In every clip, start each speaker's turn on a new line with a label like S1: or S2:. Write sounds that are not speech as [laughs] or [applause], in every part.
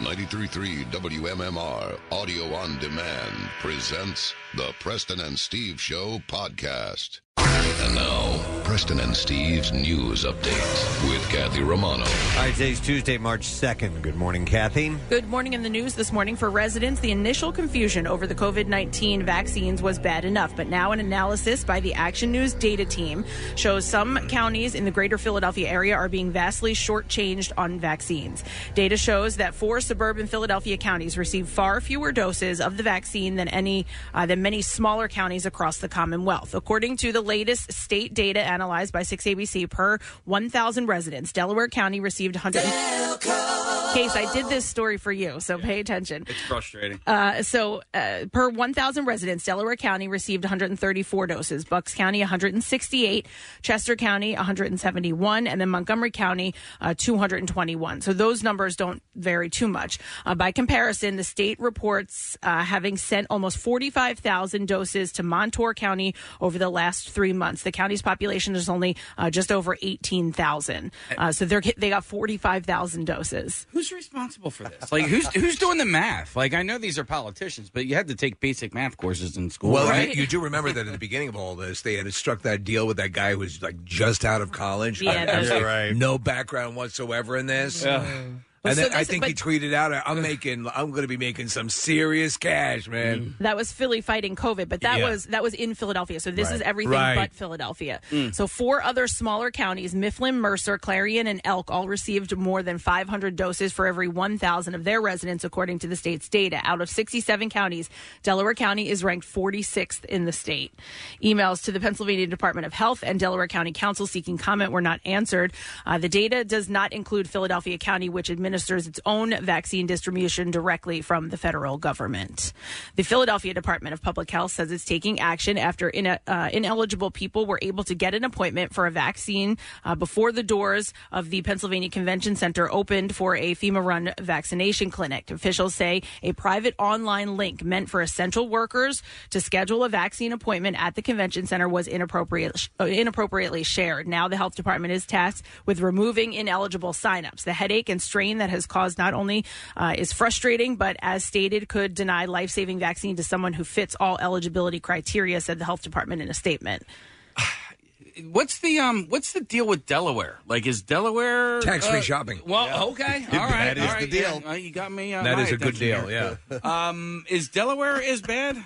S1: 933 WMMR Audio on Demand presents the Preston and Steve Show podcast. And now, Preston and Steve's news update with Kathy Romano.
S2: All right, today's Tuesday, March 2nd. Good morning, Kathy.
S3: Good morning in the news this morning for residents. The initial confusion over the COVID 19 vaccines was bad enough, but now an analysis by the Action News data team shows some counties in the greater Philadelphia area are being vastly shortchanged on vaccines. Data shows that four suburban Philadelphia counties received far fewer doses of the vaccine than any uh, than many smaller counties across the Commonwealth. According to the latest state data analyzed by 6ABC per 1,000 residents, Delaware County received 100. Case, I did this story for you, so pay attention.
S4: It's frustrating.
S3: Uh, so, uh, per 1,000 residents, Delaware County received 134 doses, Bucks County 168, Chester County 171, and then Montgomery County uh, 221. So those numbers don't vary too much. Uh, by comparison, the state reports uh, having sent almost 45,000 doses to Montour County over the last three months. The county's population is only uh, just over 18,000, uh, so they're they got 45,000 doses.
S4: Who's responsible for this? Like who's who's doing the math? Like I know these are politicians, but you had to take basic math courses in school,
S5: Well,
S4: right?
S5: you, you do remember that at the beginning of all this, they had struck that deal with that guy who was like just out of college.
S3: Yeah, that's-
S5: Absolutely
S3: Right.
S5: No background whatsoever in this.
S3: Yeah. Well,
S5: And
S3: so
S5: then I
S3: this-
S5: think he tweeted out, "I'm making, I'm going to be making some serious cash, man."
S3: That was Philly fighting COVID, but that
S5: Yeah.
S3: was that was in Philadelphia. So this
S5: Right.
S3: is everything
S5: Right.
S3: but Philadelphia.
S5: Mm.
S3: So four other smaller counties, Mifflin, Mercer, Clarion, and Elk, all received more than 500 doses for every 1,000 of their residents, according to the state's data. Out of 67 counties, Delaware County is ranked 46th in the state. Emails to the Pennsylvania Department of Health and Delaware County Council seeking comment were not answered. Uh, the data does not include Philadelphia County, which administers its own vaccine distribution directly from the federal government. The Philadelphia Department of Public Health says it's taking action after in uh, ineligible people were able to get an appointment for a vaccine uh, before the doors of the Pennsylvania Convention Center opened for a FEMA run vaccination clinic. Officials say a private online link meant for essential workers to schedule a vaccine appointment at the convention center was inappropriate, uh, inappropriately shared. Now the health department is tasked with removing ineligible signups. The headache and strain that has caused not only uh, is frustrating, but as stated, could deny life saving vaccine to someone who fits all eligibility criteria, said the health department in a statement.
S4: what's the um what's the deal with Delaware? Like is Delaware
S5: Tax-free
S4: uh,
S5: shopping.
S4: Well,
S5: Yeah. [laughs]
S4: okay,
S5: That
S4: all right,
S5: is
S4: all
S5: the
S4: right,
S5: deal.
S4: yeah, uh, you got me. Uh,
S5: That
S4: my
S5: is a good
S4: attention
S5: deal,
S4: here. [laughs] um, is Delaware is bad?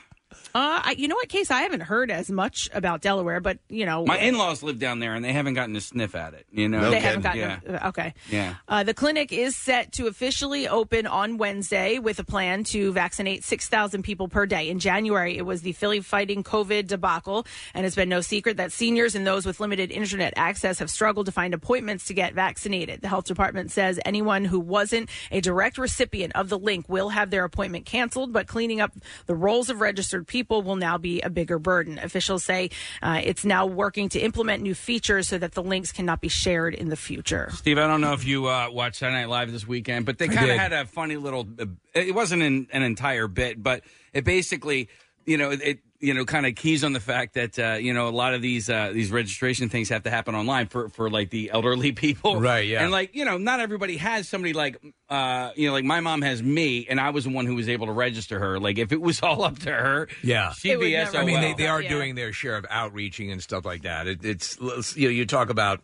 S3: Uh, I, you know what, Case? I haven't heard as much about Delaware, but you know,
S4: My in-laws live down there, and they haven't gotten a sniff at it. You know,
S3: Oh, they haven't gotten.
S4: Yeah,
S3: Okay.
S4: yeah.
S3: Uh, the clinic is set to officially open on Wednesday with a plan to vaccinate 6,000 people per day. In January, it was the Philly fighting COVID debacle, and it's been no secret that seniors and those with limited internet access have struggled to find appointments to get vaccinated. The health department says anyone who wasn't a direct recipient of the link will have their appointment canceled, but cleaning up the roles of registered people will now be a bigger burden. Officials say uh, it's now working to implement new features so that the links cannot be shared in the future.
S4: Steve, I don't know if you uh, watched Saturday Night Live this weekend, but they
S3: I
S4: kind of
S3: did.
S4: had a funny little. Uh, it wasn't an, an entire bit, but it basically, you know, it you know kind of keys on the fact that uh, you know a lot of these uh, these registration things have to happen online for for like the elderly [laughs] people,
S5: Right, yeah.
S4: and like you know, not everybody has somebody like uh, you know, like my mom has me, and I was the one who was able to register her. Like if it was all up to her,
S5: Yeah,
S4: she'd be SOL.
S5: I mean, they, they are doing their share of outreaching and stuff like that. It, it's you know, you talk about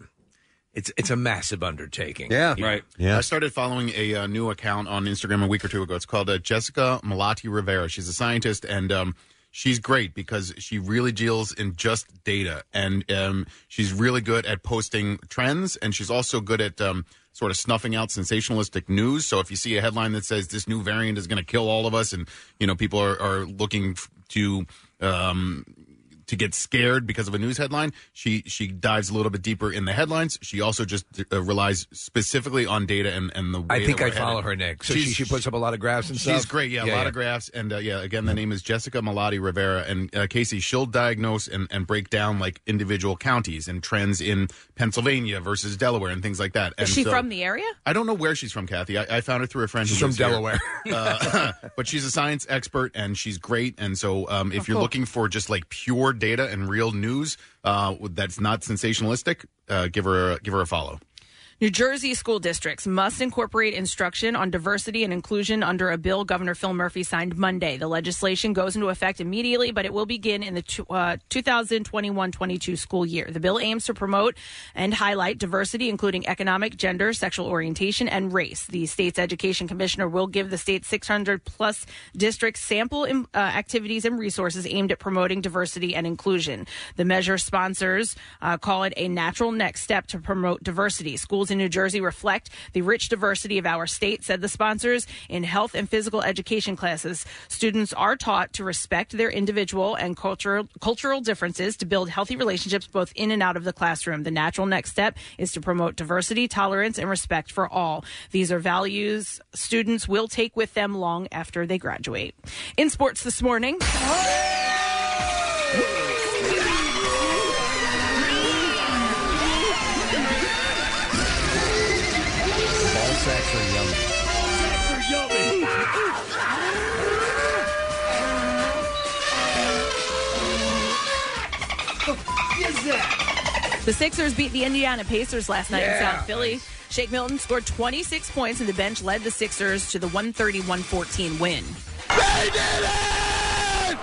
S5: it's it's a massive undertaking.
S6: Right. I started following a uh, new account on Instagram a week or two ago. It's called uh, Jessica Malati Rivera. She's a scientist and um, she's great because she really deals in just data and um, she's really good at posting trends and she's also good at um, sort of snuffing out sensationalistic news. So if you see a headline that says this new variant is going to kill all of us and, you know, people are, are looking f- to um, to get scared because of a news headline. She she dives a little bit deeper in the headlines. She also just uh, relies specifically on data and and the. Way
S5: I think
S6: that
S5: I
S6: we're
S5: follow
S6: headed.
S5: her, Nick. So she,
S6: She's-
S5: she puts up a lot of graphs and stuff. Mm-hmm.
S6: She's great, yeah, a lot of graphs, and uh, yeah, again, the name is Jessica Malati Rivera, and uh, Casey. She'll diagnose and, and break down like individual counties and trends in Pennsylvania versus Delaware and things like that. And
S3: Is she
S6: so-
S3: from the area?
S6: I don't know where she's from, Kathy. I, I found her through a friend.
S5: She's
S6: who
S5: from
S6: lives here.
S5: Delaware.
S6: [laughs] Uh, but she's a science expert and she's great. And so, um, if
S3: Oh,
S6: you're
S3: cool.
S6: looking for just like pure data and real news uh, that's not sensationalistic, uh, give her a, give her a follow.
S3: New Jersey school districts must incorporate instruction on diversity and inclusion under a bill Governor Phil Murphy signed Monday. The legislation goes into effect immediately, but it will begin in the uh, 2021-22 school year. The bill aims to promote and highlight diversity, including economic, gender, sexual orientation, and race. The state's education commissioner will give the state's 600 plus districts sample um, uh, activities and resources aimed at promoting diversity and inclusion. The measure sponsors uh, call it a natural next step to promote diversity. Schools in New Jersey reflect the rich diversity of our state, said the sponsors. In health and physical education classes, students are taught to respect their individual and cultural cultural differences to build healthy relationships both in and out of the classroom. The natural next step is to promote diversity, tolerance, and respect for all. These are values students will take with them long after they graduate. In sports this morning.
S2: Ball sacks are yummy.
S3: The Sixers beat the Indiana Pacers last night in South Philly. Shake Milton scored 26 points, and the bench led the Sixers to the 130-114 win.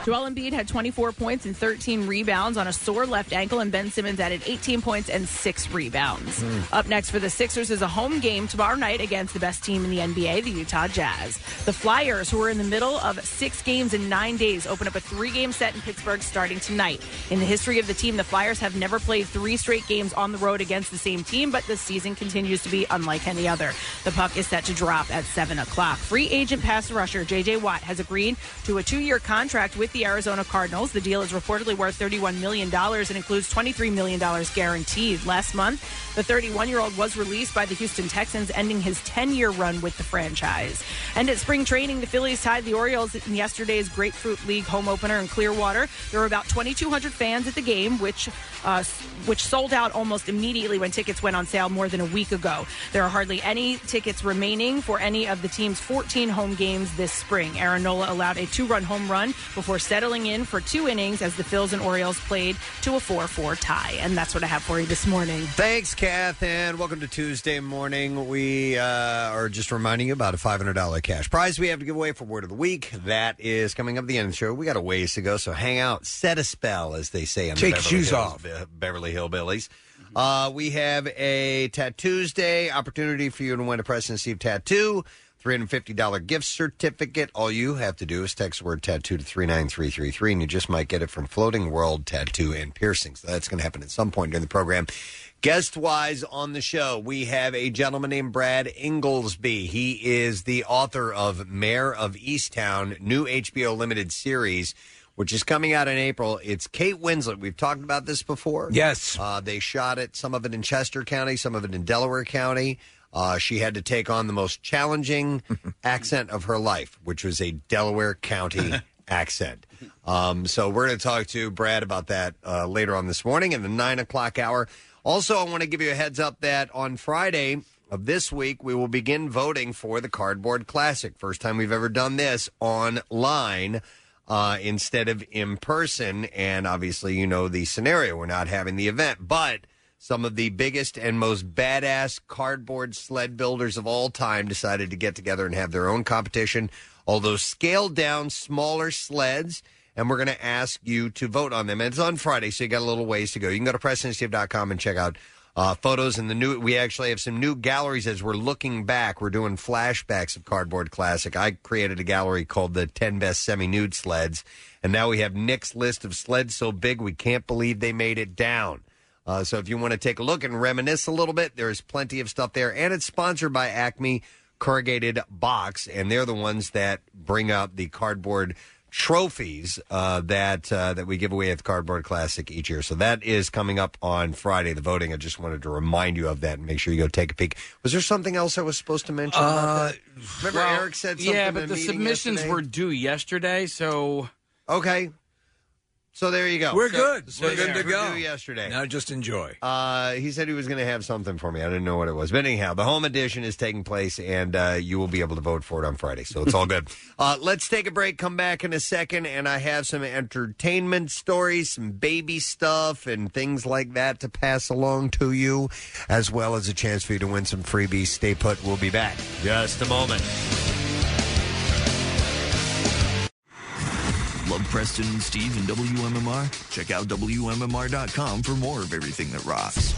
S3: Joel Embiid had 24 points and 13 rebounds on a sore left ankle, and Ben Simmons added 18 points and six rebounds. Up next for the Sixers is a home game tomorrow night against the best team in the NBA, the Utah Jazz. The Flyers, who are in the middle of six games in nine days, open up a three game set in Pittsburgh starting tonight. In the history of the team, the Flyers have never played three straight games on the road against the same team, but this season continues to be unlike any other. The puck is set to drop at 7 o'clock. Free agent pass rusher J.J. Watt has agreed to a two year contract with the Arizona Cardinals. The deal is reportedly worth $31 million and includes $23 million guaranteed. Last month, the 31 year old was released by the Houston Texans, ending his 10 year run with the franchise. And at spring training, the Phillies tied the Orioles in yesterday's Grapefruit League home opener in Clearwater. There were about 2,200 fans at the game, which, uh, which sold out almost immediately when tickets went on sale more than a week ago. There are hardly any tickets remaining for any of the team's 14 home games this spring. Aaron Nola allowed a two run home run before settling in for two innings as the Phils and Orioles played to a 4 4 tie. And that's what I have for you this morning.
S2: Thanks, Kath, and welcome to Tuesday morning. We uh, are just reminding you about a $500 cash prize we have to give away for Word of the Week. That is coming up at the end of the show. We got a ways to go, so hang out, set a spell, as they say on
S5: Take
S2: the Beverly
S5: shoes
S2: Hills-
S5: off.
S2: Be- Beverly Hillbillies. Uh, we have a Tattoos Day opportunity for you to win a President Steve tattoo. $350 gift certificate. All you have to do is text the word tattoo to 39333, and you just might get it from Floating World Tattoo and Piercing. So that's going to happen at some point during the program. Guest wise on the show, we have a gentleman named Brad [laughs] Inglesby. He is the author of Mayor of Easttown, new HBO limited series, which is coming out in April. It's Kate Winslet. We've talked about this before.
S5: Yes.
S2: Uh, they shot it, some of it in Chester County, some of it in Delaware County. Uh, she had to take on the most challenging accent of her life, which was a Delaware County accent. Um, so we're going to talk to Brad about that uh, later on this morning in the nine o'clock hour. Also, I want to give you a heads up that on Friday of this week, we will begin voting for the Cardboard Classic. First time we've ever done this online uh, instead of in person. And obviously, you know the scenario. We're not having the event, but some of the biggest and most badass cardboard sled builders of all time decided to get together and have their own competition, although scaled down, smaller sleds. And we're going to ask you to vote on them. And it's on Friday, so you got a little ways to go. You can go to presidency.com and check out uh, photos and the new. We actually have some new galleries as we're looking back. We're doing flashbacks of Cardboard Classic. I created a gallery called the 10 Best Semi Nude Sleds. And now we have Nick's list of sleds so big we can't believe they made it down. Uh, so if you want to take a look and reminisce a little bit, there's plenty of stuff there. And it's sponsored by Acme Corrugated Box, and they're the ones that bring out the cardboard trophies uh, that uh, that we give away at the Cardboard Classic each year. So that is coming up on Friday. The voting. I just wanted to remind you of that and make sure you go take a peek. Was there something else I was supposed to mention? about that? Remember,
S4: Uh, Well,
S2: Eric said something.
S4: Yeah,
S2: in
S4: but
S2: a
S4: the
S2: meeting
S4: submissions
S2: yesterday?
S4: were due yesterday, so
S2: Okay. So there you go.
S5: We're
S2: So-
S5: good.
S2: so
S5: We're good to
S2: Purdue
S5: go.
S2: Yesterday.
S5: Now just enjoy.
S2: Uh, he said he was going to have something for me. I didn't know what it was. But anyhow, the home edition is taking place, and uh, you will be able to vote for it on Friday. So it's all good. Uh, let's take a break, come back in a second, and I have some entertainment stories, some baby stuff, and things like that to pass along to you, as well as a chance for you to win some freebies. Stay put. We'll be back. Just a moment.
S7: Love Preston and Steve and WMMR? Check out WMMR.com for more of everything that rocks.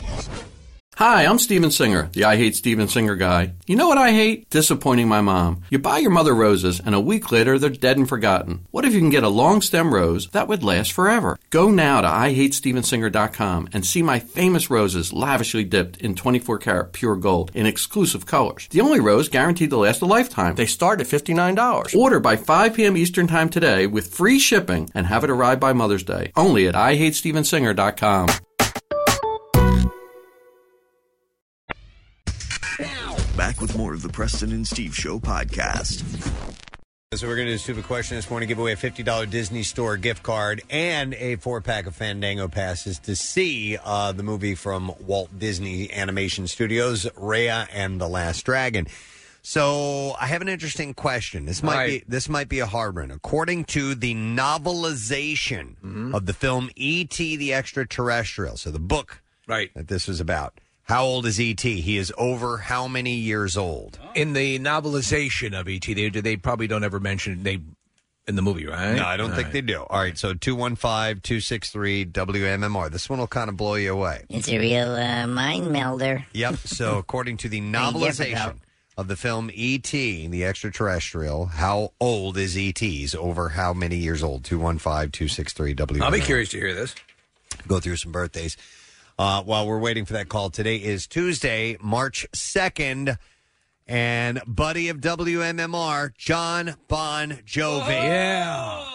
S8: Hi, I'm Steven Singer, the I Hate Steven Singer guy. You know what I hate? Disappointing my mom. You buy your mother roses, and a week later they're dead and forgotten. What if you can get a long stem rose that would last forever? Go now to IHateStevenSinger.com and see my famous roses lavishly dipped in 24 karat pure gold in exclusive colors. The only rose guaranteed to last a lifetime. They start at $59. Order by 5 p.m. Eastern Time today with free shipping and have it arrive by Mother's Day. Only at IHateStevenSinger.com.
S7: Back with more of the Preston and Steve Show podcast.
S2: So we're going to do stupid question this morning. Give away a fifty dollar Disney store gift card and a four pack of Fandango passes to see uh, the movie from Walt Disney Animation Studios, Raya and the Last Dragon. So I have an interesting question. This might be this might be a hard one. According to the novelization
S5: Mm-hmm.
S2: of the film E.T. the Extraterrestrial, so the book
S5: right
S2: that this was about. How old is E.T.? He is over how many years old?
S5: In the novelization of ET, they they probably don't ever mention they in the movie, right?
S2: No, I don't think they do. All right, so 215 263 WMMR. This one will kind of blow you away.
S9: It's a real uh, mind melder.
S2: Yep.
S9: [laughs]
S2: So, according to the novelization of the film E.T., The Extraterrestrial, how old is E.T.'s over how many years old? 215 263 WMMR.
S5: I'll be curious to hear this.
S2: Go through some birthdays. Uh, while we're waiting for that call, today is Tuesday, March 2nd. And buddy of WMMR, John Bon Jovi.
S5: Yeah.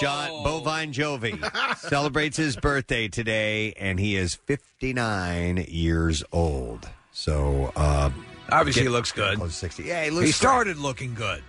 S2: John Bovine [laughs] Jovi celebrates his birthday today, and he is 59 years old. So, uh,
S5: Obviously,
S2: get
S5: he looks good.
S2: Close to 60. Yeah, he
S5: He,
S2: looks great.
S5: started looking good.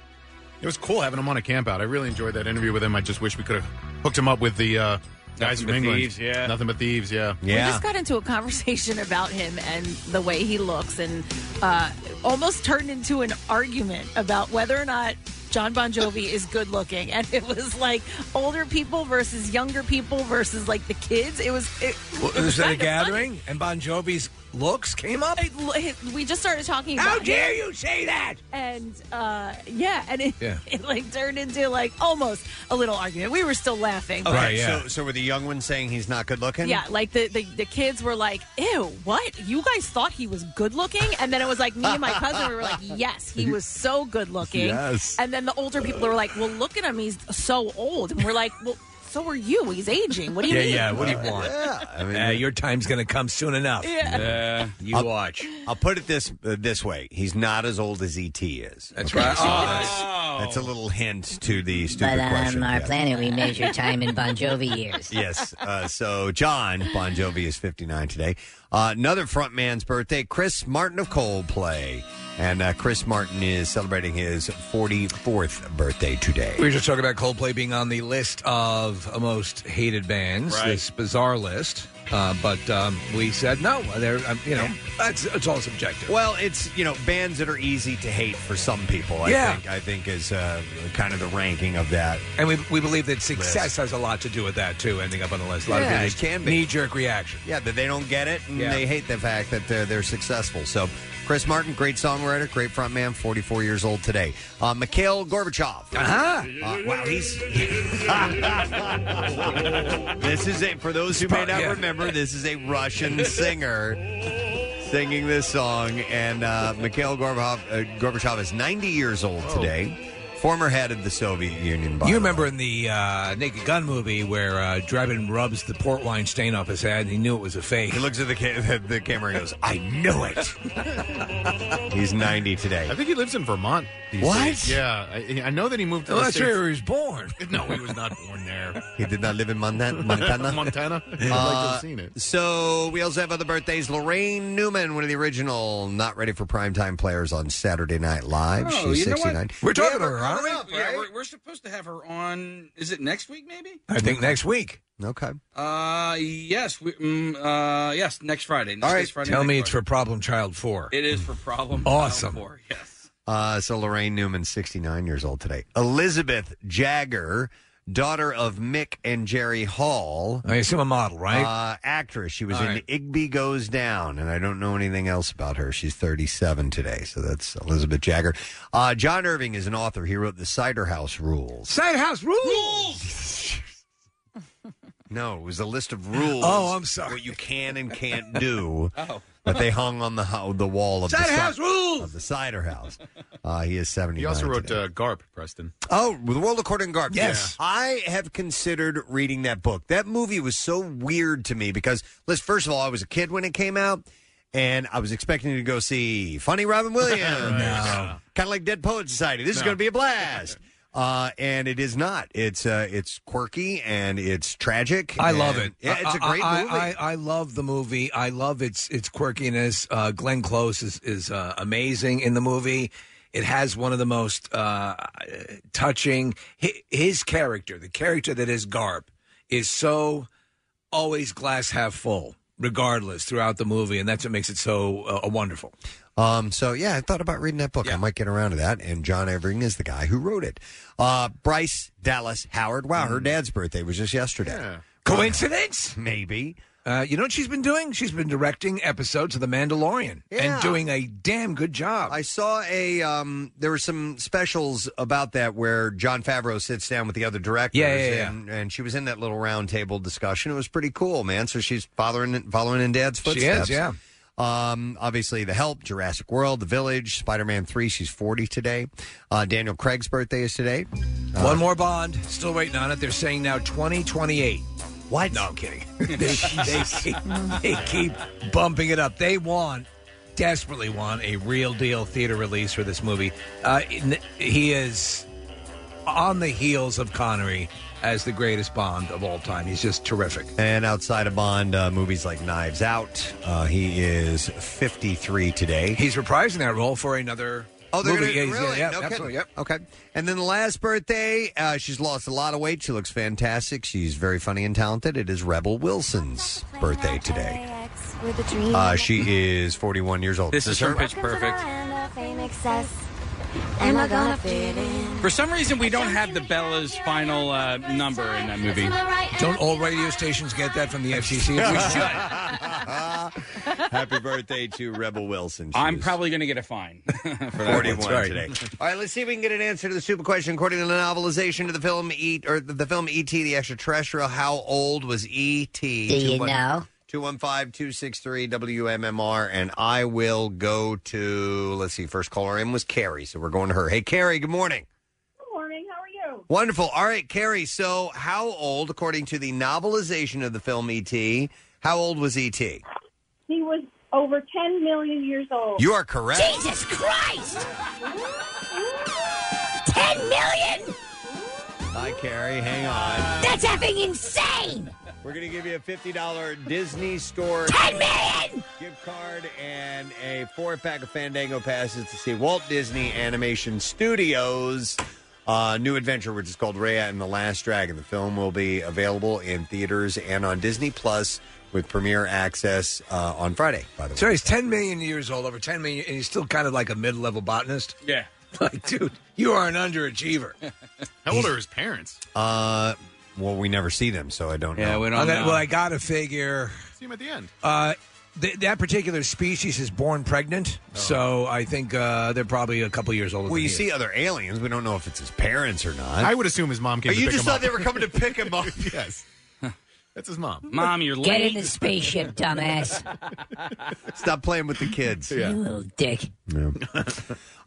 S6: It was cool having him on a camp out. I really enjoyed that interview with him. I just wish we could have hooked him up with the uh, guys
S4: Nothing
S6: from
S4: but
S6: England.
S4: thieves, yeah.
S6: Nothing but thieves, yeah.
S3: We
S2: Yeah.
S3: just got into a conversation [laughs] about him and the way he looks, and uh, almost turned into an argument about whether or not John Bon Jovi is good looking. And it was like older people versus younger people versus like the kids. It was. It,
S5: Well,
S3: it
S5: it was at a
S3: kinda
S5: gathering, and Bon Jovi's looks came up.
S3: funny. It lo- it- we just started talking
S5: How
S3: about him,
S5: dare you say that?
S3: and uh, yeah, and it,
S5: Yeah.
S3: [laughs] it like turned into like almost a little argument. We were still laughing. but-
S2: Okay,
S5: Right, yeah.
S2: so, so were the young ones saying he's not good looking?
S3: Yeah, like the, the the kids were like, "Ew, what? You guys thought he was good looking?" And then it was like me and my cousin we were like, "Yes, he was so good looking."
S6: Yes.
S3: And then the older people were like, "Well, look at him; he's so old." And we're like, "Well, so are you? He's aging. What do you
S5: Yeah,
S3: mean?"
S5: yeah. What do you want?
S2: Yeah, I mean,
S5: Uh, your time's going to come soon enough.
S4: Yeah.
S5: You watch.
S2: I'll put it this uh, this way: he's not as old as ET is.
S5: That's right. Oh,
S2: That's a little hint to the stupid
S9: But on
S2: question.
S9: our
S2: Yeah. [laughs]
S9: planet, we measure time in Bon Jovi years.
S2: yes. Uh, so John Bon Jovi is 59 today. Uh, another frontman's birthday, Chris Martin of Coldplay. And uh, Chris Martin is celebrating his 44th birthday today.
S5: we were just talking about Coldplay being on the list of most hated bands.
S6: Right.
S5: This bizarre list, uh, but um, we said no. They're, um, you know, that's it's all subjective.
S2: Well, it's you know bands that are easy to hate for some people. I
S5: Yeah.
S2: think I think is uh, kind of the ranking of that.
S5: And we, we believe that success has a lot to do with that too. Ending up on the list, a lot of
S2: Yeah, it
S5: people's
S2: can be.
S5: knee-jerk reaction.
S2: Yeah, that they don't get it and
S5: Yeah.
S2: they hate the fact that they're, they're successful. So, Chris Martin, great songwriter, great frontman, 44 years old today. Uh, Mikhail Gorbachev.
S5: Uh-huh.
S2: Uh, wow, he's. this is a for those who may not
S5: Yeah.
S2: remember. This is a Russian singer singing this song, and uh, Mikhail Gorbachev, uh, Gorbachev is 90 years old today. Former head of the Soviet Union. by
S5: You
S2: the
S5: remember
S2: way.
S5: in the uh, Naked Gun movie where uh, Drebin rubs the port wine stain off his head and he knew it was a fake.
S2: He looks at the, ca- [laughs] the, the camera and goes, "I knew
S5: [laughs]
S2: it." he's 90 today.
S6: I think he lives in Vermont. these
S2: What?
S6: days. Yeah, I, I know that Oh, he moved to
S5: Well,
S6: the
S5: that's where
S6: States.
S5: he was born.
S6: No, he was not born there.
S2: He did not live in Montana.
S6: [laughs]
S2: Montana.
S6: Montana. [laughs] I'd like to
S2: Uh,
S6: have seen it.
S2: So we also have other birthdays. Lorraine Newman, one of the original not ready for primetime players on Saturday Night Live.
S4: Oh,
S2: She's
S4: you know what?
S2: 69.
S5: We're talking
S2: We
S5: to
S2: have
S5: her, huh?
S2: coming
S4: Aren't we-
S2: up,
S4: yeah,
S2: right?
S4: we're, we're supposed to have her on. Is it next week? Maybe.
S5: I think next week.
S2: Okay.
S4: Uh, yes. We, mm, uh, yes. Next Friday. Next,
S2: All right,
S4: next Friday.
S5: Tell
S4: next
S5: me it's
S4: Friday.
S5: for Problem Child 4.
S4: It is for problem.
S5: Awesome.
S4: Child Four, Yes.
S2: Uh, so Lorraine Newman, 69 years old today. Elizabeth Jagger, daughter of Mick and Jerry Hall.
S5: I assume a model, right?
S2: Uh, actress. She was
S5: All
S2: in
S5: right.
S2: Igby Goes Down, and I don't know anything else about her. She's 37 today, so that's Elizabeth Jagger. Uh, John Irving is an author. He wrote The Cider House Rules.
S5: Side house rules. [laughs]
S2: No, it was a list of [laughs] rules.
S5: Oh, I'm sorry.
S2: What you can and can't
S5: [laughs]
S2: do.
S4: Oh.
S2: That they hung on the ho- the wall of
S5: Cider
S2: the ci-
S5: house rules!
S2: of the cider house. Uh, he is seventy.
S6: He also wrote uh, Garp, Preston.
S2: Oh, The World According to Garp.
S5: Yes.
S2: I have considered reading that book. That movie was so weird to me because, let's, first of all, I was a kid when it came out, and I was expecting to go see
S6: [laughs]
S2: Funny Robin Williams. Kind of like Dead Poet Society. This is going to be a blast. Uh, and it is not. It's uh, it's quirky and it's tragic.
S5: I love
S2: and-
S5: it.
S2: Yeah, it's a great
S5: I, I-
S2: movie.
S5: I, I, I love the movie. I love its its quirkiness. Uh, Glenn Close is is uh, amazing in the movie. It has one of the most uh, touching. hi- His character, the character that is Garp, is so always glass half full, regardless throughout the movie, and that's what makes it so uh, wonderful.
S2: Um, so yeah, I thought about reading that book. I might get around to that. And John Evering is the guy who wrote it. Uh, Bryce Dallas Howard. Wow, her dad's birthday was just yesterday.
S5: Coincidence?
S2: Maybe.
S5: Uh, you know what she's been doing? She's been directing episodes of The Mandalorian
S2: Yeah.
S5: and doing a damn good job.
S2: I saw a um, there were some specials about that where John Favreau sits down with the other directors.
S5: Yeah, yeah, yeah.
S2: And, and she was in that little round table discussion. It was pretty cool, man. So she's following following in dad's
S5: She is,
S2: footsteps.
S5: yeah.
S2: Um, obviously, The Help, Jurassic World, The Village, Spider Man 3. She's 40 today. Uh, Daniel Craig's birthday is today. Uh,
S5: One more Bond. Still waiting on it. They're saying now 2028. What? No, I'm
S2: [laughs]
S5: kidding. they, they, keep, they keep bumping it up. They want, desperately want, a real deal theater release for this movie. Uh, n- he is on the heels of Connery as the greatest Bond of all time. He's just terrific.
S2: And outside of Bond, uh, movies like Knives Out. Uh, he is 53 today.
S5: He's reprising that role for another movie.
S2: Oh, gonna-
S5: yeah, he's- yeah,
S2: no
S5: absolutely.
S2: kidding.
S5: Yep.
S2: Okay. And then the last birthday, uh, she's lost a lot of weight. She looks fantastic. She's very funny and talented. It is Rebel Wilson's birthday today. Uh, she is 41 years old.
S4: This is from Pitch Perfect.
S10: Am I gonna fit
S4: [laughs]
S10: in?
S4: For some reason, we don't have the Bella's final uh, number in that movie.
S5: Don't all radio stations get that from the
S4: [laughs]
S5: FCC? we should.
S2: Happy birthday to Rebel Wilson. She
S4: I'm
S2: is
S4: probably going to get a fine. [laughs] for that one.
S2: 41
S5: That's
S2: today.
S5: right.
S4: [laughs]
S2: All right, let's see if we can get an answer to the super question. According to the novelization of the film E or the, the film E.T. the Extraterrestrial, how old was E E.T.?
S9: Do you know?
S2: 215-263 WMMR and I will go to let's see first caller in was Carrie so we're going to her. Hey Carrie, good morning.
S11: morning. How are you?
S2: Wonderful. All right, Carrie, so how old according to the novelization of the film ET, how old was E ET?
S11: He was over 10 million years old.
S2: You are correct.
S9: Jesus Christ! Ten million?
S2: Hi Carrie, hang on.
S9: That's effing insane!
S2: We're going to give you a $50 Disney store
S9: Ten million!
S2: gift card and a four pack of Fandango passes to see Walt Disney Animation Studios. Uh, new adventure, which is called Raya and the Last Dragon. The film will be available in theaters and on Disney Plus with premiere access uh, on Friday. By the way,
S5: So he's 10 million years old, over 10 million, and he's still kind of like a mid level botanist.
S4: Yeah.
S5: [laughs] Like, dude, you are an underachiever.
S6: [laughs] How old are his parents?
S2: uh, well, we never see them, so I don't
S4: Yeah,
S2: know.
S4: we
S5: I
S4: don't
S5: got-
S4: know.
S5: well, I got to figure
S6: See him at the end.
S5: uh, th- that particular species is born pregnant, so I think uh, they're probably a couple years older.
S2: Oh. well,
S5: than
S2: you
S5: he
S2: see
S5: is.
S2: other aliens. We don't know if it's his parents or not.
S6: I would assume his mom came.
S2: Oh,
S6: to
S2: you
S6: pick
S2: just
S6: him
S2: thought
S6: up.
S2: they were coming to pick
S5: [laughs]
S2: him up.
S6: yes, that's his mom.
S4: Mom, you're
S9: Get
S4: late.
S9: in the spaceship, dumbass.
S2: Stop playing with
S5: [laughs]
S2: the kids.
S9: You little dick.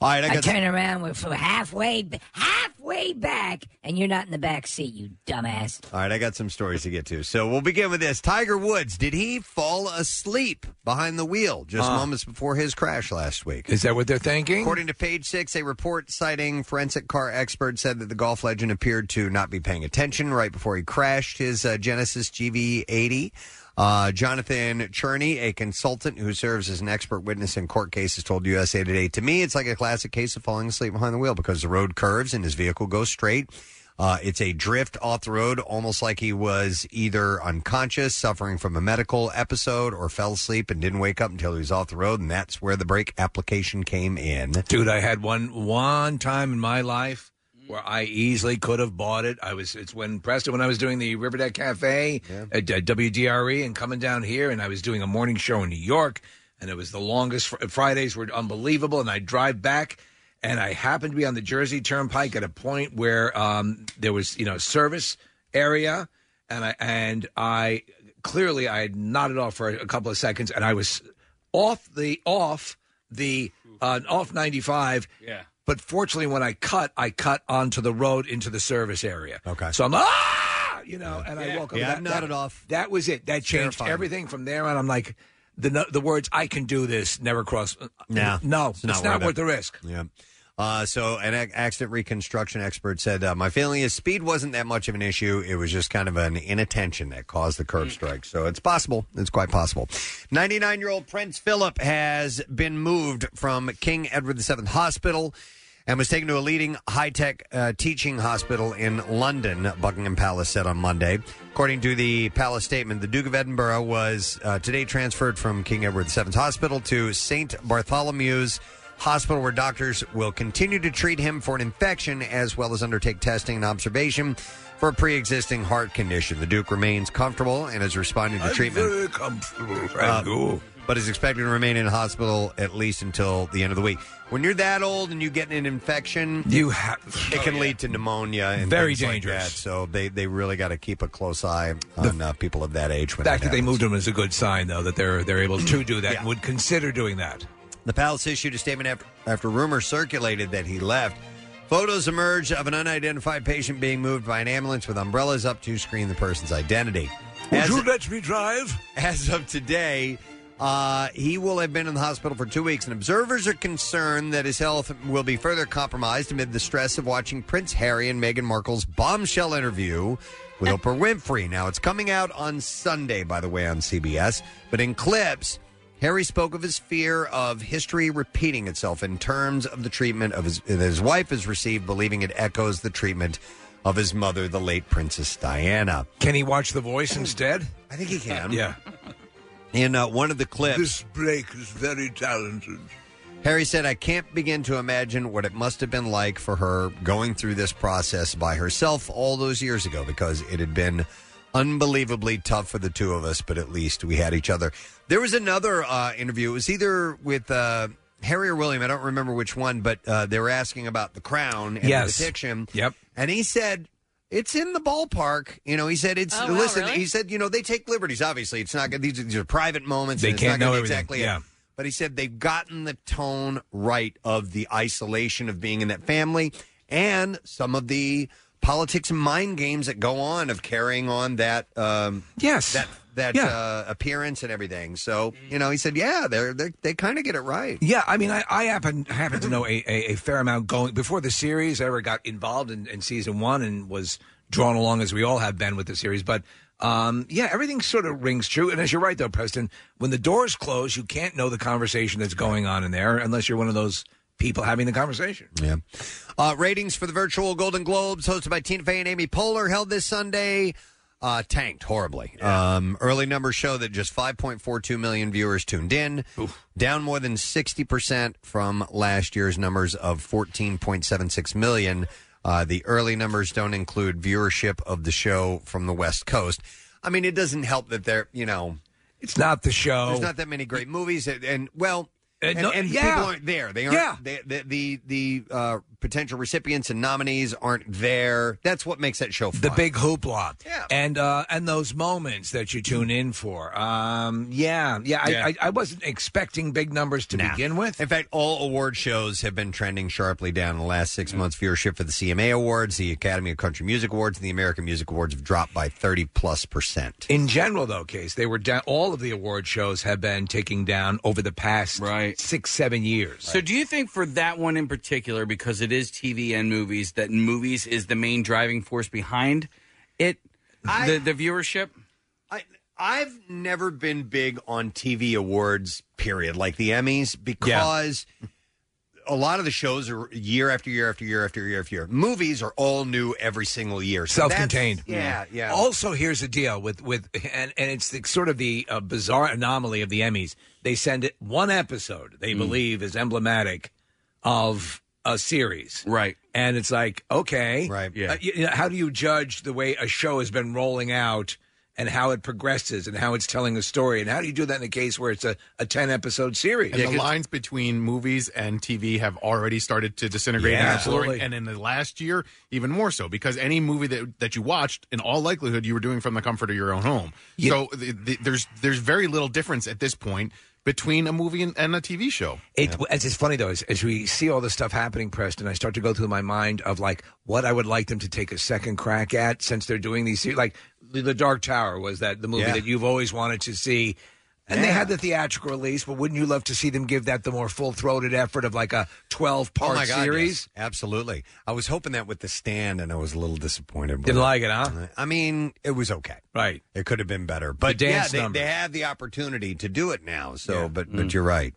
S2: All right, I
S9: I
S2: got.
S9: turn around, we're from halfway, b- halfway back, and you're not in the back seat, you dumbass.
S2: All right, I got some stories to get to. So we'll begin with this. Tiger Woods, did he fall asleep behind the wheel just moments before his crash last week?
S5: Is that what they're thinking?
S2: According to page six, a report citing forensic car experts said that the golf legend appeared to not be paying attention right before he crashed his uh, Genesis GV80. Uh, Jonathan Cherney, a consultant who serves as an expert witness in court cases, told USA Today, "To me, it's like a classic case of falling asleep behind the wheel because the road curves and his vehicle goes straight. Uh, it's a drift off the road, almost like he was either unconscious, suffering from a medical episode, or fell asleep and didn't wake up until he was off the road, and that's where the brake application came in."
S5: Dude, I had one one time in my life where I easily could have bought it. I was it's when Preston when I was doing the Riverdeck Cafe at, at WDRE E and coming down here, and I was doing a morning show in New York, and it was the longest. Fr- Fridays were unbelievable, and I drive back. And I happened to be on the Jersey Turnpike at a point where um, there was, you know, service area, and I and I clearly I had nodded off for a couple of seconds, and I was off the off the uh, off ninety five,
S4: Yeah.
S5: but fortunately, when I cut, I cut onto the road into the service area.
S2: Okay.
S5: So I'm ah, you know, and I
S2: Yeah.
S5: woke up.
S2: Yeah,
S5: that,
S2: I've nodded
S5: that-
S2: off.
S5: That was it. That changed
S2: Terrifying.
S5: everything from there on. I'm like, the no- the words "I can do this" never uh, cross.
S2: No,
S5: no, it's not, worth the
S2: it.
S5: risk.
S2: Yeah. Uh, so, an ac- accident reconstruction expert said, uh, My feeling is speed wasn't that much of an issue. It was just kind of an inattention that caused the
S5: Mm.
S2: curb strike. So, it's possible. It's quite possible. 99 year old Prince Philip has been moved from King Edward VII Hospital and was taken to a leading high tech uh, teaching hospital in London, Buckingham Palace said on Monday. According to the palace statement, the Duke of Edinburgh was uh, today transferred from King Edward VII Hospital to St. Bartholomew's Hospital, where doctors will continue to treat him for an infection as well as undertake testing and observation for a pre existing heart condition. The Duke remains comfortable and is responding to treatment.
S5: Very comfortable.
S2: Uh, But is expected to remain in hospital at least until the end of the week. When you're that old and you get an infection,
S5: you have
S2: it can lead to pneumonia and
S5: Very
S2: things like
S5: dangerous.
S2: that. So they they really got to keep a close eye on uh, people of that age.
S5: The
S2: When
S5: fact
S2: that
S5: that they
S2: happens.
S5: moved him is a good sign, though, that they're they're able to do that. and Would consider doing that.
S2: The palace issued a statement after, after rumors circulated that he left. Photos emerged of an unidentified patient being moved by an ambulance with umbrellas up to screen the person's identity. As
S5: you let me drive?
S2: As of today, uh, he will have been in the hospital for two weeks, and observers are concerned that his health will be further compromised amid the stress of watching Prince Harry and Meghan Markle's bombshell interview with Oprah Winfrey. Now, it's coming out on Sunday, by the way, on CBS, but in clips. Harry spoke of his fear of history repeating itself in terms of the treatment of his, that his wife has received, believing it echoes the treatment of his mother, the late Princess Diana.
S5: Can he watch The Voice instead?
S2: I think he can.
S5: yeah.
S2: [laughs] In uh, one of the clips,
S5: This Blake is very talented.
S2: Harry said, I can't begin to imagine what it must have been like for her going through this process by herself all those years ago because it had been unbelievably tough for the two of us, but at least we had each other. There was another uh, interview. It was either with uh, Harry or William. I don't remember which one, but uh, they were asking about the crown and
S5: Yes.
S2: the depiction.
S5: Yep.
S2: And he said, it's in the ballpark. You know, he said, it's,
S5: Oh, wow,
S2: listen,
S5: really?
S2: he said, you know, they take liberties, obviously. It's not, gonna- these, are- these are private moments.
S5: They
S2: and it's
S5: can't
S2: not gonna
S5: know
S2: be
S5: everything.
S2: Exactly.
S5: Yeah.
S2: But he said they've gotten the tone right of the isolation of being in that family and some of the politics and mind games that go on of carrying on that um
S5: yes
S2: that that uh, appearance and everything. So, you know, he said, "Yeah, they're, they're they kind of get it right."
S5: Yeah, I mean, I, I happen happen to know a, a, a fair amount going before the series ever got involved in, in season one and was drawn along as we all have been with the series. But um, yeah, everything sort of rings true. And as you're right, though, Preston, when the doors close, you can't know the conversation that's going on in there unless you're one of those people having the conversation.
S2: Yeah. Uh, ratings for the virtual Golden Globes, hosted by Tina Fey and Amy Poehler, held this Sunday, uh, tanked horribly. Um, early numbers show that just 5.42 million viewers tuned in, down more than 60% from last year's numbers of 14.76 million. Uh, the early numbers don't include viewership of the show from the West Coast. I mean, it doesn't help that they're, you know,
S5: It's not the show.
S2: there's not that many great movies, and, and well,
S5: Uh,
S2: and,
S5: no-
S2: and
S5: yeah.
S2: people aren't there. They aren't.
S5: Yeah.
S2: They, the the the uh, potential recipients and nominees aren't there. That's what makes that show fun.
S5: the big hoopla, and uh, and those moments that you tune in for. Um, yeah, yeah.
S2: Yeah.
S5: I, I, I wasn't expecting big numbers to begin with.
S2: In fact, all award shows have been trending sharply down in the last six months. Viewership for the CMA Awards, the Academy of Country Music Awards, and the American Music Awards have dropped by thirty plus percent.
S5: In general, though, case they were down. All of the award shows have been taking down over the past six, seven years.
S4: So, do you think for that one in particular, because it is TV and movies, that movies is the main driving force behind it, the, the viewership?
S2: I've never been big on TV awards, period, like the Emmys, because a lot of the shows are year after year after year after year after year. Movies are all new every single year. So that's-
S5: self-contained.
S2: Yeah, yeah.
S5: Also, here's the deal with with and and it's the, sort of the uh, bizarre anomaly of the Emmys. They send it one episode
S4: Mm.
S5: they believe is emblematic of a series,
S4: right?
S5: And it's like, okay, right?
S4: Yeah.
S5: how do you judge the way a show has been rolling out? And how it progresses, and how it's telling a story, and how do you do that in a case where it's a, a ten episode series?
S6: And the lines between movies and TV have already started to disintegrate
S5: Yeah,
S6: and absolutely.
S5: absolutely.
S6: And in the last year, even more so, because any movie that, that you watched, in all likelihood, you were doing from the comfort of your own home. So th- th- there's there's very little difference at this point between a movie and, and a TV show.
S5: It, it's, it's funny though, as, as we see all this stuff happening, Preston, I start to go through my mind of like what I would like them to take a second crack at since they're doing these. se- Like The The Dark Tower was that the movie
S12: Yeah.
S5: that you've always wanted to see, and they had the theatrical release, but wouldn't you love to see them give that the more full throated effort of like a twelve
S6: Oh,
S5: part series?
S2: Oh yes. Absolutely. I was hoping that with the stand, and I was a little disappointed. with
S5: Didn't like it, huh?
S2: I mean, it was okay.
S5: Right.
S2: It could have been better, but
S5: dance
S2: yeah, they,
S5: numbers. Mm.
S2: they have the opportunity to do it now. So, but but you're right.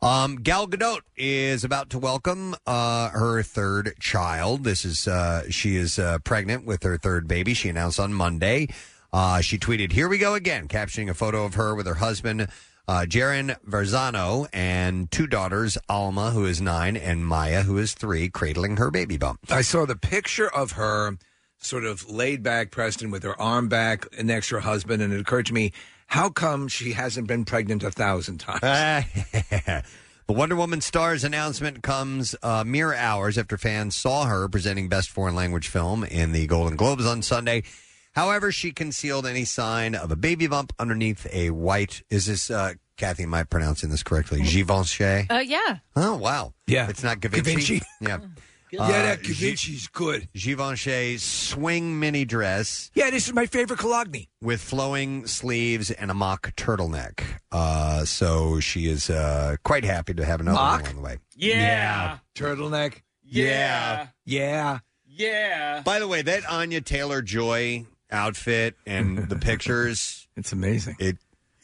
S2: Um, Gal Gadot is about to welcome uh, her third child. This is uh, she is uh, pregnant with her third baby. She announced on Monday. Uh, she tweeted, "Here we go again," captioning a photo of her with her husband. Uh, Jaren Verzano and two daughters, Alma, who is nine, and Maya, who is three, cradling her baby bump.
S5: I saw the picture of her sort of laid back Preston with her arm back next to her husband, and it occurred to me, how come she hasn't been pregnant a thousand times?
S2: [laughs] The Wonder Woman star's announcement comes uh, mere hours after fans saw her presenting Best Foreign Language Film in the Golden Globes on Sunday. However, she concealed any sign of a baby bump underneath a white. Is this uh, Kathy? Am I pronouncing this correctly? Givenchy.
S3: Uh, yeah.
S2: Oh wow! Yeah, it's not Givenchy.
S5: Givenchy.
S2: [laughs] Yeah, Uh,
S5: Yeah, that Givenchy's good.
S2: Givenchy's swing mini dress.
S5: Yeah, this is my favorite Cologne.
S2: with flowing sleeves and a mock turtleneck. Uh, so she is uh, quite happy to have another
S5: Mock?
S2: one on the way.
S5: Yeah. Turtleneck.
S2: Yeah.
S5: Yeah.
S4: Yeah.
S2: By the way, that Anya Taylor Joy outfit
S5: [laughs]
S2: and the pictures.
S5: It's amazing.
S2: It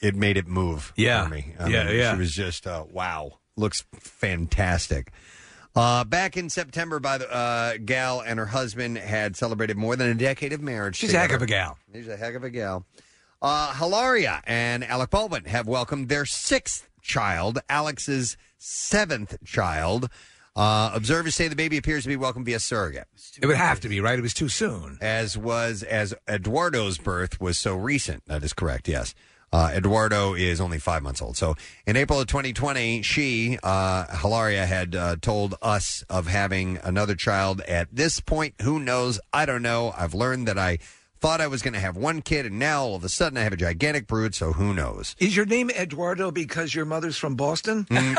S2: it made it move
S5: Yeah.
S2: for me.
S5: Yeah, yeah.
S2: She was just uh, wow. Looks fantastic. Uh, back in September, by the uh, gal and her husband had celebrated more than a decade of marriage.
S5: She's a heck of a
S2: together.
S5: gal.
S2: She's a heck of a gal. Uh, Hilaria and Alec Baldwin have welcomed their sixth child, Alex's seventh child. Uh, observers say the baby appears to be welcomed via surrogate.
S5: It would have to be, right? It was too soon.
S2: As was as Eduardo's birth was so recent. That is correct. Yes. Uh, Eduardo is only five months old. So in April of 2020, she, uh, Hilaria, had uh, told us of having another child. At this point, who knows? I don't know. I've learned that I thought I was going to have one kid, and now all of a sudden I have a gigantic brood. So who knows?
S5: Is your name Eduardo because your mother's from Boston?
S2: Mm.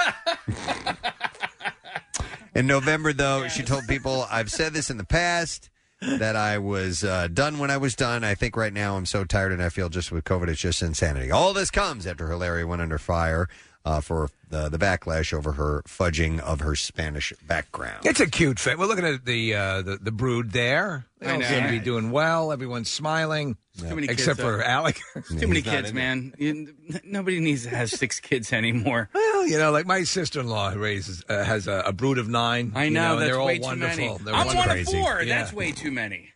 S2: In November, though, she told people, I've said this in the past that I was uh, done when I was done. I think right now I'm so tired and I feel just with COVID, it's just insanity. All this comes after Hilaria went under fire uh, for the, the backlash over her fudging of her Spanish background.
S5: It's a cute fit. We're looking at the uh, the, the brood there. They
S4: I
S5: all
S4: know.
S5: seem to be doing well. Everyone's smiling.
S4: Too many kids,
S5: Except
S4: though.
S5: for Alec.
S4: [laughs] Too many kids, man. You- n- nobody needs to have six kids anymore.
S5: Well, you know, like my sister in law raises uh, has a, a brood of nine.
S4: I
S5: you
S4: know,
S5: and
S4: that's
S5: they're all
S4: way too
S5: wonderful.
S4: many.
S5: They're
S4: I'm
S5: all
S4: one of
S5: crazy.
S4: four.
S5: Yeah.
S4: That's way too many.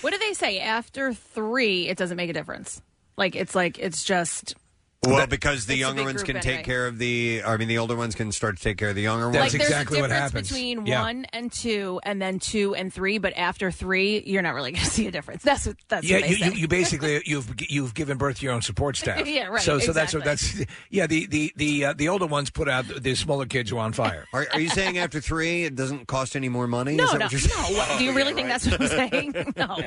S3: What do they say? After three, it doesn't make a difference. Like it's like it's just
S2: Well, because the
S3: It's a
S2: younger
S3: big
S2: ones
S3: group
S2: can take
S3: anyway.
S2: care of the, I mean, the older ones can start to take care of the younger
S3: like
S2: ones.
S3: there's a difference between one and two, and then two and three. But after three, you're not really going to [laughs] see a difference. That's what that's
S5: yeah,
S3: what they
S5: you, you,
S3: say.
S5: you basically you've you've given birth to your own support staff.
S3: [laughs] Yeah, right,
S5: So so that's what that's
S3: exactly.
S5: yeah the the the uh, the older ones put out the smaller kids who are on fire.
S2: Are, are you saying after three it doesn't cost any more money?
S3: no,
S2: Is that
S3: no,
S2: what you're saying? [laughs]
S3: no. What- Do you really think that's what I'm saying? No,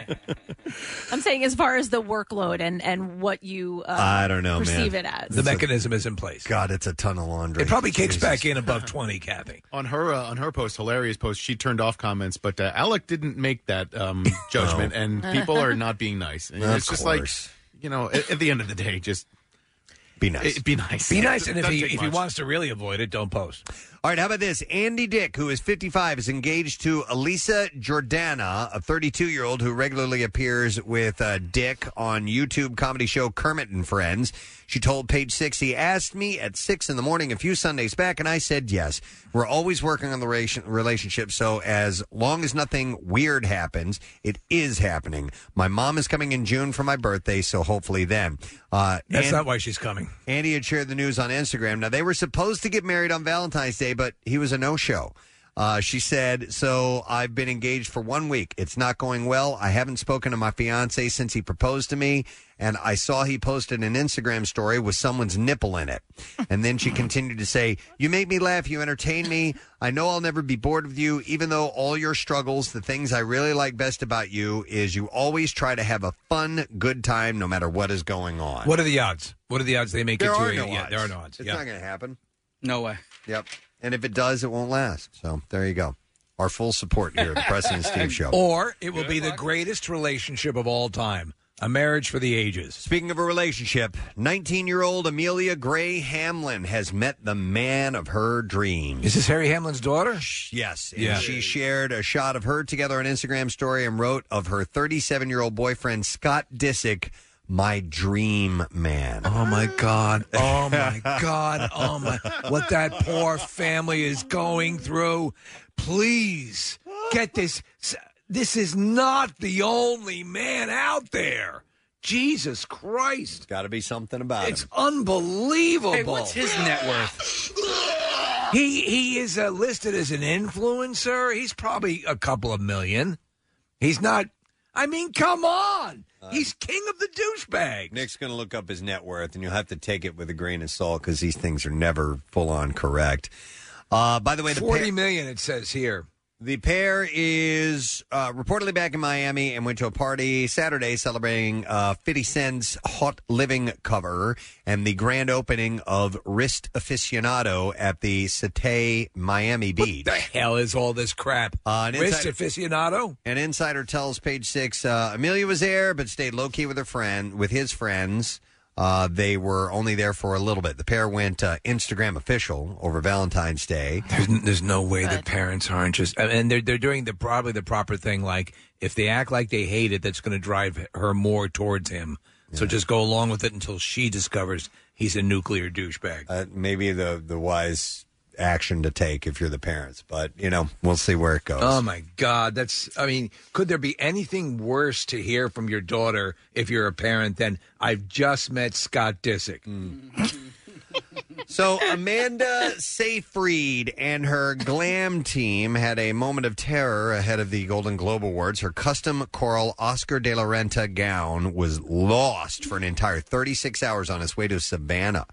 S3: I'm saying as far as the workload and and what you uh,
S2: I don't know, man.
S3: perceive it as.
S5: The mechanism is in place.
S2: God, it's a ton of laundry.
S5: It probably kicks
S6: Jesus.
S5: back in
S2: [laughs]
S5: above twenty, Kathy.
S6: On her uh, on her post, hilarious post, she turned off comments, but uh, Alec didn't make that
S5: [laughs]
S6: um, judgment, and people are not being nice. And
S5: Of
S6: it's just
S5: course.
S6: like you know, at, at the end of the day, just
S2: be
S6: Be nice.
S5: Be nice, and if
S6: Doesn't
S5: he
S6: take
S5: if he
S6: much.
S5: wants to really avoid it, don't post.
S2: All right, how about this? Andy Dick, who is 55, is engaged to Elisa Jordana, a 32 year old who regularly appears with uh, Dick on YouTube comedy show Kermit and Friends. She told Page Six, he asked me at 6 in the morning a few Sundays back, and I said yes. We're always working on the ration- relationship, so as long as nothing weird happens, it is happening. My mom is coming in June for my birthday, so hopefully then. Uh,
S5: That's
S2: and-
S5: not why she's coming.
S2: Andy had shared the news on Instagram. Now, they were supposed to get married on Valentine's Day, but he was a no show. Uh, she said, So I've been engaged for one week. It's not going well. I haven't spoken to my fiance since he proposed to me. And I saw he posted an Instagram story with someone's nipple in it. And then she continued to say, You make me laugh. You entertain me. I know I'll never be bored with you, even though all your struggles, the things I really like best about you is you always try to have a fun, good time no matter what is going on.
S5: What are the odds? What are the odds they make
S2: There
S5: it to
S2: are
S5: a-
S2: no
S5: yeah,
S2: odds.
S5: There are no odds.
S2: It's
S5: yeah.
S2: not going to happen.
S4: No way.
S2: Yep. And if it does, it won't last. So there you go. Our full support here at the
S5: [laughs]
S2: President Steve Show.
S5: Or it will be the greatest relationship of all time. A marriage for the ages.
S2: Speaking of a relationship, 19 year old Amelia Gray Hamlin has met the man of her dreams.
S5: Is this Harry Hamlin's daughter?
S2: Yes.
S5: [laughs]
S2: And
S5: Yeah.
S2: she shared a shot of her together on Instagram story and wrote of her 37 year old boyfriend, Scott Disick, my dream man.
S5: Oh my God.
S2: [laughs]
S5: Oh my God. Oh my. What that poor family is going through. Please get this. This is not the only man out there. Jesus Christ.
S2: Got to be something about
S5: it's unbelievable.
S4: Hey, what's his net worth?
S5: He he is uh, listed as an influencer. He's probably a couple of million. He's not. I mean, come on.
S2: Uh,
S5: He's king of the douchebag.
S2: Nick's going to look up his net worth, and you'll have to take it with a grain of salt because these things are never full on correct. Uh, by the way, the
S5: Forty
S2: pair-
S5: million it says here.
S2: The pair is uh, reportedly back in Miami and went to a party Saturday celebrating uh, 50 Cent's Hot Living cover and the grand opening of Wrist Aficionado at the Cite Miami Beach.
S5: The hell is all this crap?
S2: Uh, an
S5: Wrist
S2: inside-
S5: aficionado.
S2: an insider tells Page Six uh, Amelia was there, but stayed low key with her friend, with his friends. Uh, they were only there for a little bit. The pair went uh, Instagram official over Valentine's Day.
S5: There's, there's no way the parents aren't just and they're they're doing the probably the proper thing. Like if they act like they hate it, that's going to drive her more towards him. So just go along with it until she discovers he's a nuclear douchebag.
S2: Uh, maybe the the wise action to take if you're the parents, but you know we'll see where it goes.
S5: Oh my God, that's. I mean, could there be anything worse to hear from your daughter if you're a parent than "I've just met Scott Disick"?
S2: [laughs] So Amanda Seyfried and her glam team had a moment of terror ahead of the Golden Globe Awards. Her custom coral Oscar de la Renta gown was lost for an entire 36 hours on its way to Savannah.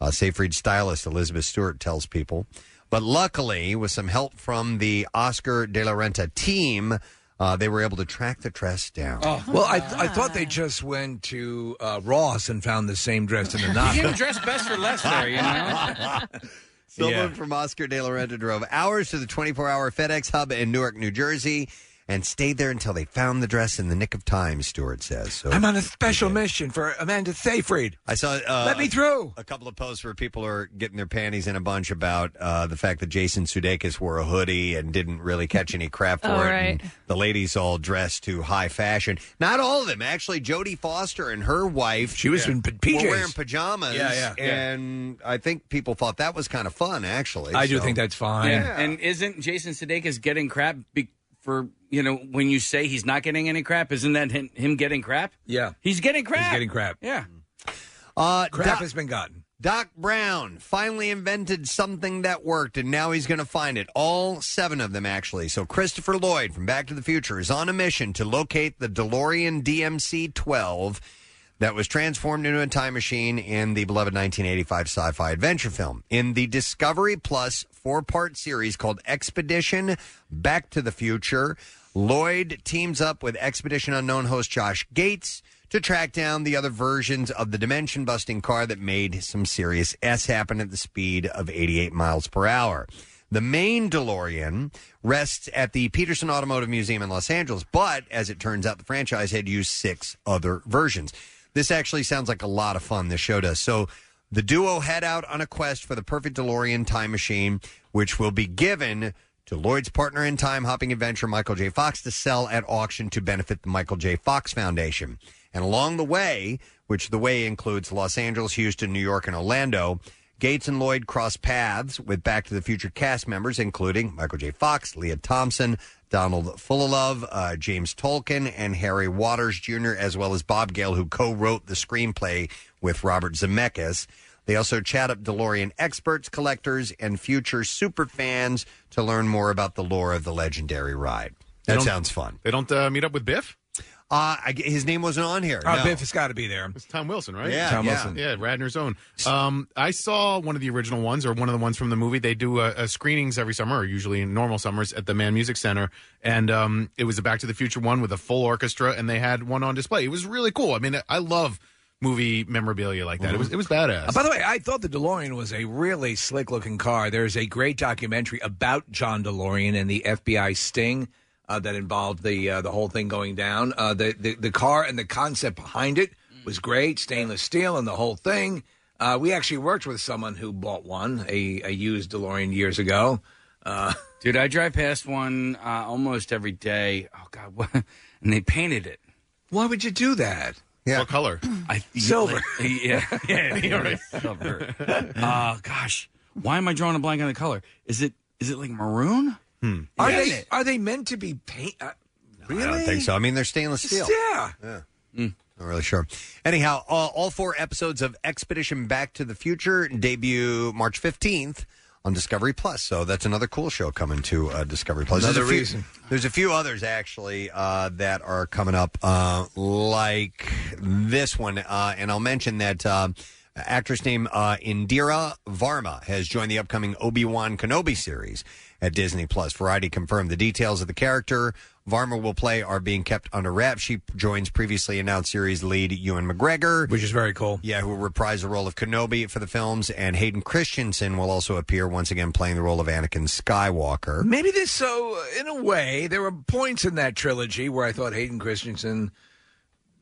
S2: Uh, Seyfried stylist Elizabeth Stewart tells people. But luckily, with some help from the Oscar de la Renta team, uh, they were able to track the dress down.
S5: Well, I, I thought they just went to uh, Ross and found the same dress in [laughs] the knot.
S4: You dress best for less there, you
S5: [laughs]
S4: know?
S2: Someone
S5: Yeah.
S2: from Oscar De La Renta drove hours to the 24-hour FedEx hub in Newark, New Jersey, and stayed there until they found the dress in the nick of time. Stewart says. So
S5: I'm on a special mission for Amanda Seyfried.
S2: I saw. Uh,
S5: Let me through.
S2: A couple of posts where people are getting their panties in a bunch about uh, the fact that Jason Sudeikis wore a hoodie and didn't really catch any crap for
S3: All
S2: it.
S3: right.
S2: And the ladies all dressed to high fashion. Not all of them, actually. Jodie Foster and her wife.
S5: She was in p- PJs.
S2: Were wearing pajamas.
S5: Yeah, yeah, yeah.
S2: And I think people thought that was kind of fun, actually.
S5: I do
S2: so-
S5: think that's fine.
S4: Yeah. And isn't Jason Sudeikis getting crap be- for you know when you say he's not getting any crap? Isn't that him, him getting crap?
S5: Yeah.
S4: He's getting crap.
S5: He's getting crap.
S4: Yeah.
S2: Uh,
S5: Crap
S2: Doc-
S5: has been gotten.
S2: Doc Brown finally invented something that worked, and now he's going to find it. All seven of them, actually. So, Christopher Lloyd from Back to the Future is on a mission to locate the DeLorean DMC 12 that was transformed into a time machine in the beloved 1985 sci fi adventure film. In the Discovery Plus four part series called Expedition Back to the Future, Lloyd teams up with Expedition Unknown host Josh Gates to track down the other versions of the dimension busting car that made some serious S happen at the speed of 88 miles per hour. The main DeLorean rests at the Peterson Automotive Museum in Los Angeles, but as it turns out, the franchise had used six other versions. This actually sounds like a lot of fun, this show does. So The duo head out on a quest for the perfect DeLorean time machine, which will be given to Lloyd's partner in time hopping adventure, Michael J. Fox, to sell at auction to benefit the Michael J. Fox Foundation. And along the way, which the way includes Los Angeles, Houston, New York, and Orlando, Gates and Lloyd cross paths with Back to the Future cast members, including Michael J. Fox, Leah Thompson, Donald Fullilove, uh, James Tolkien, and Harry Waters Jr., as well as Bob Gale, who co wrote the screenplay with Robert Zemeckis. They also chat up DeLorean experts, collectors, and future super fans to learn more about the lore of the legendary ride.
S6: They
S2: That
S6: don't-
S2: sounds fun.
S6: They don't uh, meet up with Biff?
S2: Uh, I, g- his name wasn't on here.
S6: Oh,
S2: no.
S6: Biff
S5: It's got to be there.
S6: It's Tom Wilson, right?
S2: Yeah, Tom yeah. Wilson.
S6: Yeah, Radner's own. Um, I saw one of the original ones, or one of the ones from the movie. They do uh, uh, screenings every summer, or usually in normal summers, at the Man Music Center. And um, it was a Back to the Future one with a full orchestra, and they had one on display. It was really cool. I mean, I love movie memorabilia like that. It was it was badass.
S5: Uh, by the way, I thought the DeLorean was a really slick looking car. There's a great documentary about John DeLorean and the FBI sting uh, that involved the uh, the whole thing going down. Uh, the, the the car and the concept behind it was great, stainless steel and the whole thing. Uh, we actually worked with someone who bought one, a, a used DeLorean years ago. Uh,
S4: Dude, I drive past one uh, almost every day. Oh God, what? [laughs] and they painted it.
S5: Why would you do that?
S2: Yeah.
S6: What color?
S4: I
S5: Silver.
S4: [laughs] yeah, yeah,
S5: [laughs]
S4: yeah, right. Silver. Uh, gosh, why am I drawing a blank on the color? Is it is it like maroon?
S2: Hmm.
S5: are they are they meant to be paint? Uh, really?
S2: I don't think so. I mean, they're stainless steel.
S5: Yeah.
S2: Not really sure. Anyhow, all, all four episodes of Expedition Back to the Future debut March 15th on Discovery Plus. So that's another cool show coming to uh, Discovery Plus.
S5: Another
S2: there's a few,
S5: reason.
S2: There's a few others, actually, uh, that are coming up, uh, like this one. Uh, and I'll mention that uh, actress named uh, Indira Varma has joined the upcoming Obi Wan Kenobi series at Disney Plus. Variety confirmed the details of the character. Varma will play are being kept under wraps. She joins previously announced series lead Ewan McGregor,
S5: which is very cool.
S2: Yeah, who will reprise the role of Kenobi for the films, and Hayden Christensen will also appear once again playing the role of Anakin Skywalker.
S5: Maybe this. So, uh, in a way, there were points in that trilogy where I thought Hayden Christensen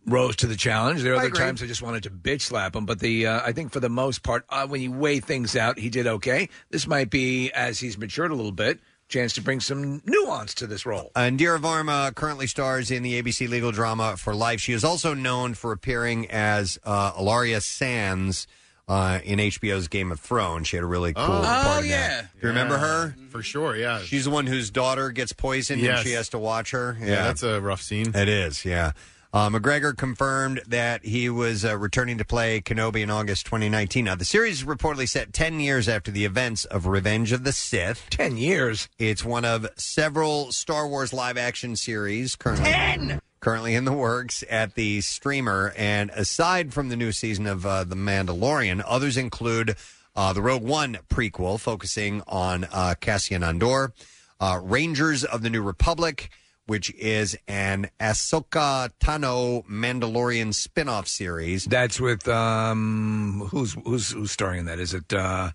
S5: rose to the challenge. There were
S2: I
S5: other
S2: agree.
S5: times I just wanted to bitch slap him, but the uh, I think for the most part, uh, when you weigh things out, he did okay. This might be as he's matured a little bit, chance to bring some nuance to this role.
S2: Uh, Indira Varma currently stars in the ABC legal drama For Life. She is also known for appearing as uh, Alaria Sands uh, in HBO's Game of Thrones. She had a really cool
S6: Oh.
S2: part
S6: Oh,
S2: in
S6: yeah.
S2: that. Do you remember
S6: Yeah.
S2: her?
S6: For sure, yeah.
S2: She's the one whose daughter gets poisoned
S6: Yes.
S2: and she has to watch her.
S6: Yeah, that's a rough scene.
S2: It is, yeah. Uh, McGregor confirmed that he was uh, returning to play Kenobi in August 2019. Now, the series is reportedly set 10 years after the events of Revenge of the Sith.
S5: 10 years?
S2: It's one of several Star Wars live action series currently. 10! Currently in the works at the streamer. And aside from the new season of uh, The Mandalorian, others include uh, the Rogue One prequel, focusing on uh, Cassian Andor, uh, Rangers of the New Republic, which is an Ahsoka Tano Mandalorian spin-off series.
S5: That's with um, who's who's who's starring in that? Is it uh,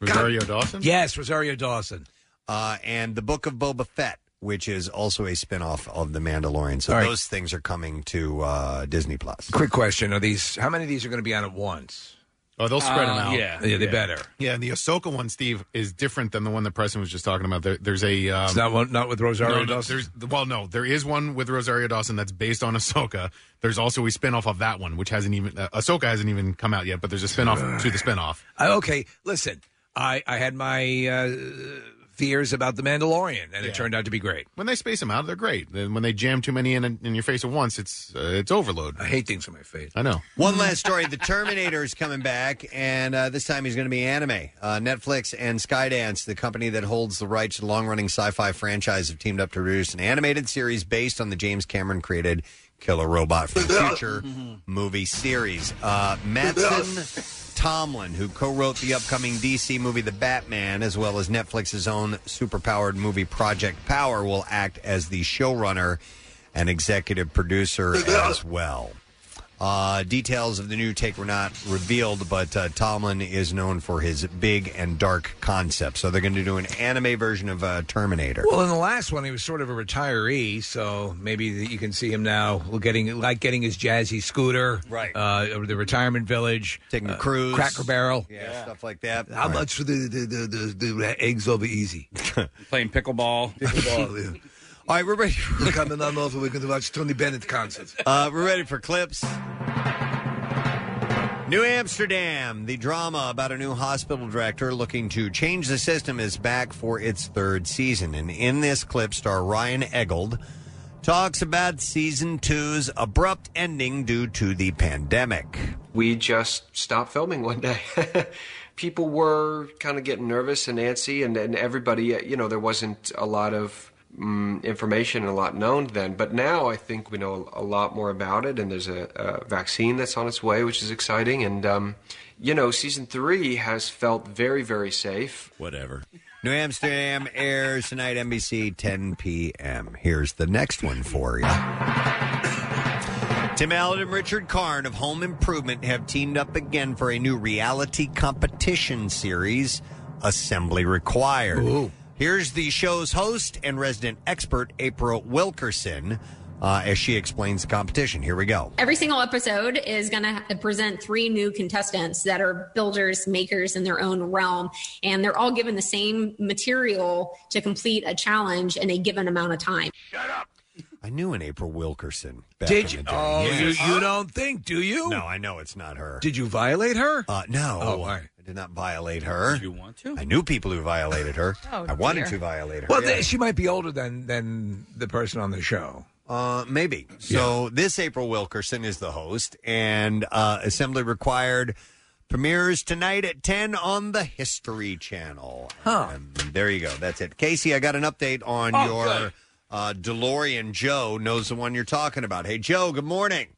S6: Rosario Dawson?
S5: Yes, Rosario Dawson.
S2: Uh, and The Book of Boba Fett, which is also a spin-off of The Mandalorian. So
S5: All right.
S2: those things are coming to uh, Disney Plus.
S5: Quick question: Are these how many of these are going to be on at once?
S6: Oh, they'll spread them out.
S5: Uh, yeah, they better.
S6: Yeah, and the Ahsoka one, Steve, is different than the one that Preston was just talking about. There, there's a. Um,
S5: It's not one- not with Rosario
S6: No, no,
S5: Dawson?
S6: There's, well, no, there is one with Rosario Dawson that's based on Ahsoka. There's also a spinoff of that one, which hasn't even uh, Ahsoka hasn't even come out yet. But there's a
S5: [sighs]
S6: spinoff to the spinoff.
S5: I- okay, listen, I, I had my uh, fears about The Mandalorian, and it turned out to be great.
S6: When they space them out, they're great. Then when they jam too many in in your face at once, it's uh, it's overload. I
S5: hate things in my face.
S6: I know.
S2: One last story. The Terminator is coming back, and uh, this time he's going to be anime. Uh, Netflix and Skydance, the company that holds the rights to the long running sci fi franchise, have teamed up to produce an animated series based on the James Cameron created Killer Robot from the
S5: [laughs]
S2: Future movie series. Uh, Madsen Tomlin, who co wrote the upcoming DC movie The Batman, as well as Netflix's own superpowered movie Project Power, will act as the showrunner and executive producer as well. Uh, details of the new take were not revealed, but uh, Tomlin is known for his big and dark concepts. So they're going to do an anime version of uh, Terminator.
S5: Well, in the last one, he was sort of a retiree, so maybe that you can see him now getting like getting his jazzy scooter, right? Uh, over the retirement village,
S2: taking
S5: a
S2: cruise.
S5: Cracker Barrel.
S2: yeah, stuff like that.
S5: How much for the the, the, the, the eggs over easy?
S4: [laughs] Playing pickleball. [laughs]
S5: Pickleball.
S2: All right, we're ready.
S5: We're coming on over. We're going to watch Tony Bennett concert.
S2: Uh, we're ready for clips. New Amsterdam, the drama about a new hospital director looking to change the system, is back for its third season. And in this clip, star Ryan Eggold talks about season two's abrupt ending due to the pandemic.
S12: We just stopped filming one day. [laughs] People were kind of getting nervous and antsy, and, and everybody, uh, you know, there wasn't a lot of mm, information and a lot known then. But now I think we know a lot more about it, and there's a, a vaccine that's on its way, which is exciting. And, um, you know, season three has felt very, very safe.
S2: Whatever. New Amsterdam airs tonight, NBC, 10 p.m. Here's the next one for you. Tim Allen and Richard Karn of Home Improvement have teamed up again for a new reality competition series, Assembly Required. Here's the show's host and resident expert, April Wilkerson, uh, as she explains the competition. Here we go.
S13: Every single episode is going to present three new contestants that are builders, makers in their own realm, and they're all given the same material to complete a challenge in a given amount of time.
S2: I knew an April Wilkerson. Back
S5: Did
S2: in
S5: you-
S2: The day.
S5: oh, you- you
S2: don't think, do you? No, I know it's not her.
S5: Did you violate her?
S2: Uh, no,
S5: Oh, all right.
S2: I did not violate her.
S5: Did you
S4: want to?
S2: I knew people who violated her.
S5: [laughs] Oh,
S2: I wanted
S5: dear.
S2: to violate her.
S5: Well,
S2: yeah.
S5: th- she might be older than than the person on the show.
S2: Uh, maybe. So this April Wilkerson is the host, and uh, Assembly Required premieres tonight at 10 on the History Channel. Huh. And there you go. That's it. Casey, I got an update on
S14: Oh,
S2: your
S14: good.
S2: uh, DeLorean. Joe knows the one you're talking about. Hey, Joe, good morning.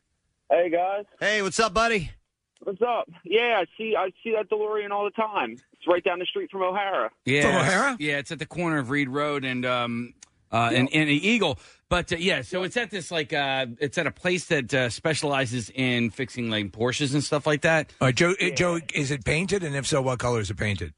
S14: Hey guys.
S2: Hey, what's up, buddy?
S14: What's up? Yeah, I see I see that DeLorean all the time. It's right down the street from O'Hara.
S4: Yeah, it's- yeah, it's at the corner of Reed Road and um uh, and, and Eagle. But uh, yeah, so it's at this like uh it's at a place that uh, specializes in fixing like Porsches and stuff like that.
S5: All right, Joe. uh, Joe, is it painted? And if so, what color is it painted?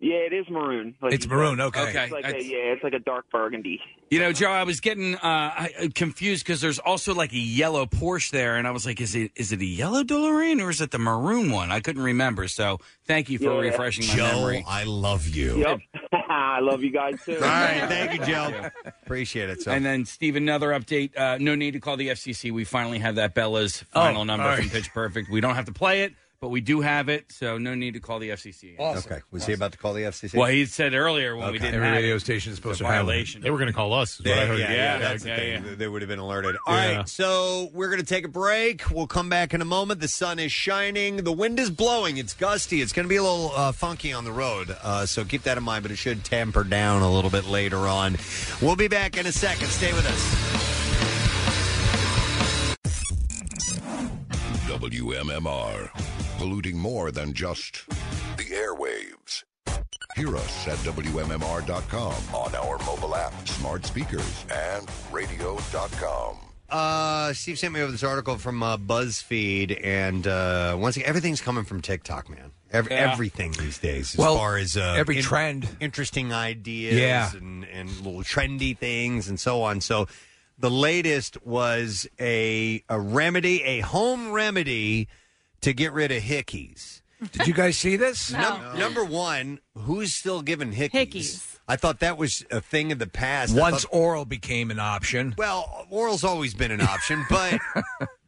S14: Yeah, it is maroon. like
S5: It's
S14: you
S5: maroon,
S14: said.
S5: okay. Okay,
S14: It's like a,
S4: that's-
S14: yeah, it's like a dark burgundy.
S4: You know, Joe, I was getting uh, I- uh, confused because there's also like a yellow Porsche there, and I was like, is it is it a yellow DeLorean or is it the maroon one? I couldn't remember. So thank you for
S14: Yeah.
S4: refreshing my
S14: Joe,
S4: memory.
S2: I love you.
S10: [laughs]
S14: Yep. I love you guys too. all
S2: right, [laughs] thank you, Joe. Appreciate it. So.
S4: And then, Steve, another update. Uh, no need to call the FCC. We finally have that Bella's
S5: Oh,
S4: final number
S5: all right.
S4: from Pitch Perfect. We don't have to play it, but we do have it, so no need to call the FCC.
S2: Okay. Was he about to call the FCC?
S4: Well, he said earlier when we
S2: Okay.
S4: didn't
S2: Every
S4: have
S2: radio
S4: it,
S5: station is supposed
S4: it's a
S5: to have it.
S4: violation.
S6: They were going to call us. Is
S2: They-
S6: what I heard.
S2: yeah, yeah, that's the thing. They would have been alerted. All right, so we're going to take a break. We'll come back in a moment. The sun is shining. The wind is blowing. It's gusty. It's going to be a little uh, funky on the road, uh, so keep that in mind, but it should tamper down a little bit later on. We'll be back in a second. Stay with us.
S1: WMMR, polluting more than just the airwaves. Hear us at WMMR.com on our mobile app, smart speakers, and radio.com.
S2: Uh, Steve sent me over this article from uh, BuzzFeed, and uh, once again, everything's coming from TikTok, man. Ev-
S5: Yeah.
S2: Everything these days, as
S5: Well,
S2: far as uh,
S5: every
S2: in-
S5: trend.
S2: interesting ideas,
S5: Yeah.
S2: and, and little trendy things, and so on. So, the latest was a a remedy, a home remedy to get rid of hickeys.
S5: Did you guys see this?
S2: Num- Number one, who's still giving hickeys? I thought that was a thing of the past. I
S5: Once
S2: thought-
S5: oral became an option.
S2: well, oral's always been an option,
S5: [laughs]
S2: but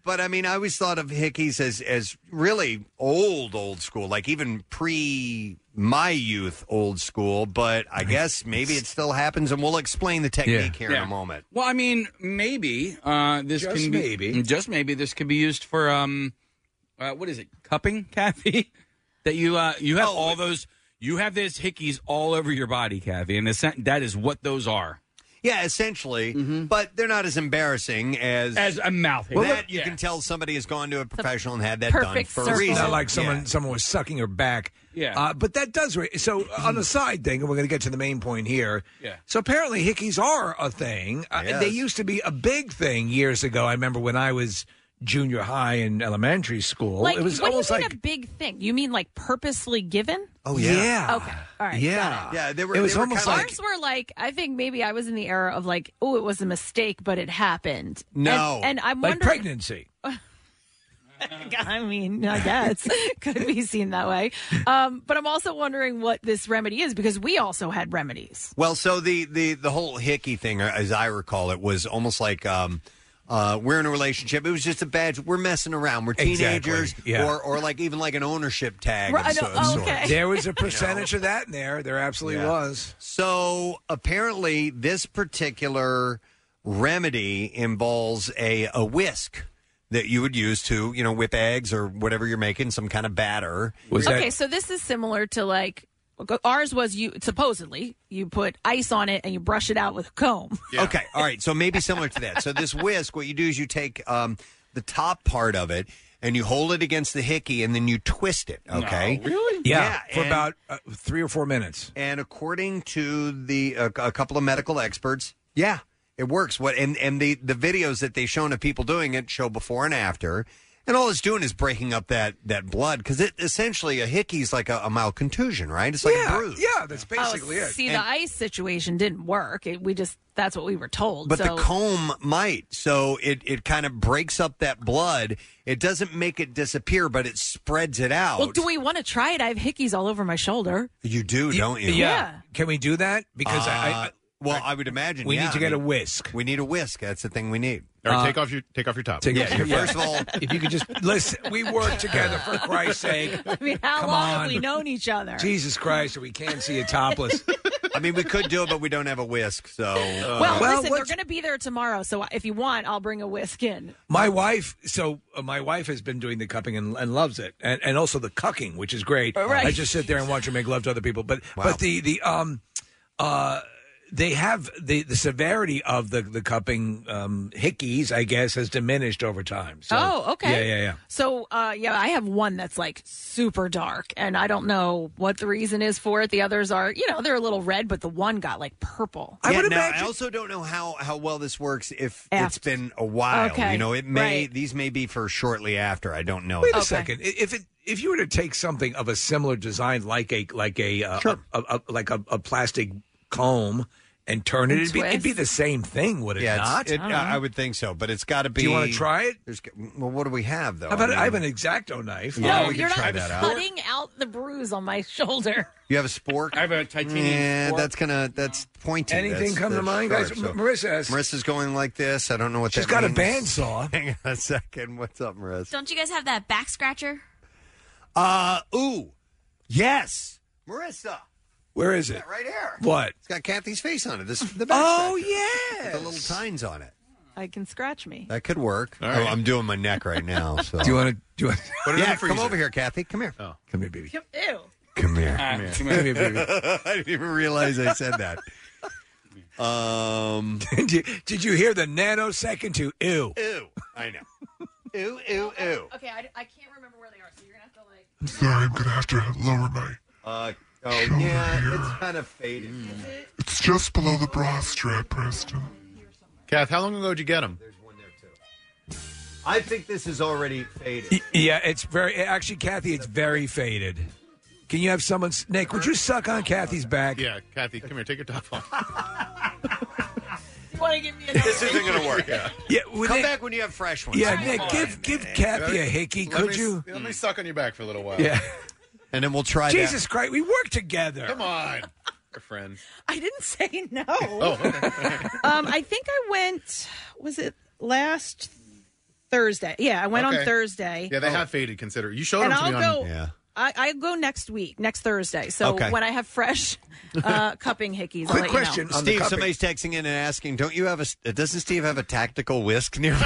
S2: but I mean, I always thought of hickeys as as really old, old school, like even pre my youth, old school. But I guess maybe it still happens, and we'll explain the technique here in
S4: Yeah.
S2: a moment.
S4: Well, I mean, maybe uh, this
S2: Just
S4: can be,
S2: maybe.
S4: just maybe this could be used for um, uh, what is it? Cupping, [laughs] Kathy? that you uh, you
S2: Oh,
S4: have all those you have this hickeys all over your body, Kathy, and the, that is what those are.
S2: Yeah, essentially,
S5: Mm-hmm.
S2: but they're not as embarrassing as
S4: As a mouth
S2: Well,
S4: hickey.
S2: that you can tell somebody has gone to a professional and had that done
S5: Perfect
S2: for a reason.
S5: Not like
S2: Yeah.
S5: someone someone was sucking her back.
S2: Yeah.
S5: Uh, but that does. Re- so uh, on a side thing, and we're going to get to the main point here.
S4: Yeah.
S5: So apparently hickeys are a thing. Uh,
S4: Yes.
S5: they used to be a big thing years ago. I remember when I was junior high and elementary school.
S3: Like,
S5: it was
S3: what
S5: almost
S3: do you mean
S5: like
S3: a big thing? You mean like purposely given?
S5: Oh, yeah. Yeah.
S3: Okay. All right.
S5: Yeah. Yeah, they were-
S3: It was
S5: they were
S3: almost
S5: kinda
S3: like ours were like. I think maybe I was in the era of like, oh, it was a mistake, but it happened.
S5: no,
S3: And, and I'm
S5: like
S3: wondering.
S5: pregnancy.
S3: [laughs] I mean, I guess [laughs] could be seen that way. Um, but I'm also wondering what this remedy is because we also had remedies.
S2: Well, so the the the whole hickey thing, uh, as I recall, it was almost like. Um, uh, we're in a relationship. It was just a badge. We're messing around. We're
S5: Exactly,
S2: teenagers,
S5: yeah.
S2: or or like even like an ownership tag.
S5: Right, I
S2: of
S5: know, Oh,
S2: so- of sorts.
S5: There
S2: [laughs]
S5: was a percentage of that in there. There absolutely
S2: Yeah.
S5: was.
S2: So apparently, this particular remedy involves a, a whisk that you would use to, you know, whip eggs or whatever you're making, some kind of batter.
S3: okay, so this is similar to like ours was you supposedly you put ice on it and you brush it out with a comb.
S2: Okay, all right. So maybe similar to that. So [laughs] this whisk, what you do is you take um, the top part of it and you hold it against the hickey and then you twist it. Okay,
S5: really? Yeah, for
S2: and-
S5: about uh, three or four minutes.
S2: And according to the uh, a couple of medical experts, yeah, it works. What and and the the videos that they've shown of people doing it show before and after. And all it's doing is breaking up that that blood because it essentially a hickey's like a, a mild contusion, right? It's like a bruise.
S5: Yeah, that's
S3: basically it. Oh, See, the ice situation didn't work. It, we just that's what we were told.
S2: But the
S3: so.
S2: comb might, so it, it kind of breaks up that blood. It doesn't make it disappear, but it spreads it out.
S3: Well, do we want to try it? I have hickeys all over my shoulder.
S2: you do, don't you?
S5: Yeah. Can we do that? Because I,
S2: Uh,
S5: I
S2: well, I, would imagine
S5: we
S2: yeah,
S5: need to
S2: I
S5: get a
S2: mean,
S5: whisk.
S2: We need a whisk. That's the thing we need.
S5: Or take
S2: off your take off your top.
S5: Take
S2: yeah,
S5: off your-
S2: First of all,
S5: if you could just listen, we work together for Christ's
S2: [laughs]
S5: sake.
S3: [laughs] I mean, how
S5: Come
S3: long
S5: on.
S3: have we known each other?
S5: Jesus Christ, we can't see it topless.
S2: [laughs] I mean, we could do it, but we don't Uh, have a whisk. So,
S3: Well, listen, they're going to be there tomorrow, so if you want, I'll bring a whisk in.
S5: My wife, so uh, my wife has been doing the cupping and, and loves it, and, and also the cucking, which is great.
S3: All right.
S5: I just sit there and watch her make love to other people. But but the the um uh they have the the severity of the the cupping um hickeys, I guess, has diminished over time. So,
S3: oh, okay.
S5: Yeah, yeah, yeah.
S3: So, uh, yeah, I have one that's like super dark, and I don't know what the reason is for it. The others are, you know, they're a little red, but the one got like purple.
S2: Yeah, now, I also don't know how, how well this works if it's been a while.
S3: Okay,
S2: You know, it may
S3: right.
S2: these may be for shortly after. I don't know.
S5: Wait a second. I- If it if you were to take something of a similar design, like a like a, uh, a, a, a- like a, a plastic comb, and turn it, it'd be, it'd be the same thing, would it
S2: yeah, it's-
S5: not?
S2: it- I, I would think so, but it's got to be.
S5: Do you wanna try
S2: it? There's, g- well, what do we have though?
S5: How about I have an
S2: mean-
S5: exacto
S2: [laughs]
S5: knife?
S2: Yeah,
S3: no,
S2: we
S3: you're
S2: could try
S3: not
S2: that out.
S3: cutting out the bruise on my [laughs] shoulder.
S2: You have a spork. I have
S4: a titanium.
S2: Yeah,
S5: spork.
S2: that's gonna that's pointy.
S5: Anything
S2: That's-
S5: come to
S2: that's
S5: mind, guys?
S2: sharp, so-
S5: M- Marissa has-
S2: Marissa's going like this. I don't know what
S5: She's
S2: that
S5: got a
S2: means.
S5: bandsaw.
S2: [laughs] Hang on a second. What's up, Marissa?
S10: Don't you guys have that back scratcher?
S2: Uh, ooh, yes, Marissa.
S5: Where is it?
S2: Right here.
S5: What?
S2: It's got Kathy's face on it. This the back
S5: Oh
S2: scratcher.
S5: yeah,
S2: With the little tines on it.
S3: I can scratch me.
S2: That could work.
S5: right.
S2: Oh, I'm doing my neck
S5: [laughs]
S2: right now. So
S5: Do you want to? Do you want?
S2: yeah, come over here, Kathy. Come here. Oh.
S5: Come here, baby.
S3: Ew.
S2: Come here.
S5: Ah,
S2: Come
S5: come
S2: here,
S5: here, baby.
S2: I didn't even realize I said
S5: [laughs]
S2: that. Um,
S5: did, you, did you hear the nanosecond to ew?
S2: Ew. I know. Ew, ew, ew.
S3: Okay, I, I can't remember where they are, so you're going to have to like.
S15: Sorry, I'm gonna have to lower my.
S2: [laughs] Uh, oh, yeah, it's kind of faded.
S15: It's just below the bra strap, Preston.
S6: Kath, how long ago did you get him?
S2: I think this is already faded.
S5: Yeah, it's very. Actually, Kathy, it's very faded. Can you have someone, s- Nick? Would you suck on Kathy's back?
S6: Yeah, Kathy, come here. Take your top off.
S3: You want to give me
S2: This isn't going to work.
S5: Yeah,
S2: Come back when you have fresh ones.
S5: Yeah, Nick, give give Kathy a hickey,
S6: Let
S5: could
S6: me-
S5: you?
S6: Let me suck on your back for a little while.
S5: Yeah.
S2: And then we'll try that.
S5: Jesus Christ, we work together.
S6: Come on. We're friends.
S3: I didn't say no. [laughs] um, I think I went. Was it last Thursday? Yeah, I went
S6: Okay.
S3: on Thursday.
S6: Yeah, they have faded. Consider you showed
S3: And
S6: them to
S3: I'll
S6: me
S3: go.
S6: on.
S3: I, I go next week, next Thursday. So
S2: Okay.
S3: when I have fresh
S5: [laughs]
S3: uh, cupping hickeys, I'll let You know.
S2: Steve. Somebody's texting in and asking, "Don't you have a? uh, Doesn't Steve have a tactical whisk nearby?"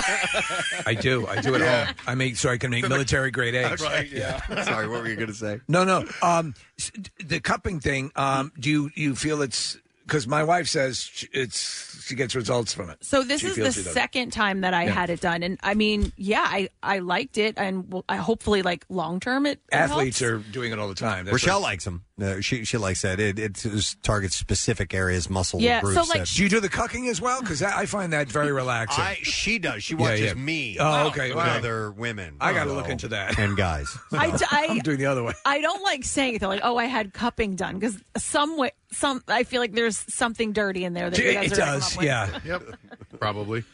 S5: [laughs] I do. I do it
S2: Yeah.
S5: all. I make so I can make military grade eggs.
S2: [laughs] Sorry, what were you going to say?
S5: No, no. Um, s- d- the cupping thing. Um, do you you feel it's because my wife says sh- it's she gets results from it.
S3: So this
S5: She
S3: is the
S5: feels she does.
S3: second time that I
S5: Yeah.
S3: had it done, and I mean, yeah, I, I liked it, and well, I hopefully like long term it. it
S5: Athletes
S3: helps.
S5: are doing it all the time.
S2: Rochelle likes them. No, she she likes that. It it s- targets specific areas, muscle groups. that-
S5: do you do the cucking as well? Because I, I find that very relaxing.
S2: [laughs] I- she does. She
S5: Yeah,
S2: watches
S5: yeah.
S2: me.
S5: Oh, okay.
S2: and
S5: Wow.
S2: Other women.
S5: I gotta look into that.
S2: And [laughs] guys.
S3: I- I-
S5: am doing the other way.
S3: I don't like saying it. They're like, "Oh, I had cupping done," because some way, some I feel like there's something dirty in there that you guys
S5: it
S3: are gonna come
S5: does.
S3: up with.
S5: Yeah.
S6: yep. [laughs] Probably.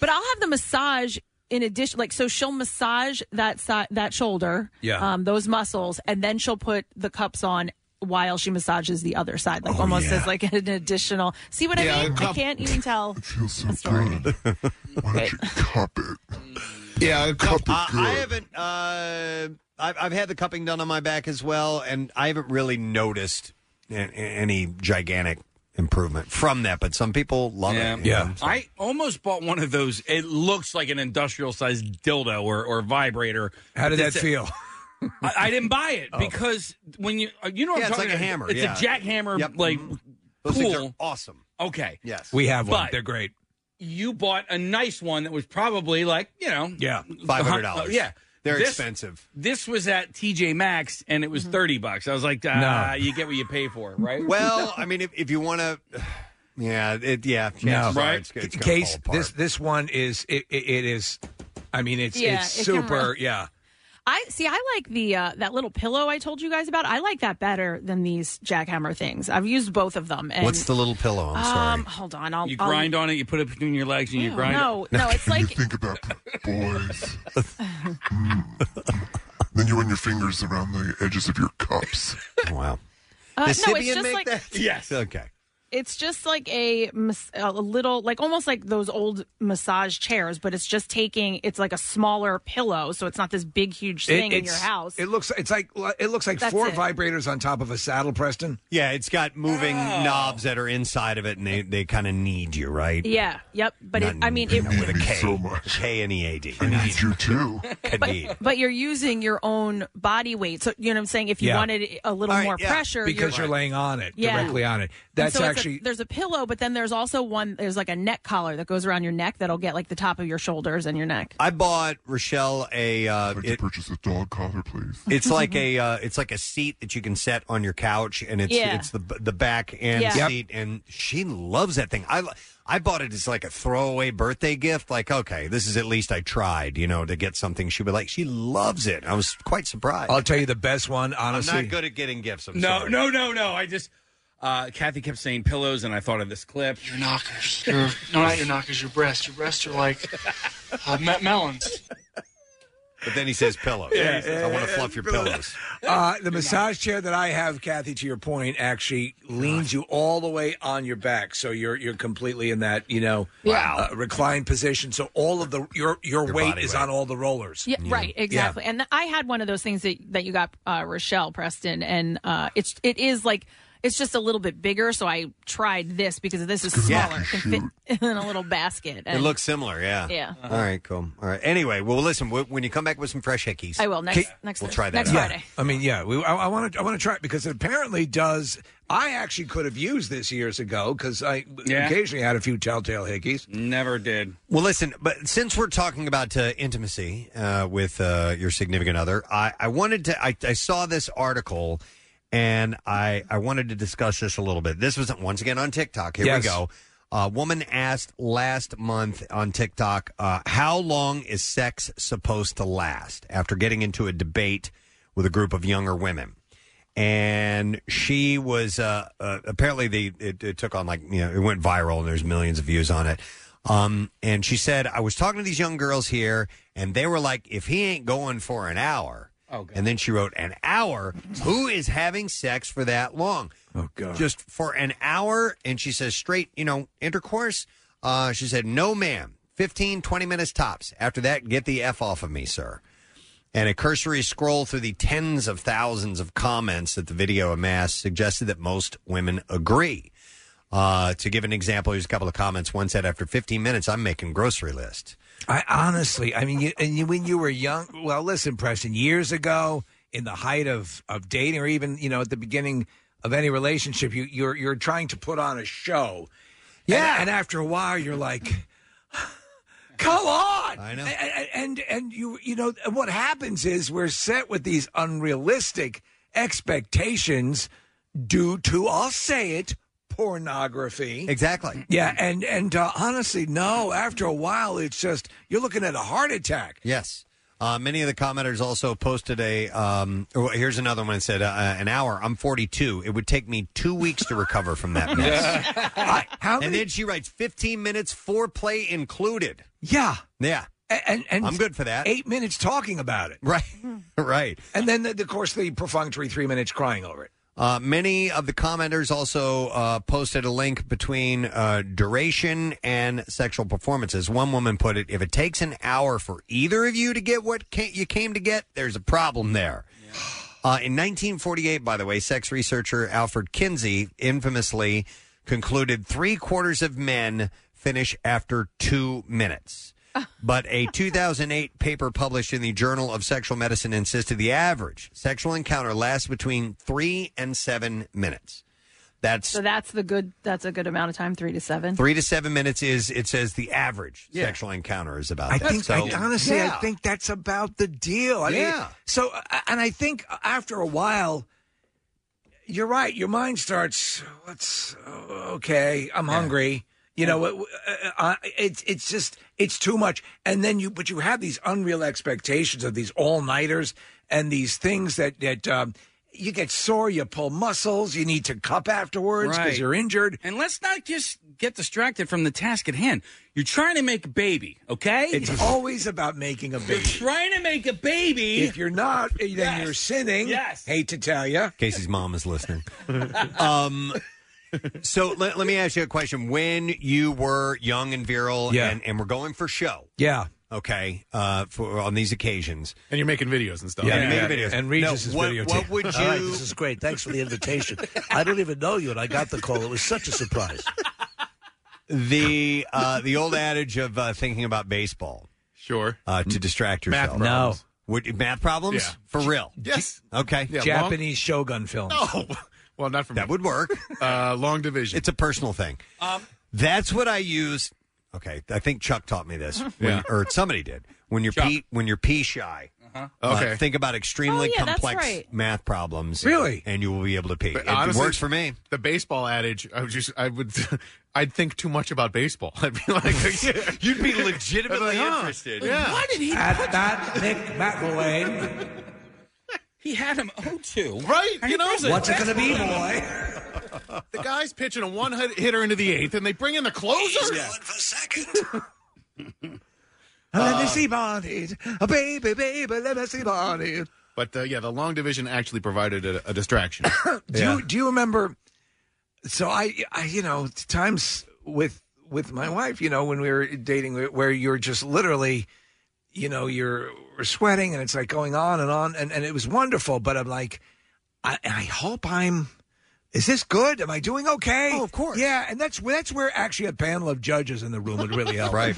S3: But I'll have the massage in addition. Like, so she'll massage that si- that shoulder,
S16: Yeah.
S3: um, those muscles, and then she'll put the cups on while she massages the other side, like
S15: Oh,
S3: almost
S15: yeah.
S3: as like an additional. See what
S15: Yeah,
S3: I mean?
S15: cup-
S3: I can't even tell.
S15: Feels so good. Why
S10: [laughs]
S15: don't you cup it? Yeah, cup
S2: Uh,
S15: it good.
S2: I haven't. Uh, I've, I've had the cupping done on my back as well, and I haven't really noticed a- a- any gigantic improvement from that. But some people love it. you know?
S4: I almost bought one of those. It looks like an industrial sized dildo or, or vibrator.
S5: How did
S4: That's
S5: that
S2: [laughs]
S4: a-
S5: feel?
S4: [laughs] I, I didn't buy
S2: Oh.
S4: it because when you uh, you know what
S5: Yeah,
S4: I'm
S5: it's
S4: talking
S5: like a
S4: about.
S5: hammer,
S4: It's
S5: yeah.
S4: a jackhammer
S5: Yep.
S4: like
S2: Mm-hmm. Those things
S4: cool.
S2: are awesome.
S4: Okay.
S2: Yes.
S5: We have one.
S4: But-
S5: They're great.
S4: You bought a nice one that was probably like you know
S5: Yeah.
S4: $500. yeah.
S2: they're
S4: This-
S2: expensive.
S4: This was at TJ Maxx and it was thirty bucks. I was like, ah,
S2: No.
S4: you get what you pay for, right?
S2: Well, I mean, if, if you want to, yeah, it, yeah,
S5: No,
S2: chances are it's- it's gonna
S5: Case
S2: fall apart.
S5: this this one is it, it, it is. I mean, it's
S3: Yeah,
S5: it's
S3: it can
S5: super.
S3: really-
S5: Yeah.
S3: I see. I like the uh, that little pillow I told you guys about. I like that better than these jackhammer things. I've used both of them. And,
S2: What's the little pillow? I'm sorry.
S3: Um, hold on. I'll
S4: You
S3: I'll-
S4: grind on it. You put it between your legs and you
S3: Ew,
S4: grind.
S3: No,
S4: it.
S3: no, it's
S4: [laughs]
S3: like
S15: Think about the boys. Mm. then you run your fingers around the edges of your cups.
S2: [laughs] Wow.
S3: Uh, Does no, it's Sibian just make like- that?
S2: Yes. Okay.
S3: It's just like a, mas- a little, like almost like those old massage chairs, but it's just taking, it's like a smaller pillow. So it's not this big, huge
S5: It-
S3: thing in your
S5: it's-
S3: house.
S5: It looks it's like it looks like
S3: That's
S5: four
S3: it.
S5: vibrators on top of a saddle, Preston.
S2: Yeah, it's got moving knobs that are inside of it, and they, they kind of need you, right?
S3: Yeah. Yep. But it, I mean, it,
S2: with a K, K and E A D. E
S15: you
S2: [laughs]
S15: too.
S2: Indeed.
S3: but you're using your own body weight. So you know what I'm saying? If you
S5: Yeah.
S3: wanted a little more pressure,
S5: because you're, laying on it
S3: Yeah.
S5: directly on it.
S3: And
S5: That's
S3: so it's a-
S5: actually
S3: there's a pillow, but then there's also one. There's like a neck collar that goes around your neck that'll get like the top of your shoulders and your neck.
S2: I bought Rochelle a. Uh, I'd like to
S15: purchase a dog collar, please. [laughs]
S2: It's like a uh, it's like a seat that you can set on your couch, and it's
S15: Yeah.
S2: it's the the back and
S15: Yeah. Yep.
S2: seat, and she loves that thing. I li- I bought it as like a throwaway birthday gift. Like, okay, this is at least I tried, you know, to get something she would like. She loves it. I was quite surprised.
S5: I'll tell you the best one. Honestly,
S2: I'm not good at getting gifts. I'm
S4: no,
S2: sorry.
S4: no, no, no. I just uh, Kathy kept saying pillows, and I thought of this clip. Your knockers.
S17: Your, no, not your knockers, your breasts. Your breasts are like uh, me- melons.
S2: But then he says pillows.
S5: Yeah,
S2: He says, I want to fluff your pillows.
S3: [laughs]
S5: Uh, the massage chair that I have, Kathy, to your point, actually leans you all the way on your back, so you're you're completely in that you know
S3: Wow.
S5: uh, reclined position. So all of the your your, weight
S2: body
S5: is
S2: weight.
S5: on all the rollers.
S3: Yeah, right,
S5: Yeah.
S3: exactly. And th- I had one of those things that, that you got uh, Rochelle Preston, and uh, it's it is like it's just a little bit bigger. So I tried this because this is
S2: Yeah.
S3: smaller, It can fit [laughs] in a little basket.
S2: It
S3: And
S2: looks similar, yeah.
S3: Yeah.
S2: All right, cool. All right. Anyway, well, listen. W- when you come back with some fresh hickeys,
S3: I will. Next-
S2: Kate,
S3: next
S2: We'll
S3: Thursday.
S2: try that
S3: Next
S2: out.
S3: Friday.
S5: I mean, yeah, we, I want to I want to try it because it apparently does. I actually could have used this years ago because I
S2: Yeah.
S5: occasionally had a few telltale hickeys.
S4: Never did.
S2: Well, listen, but since we're talking about uh, intimacy uh, with uh, your significant other, I, I wanted to. I, I saw this article, and I I wanted to discuss this a little bit. This was once again on TikTok. Here
S5: Yes.
S2: we go. A woman asked last month on TikTok, uh, "How long is sex supposed to last?" After getting into a debate with a group of younger women and she was uh, uh apparently they it, it took on like you know it went viral and there's millions of views on it um and she said i was talking to these young girls here and they were like if he ain't going for an hour oh, and then she wrote an hour who is having sex for that long oh god just for an hour and she says straight you know intercourse uh she said no ma'am 15 20 minutes tops after that get the f off of me sir and a cursory scroll through the tens of thousands of comments that the video amassed suggested that most women agree. Uh, to give an example, here's a couple of comments. One said, "After 15 minutes, I'm making grocery list."
S5: I honestly, I mean, you, and you, when you were young, well, listen, Preston, years ago, in the height of of dating, or even you know at the beginning of any relationship, you you're you're trying to put on a show, yeah, and, and after a while, you're like. Come on, I know, and, and and you you know what happens is we're set with these unrealistic expectations due to I'll say it pornography.
S2: Exactly.
S5: Yeah, and and uh, honestly, no. After a while, it's just you're looking at a heart attack.
S2: Yes. Uh, many of the commenters also posted a. Um, oh, here's another one that said, uh, "An hour. I'm 42. It would take me two weeks to recover
S5: [laughs]
S2: from that mess." I- And then she writes, "15 minutes foreplay included."
S5: Yeah,
S2: yeah.
S5: And, and
S2: I'm good for that.
S5: Eight minutes talking about it.
S2: Right. [laughs] right.
S5: And then, the, of course, the perfunctory three minutes crying over it.
S2: Uh, many of the commenters also uh, posted a link between uh, duration and sexual performances. One woman put it: "If it takes an hour for either of you to get what ca- you came to get, there's a problem there." Uh, in 1948, by the way, sex researcher Alfred Kinsey infamously concluded three quarters of men finish after two minutes. But a 2008 paper published in the Journal of Sexual Medicine insisted the average sexual encounter lasts between three and seven minutes. That's
S3: So that's the good. That's a good amount of time. Three to seven.
S2: three to seven minutes is it says the average
S3: Yeah.
S2: sexual encounter is about.
S5: I
S2: that.
S5: think,
S2: so,
S5: I, honestly,
S2: Yeah.
S5: I think that's about the deal. I mean,
S2: Yeah.
S5: so, uh, and I think after a while, you're right. Your mind starts. What's oh, okay? I'm hungry. You know, it- uh, uh, it's it's just it's too much. And then you, but you have these unreal expectations of these all nighters and these things that that um, you get sore, you pull muscles, you need to cup afterwards because
S4: Right.
S5: you're injured.
S4: [laughs] And let's not just get distracted from the task at hand. You're trying to make a baby, okay? Oh,
S5: It's always about making a baby.
S4: trying to make a baby.
S5: If you're not, then you're sinning.
S4: Yes.
S5: Hate to tell you.
S2: Casey's mom is listening. um, so let, let me ask you a question. When you were young and virile,
S5: Yeah.
S2: and, and we're going for show,
S5: Yeah.
S2: okay, uh, for on these occasions,
S6: and you're making videos and stuff.
S2: Yeah, you're making videos.
S6: And
S2: Regis is
S6: what,
S2: videotaping.
S6: What would you?
S2: All right, this
S16: this is great. Thanks for the
S2: [laughs]
S16: invitation. I don't even know you, and I got the call. It was such a surprise.
S2: the uh, the old adage of uh, thinking about baseball,
S6: sure,
S2: uh, to distract
S5: Math
S2: yourself.
S5: problems.
S2: No, would math problems
S5: Yeah.
S2: for real?
S6: Yes.
S2: Okay.
S5: Japanese shogun films.
S6: No. [laughs] Well, not for
S2: that would work.
S6: uh, long division.
S2: It's a personal thing.
S6: Um,
S2: That's what I use. Okay, I think Chuck taught me this, when,
S6: Yeah.
S2: or somebody did. When you're pee, when you're pee shy,
S6: Uh-huh.
S2: uh,
S6: Okay.
S2: think about extremely
S6: Oh, yeah, that's
S2: complex
S6: right.
S2: math problems.
S6: Really?
S2: and you will be able
S6: [laughs]
S2: to pee.
S6: But
S2: It
S6: honestly,
S2: works for me.
S6: The baseball adage. I would just. I would. [laughs] I'd think too much about baseball. [laughs] I'd be like, [laughs]
S2: [laughs] you'd be
S6: legitimately interested. yeah.
S4: Why did he
S5: At
S4: put
S5: that, Nick
S6: [laughs]
S5: McElwain.
S4: He had him 0-2.
S6: Right,
S4: And
S6: you
S4: he
S6: know.
S4: throws a
S6: What's it gonna be,
S4: fastball.
S6: boy? the guy's pitching a one hit- hitter into the eighth, and they bring in the closer.
S5: let me
S6: Uh,
S5: see bodies. Uh, baby, baby, let me see bodies.
S6: But uh, yeah, the long division actually provided a, a distraction.
S5: Do you do you remember? So I, I, you know, times with with my wife, you know, when we were dating, where you're just literally, you know, you're we're sweating and it's like going on and on, and and it was wonderful. But I'm like, I, I hope I'm. Is this good? Am I doing okay? Oh, of course. Yeah, and that's that's where actually a panel of judges in the room would really help. [laughs]
S6: [laughs]
S2: Right.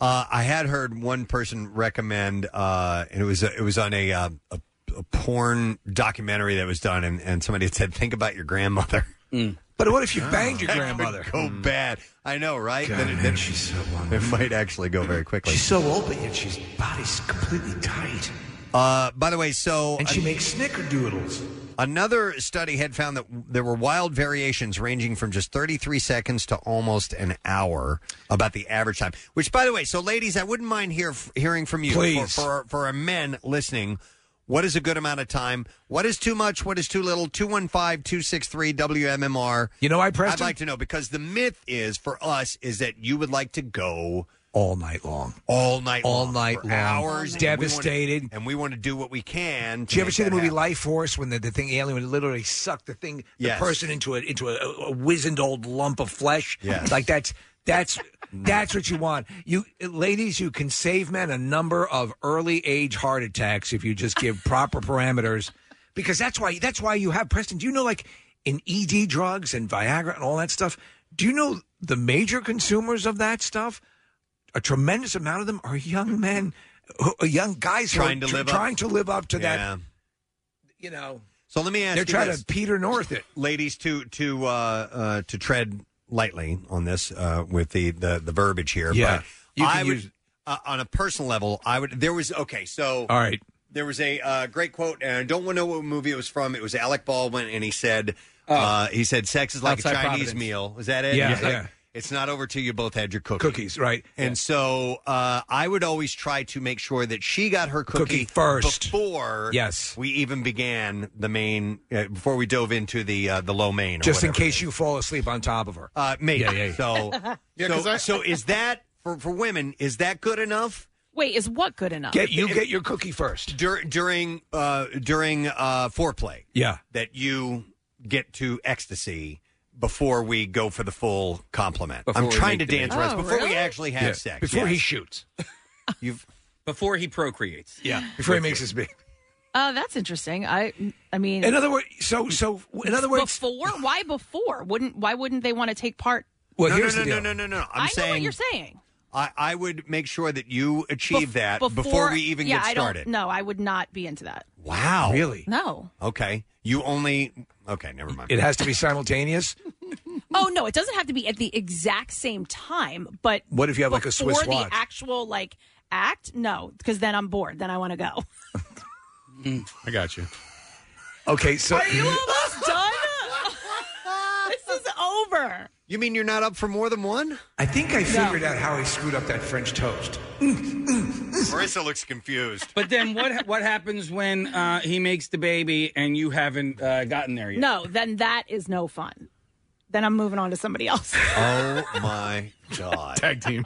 S2: Uh, I had heard one person recommend, uh, and it was it was on a, uh, a a porn documentary that was done, and, and somebody had said, "Think about your grandmother."
S6: Mm.
S5: But what if you banged your
S2: [laughs] That could
S5: grandmother?
S2: Go
S16: Hmm.
S2: bad. I know, right?
S5: God,
S2: Then it, then she's so it might actually go
S16: [clears throat]
S2: very quickly.
S16: She's so old, but yet she's body's completely tight.
S2: Uh, by the way, so
S16: And she makes snickerdoodles.
S2: Another study had found that there were wild variations ranging from just 33 seconds to almost an hour about the average time. Which, by the way, so ladies, I wouldn't mind hear, hearing from you for,
S5: Please.
S2: for for our men listening. What is a good amount of time? What is too much? What is too little? 215 263 WMMR.
S5: You know, I
S2: I'd
S5: Preston?
S2: like to know because the myth is for us is that you would like to go
S5: all night long,
S2: all night,
S5: all
S2: long,
S5: night
S2: for
S5: long.
S2: hours, and we wanna-
S5: devastated.
S2: and we want to do what we can. to
S5: Did you ever
S2: make
S5: see the
S2: that
S5: movie
S2: happen.
S5: Life Force when the, the thing alien would literally suck the thing the
S2: Yes.
S5: person into a into a, a wizened old lump of flesh?
S2: Yes.
S5: Like that's
S2: [laughs]
S5: that's that's what you want. You ladies, you can save men a number of early age heart attacks if you just give proper parameters. Because that's why that's why you have Preston. Do you know like in ED drugs and Viagra and all that stuff? Do you know the major consumers of that stuff? a tremendous amount of them are young men, who- uh, young guys who are
S2: Trying to
S5: tr-
S2: live up.
S5: trying to live up to
S2: Yeah.
S5: that. You know,
S2: So let me ask.
S5: They're
S2: you
S5: trying to [laughs]
S2: this.
S5: Peter North it.
S2: ladies, to to uh, uh, to tread lightly on this uh, with the, the the verbiage here.
S5: Yeah.
S2: but
S5: You can
S2: I would,
S5: use-
S2: uh, on a personal level, I would. There was okay, so
S5: All right.
S2: There was a uh, great quote, and I don't want to know what movie it was from. It was Alec Baldwin, and he said, Uh, he said, "Sex is
S5: Oh.
S2: like
S5: Outside
S2: a Chinese
S5: Providence.
S2: meal." Is that it?
S5: Yeah,
S2: It's like,
S5: yeah.
S2: It's not over till you both had your cookie.
S5: Cookies, right.
S2: And so uh, I would always try to make sure that she got her cookie,
S5: Cookie first.
S2: before
S5: Yes.
S2: we even began the main uh, before we dove into the uh, the low main. Or
S5: Just in
S2: whatever.
S5: case you fall asleep on top of her.
S2: Uh, maybe.
S5: Yeah, yeah, yeah.
S2: So,
S5: [laughs] Yeah,
S2: so,
S5: 'cause I-
S2: so is that for, for women? Is that good enough?
S3: [laughs] Wait, is what good enough?
S5: your cookie first
S2: Dur- during uh, during uh, foreplay.
S5: Yeah.
S2: that you get to ecstasy before we go for the full compliment.
S4: Before
S2: I'm
S4: we
S2: trying to
S4: make the
S2: dance
S4: big-
S2: rest
S4: Oh,
S2: before we
S4: really?
S2: actually have
S4: Yeah.
S2: sex.
S4: Before he
S5: shoots.
S2: You've
S4: before he procreates.
S2: [laughs]
S5: Yeah, before he makes his big.
S3: Uh, that's interesting. I, I mean,
S5: In other words, so so in other words,
S3: before why before wouldn't why wouldn't they want to take part?
S5: Well,
S2: no,
S5: here's
S2: no,
S5: the
S2: no,
S5: deal.
S2: no, no, no, no.
S3: I
S2: I'm
S3: know
S2: saying
S3: what you're saying.
S2: I, I would make sure that you achieve
S3: Bef-
S2: that before, we even
S3: yeah,
S2: get
S3: I
S2: started.
S3: Don't, no, I would not be into that.
S2: Wow, really?
S3: No.
S2: Okay, you only. Okay, never mind.
S5: It has to be simultaneous.
S3: [laughs] Oh no, it doesn't have to be at the exact same time. But
S5: What if you have, like, a
S3: before
S5: Swiss
S3: the
S5: watch?
S3: actual like act? No, because then I'm bored. Then I want to go.
S2: Mm.
S6: I got you.
S5: Okay, so
S3: Are [laughs] you almost
S2: [laughs]
S3: done? this is over.
S2: You mean you're not up for more than one?
S5: I think I figured out how he screwed up that French toast. Mm,
S2: Marissa looks confused.
S4: [laughs] But then what what happens when uh, he makes the baby and you haven't uh, gotten there yet?
S3: No, then that is no fun. Then I'm moving on to
S5: [laughs]
S3: somebody else.
S2: Oh my god!
S6: Tag team.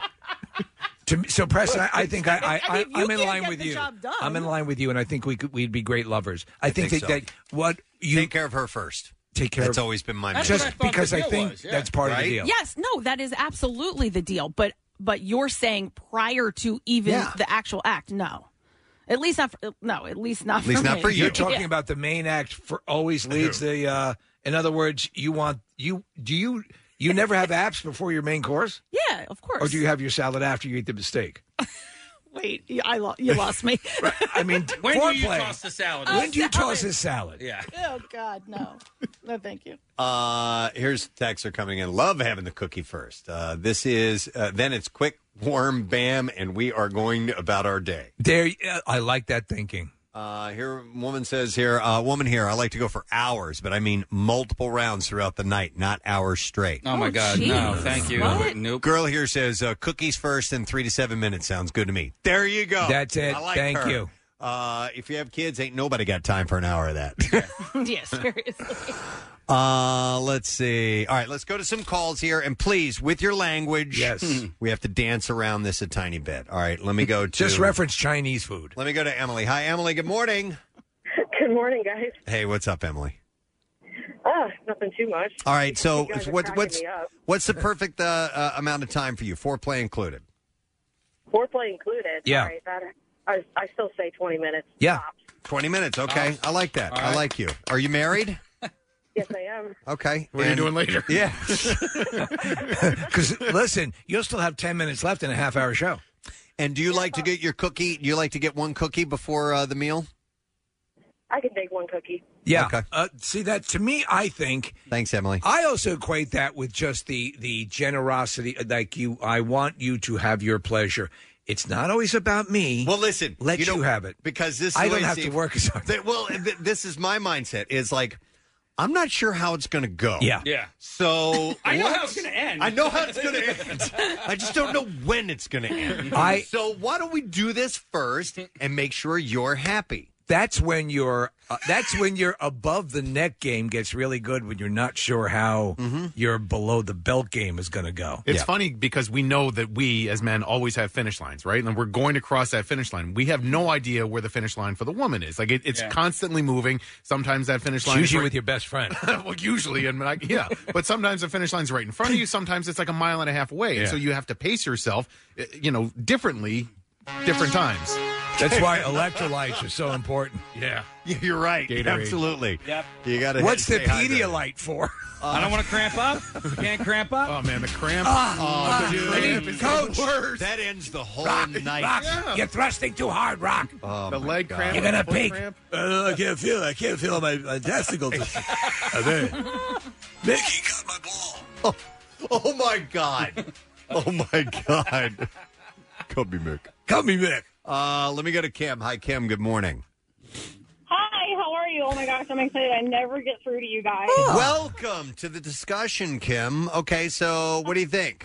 S5: To me, so, Preston, I, I think I, I,
S3: I
S5: I,
S3: mean, if you
S5: I'm in
S3: can't
S5: line
S3: get
S5: with
S3: the
S5: you.
S3: job done.
S5: I'm in line with you, and I think we could, we'd be great lovers. I, think,
S2: think
S5: that,
S2: so.
S5: that what you
S2: take care of her first.
S5: Take care.
S2: That's
S5: of,
S2: always been my
S5: That's what
S2: message.
S5: I Just thought because the I deal think was, yeah. that's part of the
S2: Right?
S5: deal.
S3: Yes, no, that is absolutely the deal. But but you're saying prior to even
S5: Yeah.
S3: the actual act, no. At least not. For, no, at least not. for me.
S5: You're talking
S3: [laughs] Yeah.
S5: about the main act for always leads the. Uh, in other words, you want you do you you never have apps before your main course,
S3: Yeah, of course.
S5: or Oh, do you have your salad after you eat the steak?
S3: Wait, you- I lo- you
S5: [laughs]
S3: lost me.
S5: Right, I mean,
S4: [laughs] When do you
S5: foreplay.
S4: toss the salad?
S5: When do you toss his salad?
S4: Yeah.
S3: oh God, no, no, thank you.
S2: Uh, here's texts are coming in. Love having the cookie first. Uh, this is uh, then it's quick, warm, bam, and we are going about our day.
S5: There, yeah, I like that thinking.
S2: Uh, here, woman says here, uh, woman here. I like to go for hours, but I mean multiple rounds throughout the night, not hours straight.
S4: Oh, my Oh, God, no, geez. thank you. What? Nope.
S2: Girl here says uh, cookies first, and three to seven minutes sounds good to me. There you go.
S5: That's it.
S2: I like
S5: Thank
S2: her.
S5: you.
S2: Uh, if you have kids, ain't nobody got time for an hour of that. [laughs]
S3: [laughs] yeah, seriously.
S2: Uh, let's see. All right, let's go to some calls here, and please, with your language,
S5: Yes.
S2: [laughs] we have to dance around this a tiny bit. All right, let me go
S5: [laughs]
S2: to
S5: Just reference Chinese food.
S2: Let me go to Emily. Hi, Emily. Good morning.
S18: Good morning, guys.
S2: Hey, what's up, Emily?
S18: Ah, nothing too much.
S2: All right, so
S18: You guys are
S2: what's
S18: cracking
S2: what's
S18: me up.
S2: what's the perfect uh, uh, amount of time for you? Foreplay included.
S18: foreplay included?
S2: Yeah.
S18: All right, that, I, I still say twenty minutes.
S2: Yeah, twenty minutes. Okay, I like that. I like you. Are you married?
S18: Yes, I am.
S2: Okay.
S6: What are you doing later?
S5: [laughs]
S2: Yeah. [laughs]
S5: Because listen, you'll still have ten minutes left in a half hour show.
S2: And do you like to get your cookie? Do you like to get one cookie before uh, the meal?
S18: I can take one cookie.
S5: Yeah. Uh, see that to me, I think.
S2: Thanks, Emily.
S5: I also equate that with just the the generosity. Like you, I want you to have your pleasure. It's not always about me. Well,
S2: listen,
S5: let you,
S2: know,
S5: have it
S2: because this. Is
S5: I
S2: the way
S5: don't have to
S2: Steve-
S5: work as hard.
S2: Th- well, th- this is my mindset. Is like, I'm not sure how it's going to go.
S5: Yeah.
S4: Yeah.
S2: So
S4: [laughs] I know
S2: let's-
S4: how it's gonna end.
S2: I know how it's
S4: [laughs]
S2: going to end. [laughs] I just don't know when it's going to [laughs] end.
S5: I-
S2: so why don't we do this first and make sure you're happy?
S5: That's when your uh, that's when your above the neck game gets really good when you're not sure how your below the belt game is going to go.
S6: Mm-hmm. It's funny because we know that we as men always have finish lines, right? And we're going to cross that finish line. We have no idea where the finish line for the woman is. Like it, it's
S5: Yeah.
S6: constantly moving. Sometimes that finish
S5: It's
S6: line
S5: usually
S6: is
S5: with your best friend.
S6: well, usually, and like, [laughs]
S5: [laughs]
S6: yeah, but sometimes the finish line's right in front of you. Sometimes it's like a mile and a half away, and
S5: Yeah.
S6: so you have to pace yourself, uh, you know, differently, different times. [laughs]
S5: That's why electrolytes are so important. Yeah.
S2: You're right.
S6: Gatorade.
S2: Absolutely.
S6: Yep.
S2: You got to.
S5: What's the Pedialyte for?
S4: I don't want to cramp up. Can't cramp up.
S6: Oh man, the cramp.
S5: Ah,
S2: Oh, dude.
S5: I mean,
S2: Cramp is the
S5: coach,
S2: worst. That ends the whole
S5: Rock,
S2: night.
S5: Rock,
S2: Yeah.
S5: You're thrusting too hard, Rock.
S2: Oh, my God.
S5: You're gonna
S2: Foot
S5: peak.
S2: cramp.
S16: I can't feel. I can't feel my, my testicles.
S5: [laughs]
S11: [laughs]
S16: Mickey cut my
S2: ball. Oh, oh my God. [laughs] oh my God. Come me, Mick.
S5: Come me, Mick.
S2: Uh, let me go to Kim. Hi, Kim. Good morning.
S11: Hi, how are you? Oh my gosh, much. I'm excited. I never get through to you guys.
S2: Oh. Welcome to the discussion, Kim. Okay, so what do you think?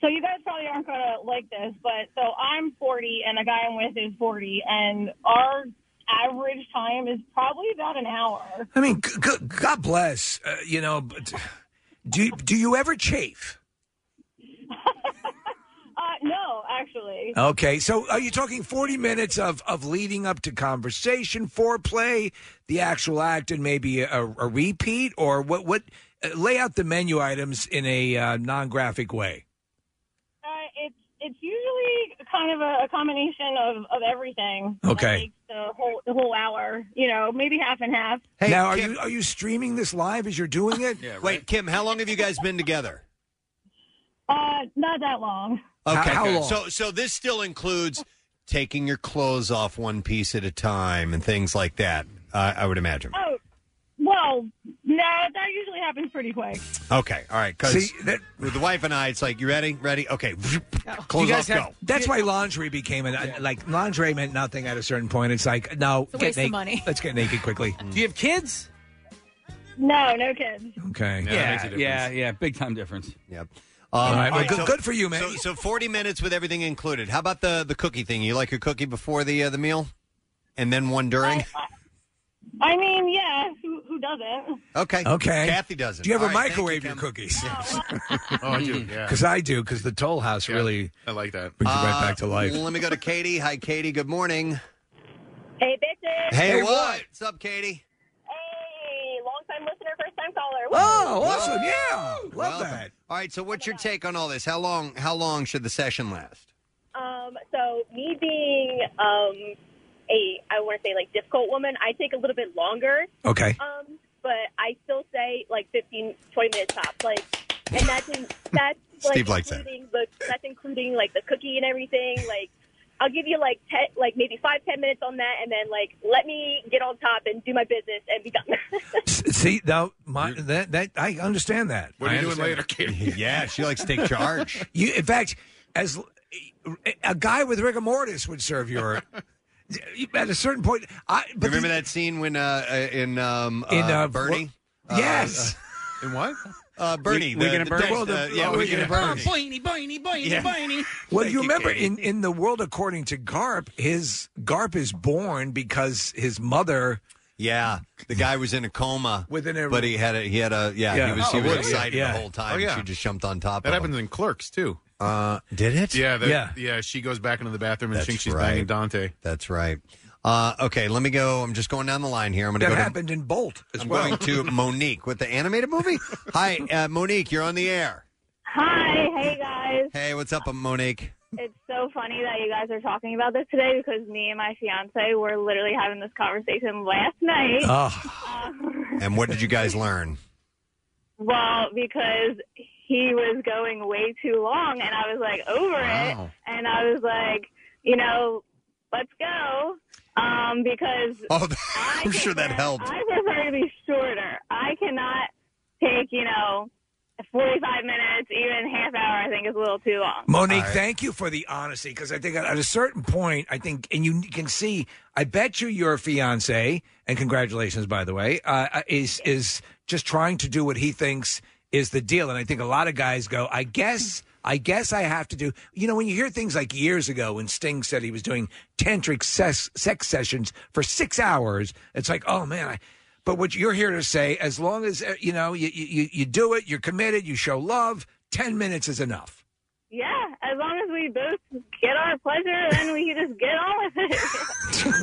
S11: So you guys probably aren't going to like this, but so I'm 40 and the guy I'm with is 40, and our average time is probably about an hour.
S5: I mean, g- g- [laughs] God bless. Uh, you know, but do do you ever chafe?
S11: Uh, no, actually.
S5: Okay, so are you talking forty minutes of of leading up to conversation, foreplay, the actual act, and maybe a, a repeat, or what? What? Uh, lay out the menu items in a uh, non graphic way.
S11: Uh, it's it's usually kind of a, a combination of, of everything.
S5: Okay.
S11: The whole the whole hour, you know, maybe half and half.
S5: now, are you are you streaming this live as you're doing it? yeah,
S2: Wait, Kim, how long have you guys
S5: [laughs]
S2: been together?
S11: Uh, not that long.
S2: Okay,
S5: how
S2: good.
S5: long?
S2: so so this still includes taking your clothes off one piece at a time and things like that. Uh, I would imagine.
S11: Oh, well, no, that usually happens pretty quick.
S2: Okay, all right. Because with the wife and I, it's like you ready, ready, okay. Clothes
S5: You guys
S2: off,
S5: have-
S2: go.
S5: That's why lingerie became an like lingerie meant nothing at a certain point. It's like no,
S11: It's a
S5: get
S11: waste of
S5: naked.
S11: money.
S5: [laughs] Let's get naked quickly.
S4: Do you have kids?
S11: No, no kids.
S5: Okay.
S4: Yeah, yeah, yeah, Big time difference.
S2: Yep.
S4: All right, well,
S5: good- good for you, man.
S2: Um, So, so forty minutes with everything included. How about the the cookie thing? You like your cookie before the uh, the meal, and then one during.
S11: I mean, yeah, who who doesn't?
S2: Okay.
S5: Okay.
S2: Kathy doesn't.
S5: Do you ever
S2: All right, thank
S5: microwave
S2: you,
S5: your
S2: Kim.
S5: cookies?
S6: Oh, I do,
S5: [laughs]
S6: yeah.
S5: Because I do. Because the Toll House really.
S6: I like that.
S5: Brings you right back to
S2: Uh,
S5: life.
S2: Let me go to Katie. Hi, Katie. Good morning.
S11: Hey, bitches.
S2: Hey, what? What's up, Katie?
S11: Hey, long time listener, first time caller.
S5: Oh, awesome! Yeah, love
S2: that. All right. So, what's your take on all this? How long? How long should the session last?
S11: Um, so me being um, a, I want to say like difficult woman, I take a little bit longer.
S5: Okay.
S11: Um, but I still say like 15, 20 minutes tops. Like, and that's in,
S2: [laughs]
S11: that's like
S2: Steve likes that.
S11: including the that's including like the cookie and everything. Like, I'll give you like ten, like maybe five, ten minutes on that, and then like let me get on top and do my business and be done.
S5: See now, my, that that I understand that.
S6: What are
S5: I
S6: you doing later,
S5: understand that.
S6: Katie?
S2: [laughs] Yeah, she likes to take charge.
S5: [laughs] You, in fact, as a guy with rigor mortis would serve your. at a certain point, I but
S2: Remember that scene when uh, uh, in um,
S5: In,
S2: uh,
S5: uh,
S2: Bernie?
S5: what- Yes.
S2: Uh, in what? Uh,
S5: We-
S2: Bernie.
S5: We
S2: the-
S5: Gonna
S2: the
S5: Burn?
S2: text,
S5: Well, the-
S2: uh, yeah,
S5: oh,
S2: we
S5: We
S2: gonna
S5: Gonna
S2: burn.
S5: Burn.
S4: Boiny, boiny, boiny,
S2: Yeah.
S4: boiny.
S5: Well, you remember in, in the world according to Garp, his Garp is born because his mother.
S2: Yeah, the guy was in a coma
S5: within a.
S2: But he had a he had a yeah,
S5: Yeah.
S2: he was he
S5: Oh,
S2: was
S5: really?
S2: excited
S5: Yeah.
S2: the whole time.
S5: Oh, yeah.
S2: She just jumped on top.
S6: That
S2: of
S6: happens
S2: him.
S6: in Clerks too.
S2: Uh, did it?
S6: Yeah, that, yeah,
S2: Yeah.
S6: She goes back into the bathroom and
S2: That's
S6: thinks she's
S2: right.
S6: banging Dante.
S2: That's right. Uh, okay, let me go. I'm just going down the line here. I'm going to
S5: That
S2: go. To,
S5: happened in Bolt as
S2: I'm
S5: well. [laughs]
S2: going to Monique with the animated movie. Hi, uh, Monique. You're on the air.
S11: Hi, hey guys.
S2: Hey, what's up, uh, Monique?
S11: It's so funny that you guys are talking about this today because me and my fiance were literally having this conversation last night.
S2: Ah.
S5: Uh,
S2: and what did you guys learn?
S11: Well, because he was going way too long and I was like over it. And I was like, you know, let's go. Um, because
S2: Oh, [laughs] I'm sure that helped.
S11: I prefer to be shorter. I cannot take, you know, 45 minutes, even half hour, I think is a little too long.
S5: Monique, thank you for the honesty because I think at a certain point, I think, and you can see, I bet you your fiance, and congratulations by the way, uh, is is just trying to do what he thinks is the deal, and I think a lot of guys go, I guess. I guess I have to do. You know, when you hear things like years ago when Sting said he was doing tantric ses- sex sessions for six hours, it's like, oh man, I, but what you're here to say, as long as uh, you know you, you you do it, you're committed, you show love. Ten minutes is enough.
S11: Yeah, as long as we both get our pleasure, then we can just get on with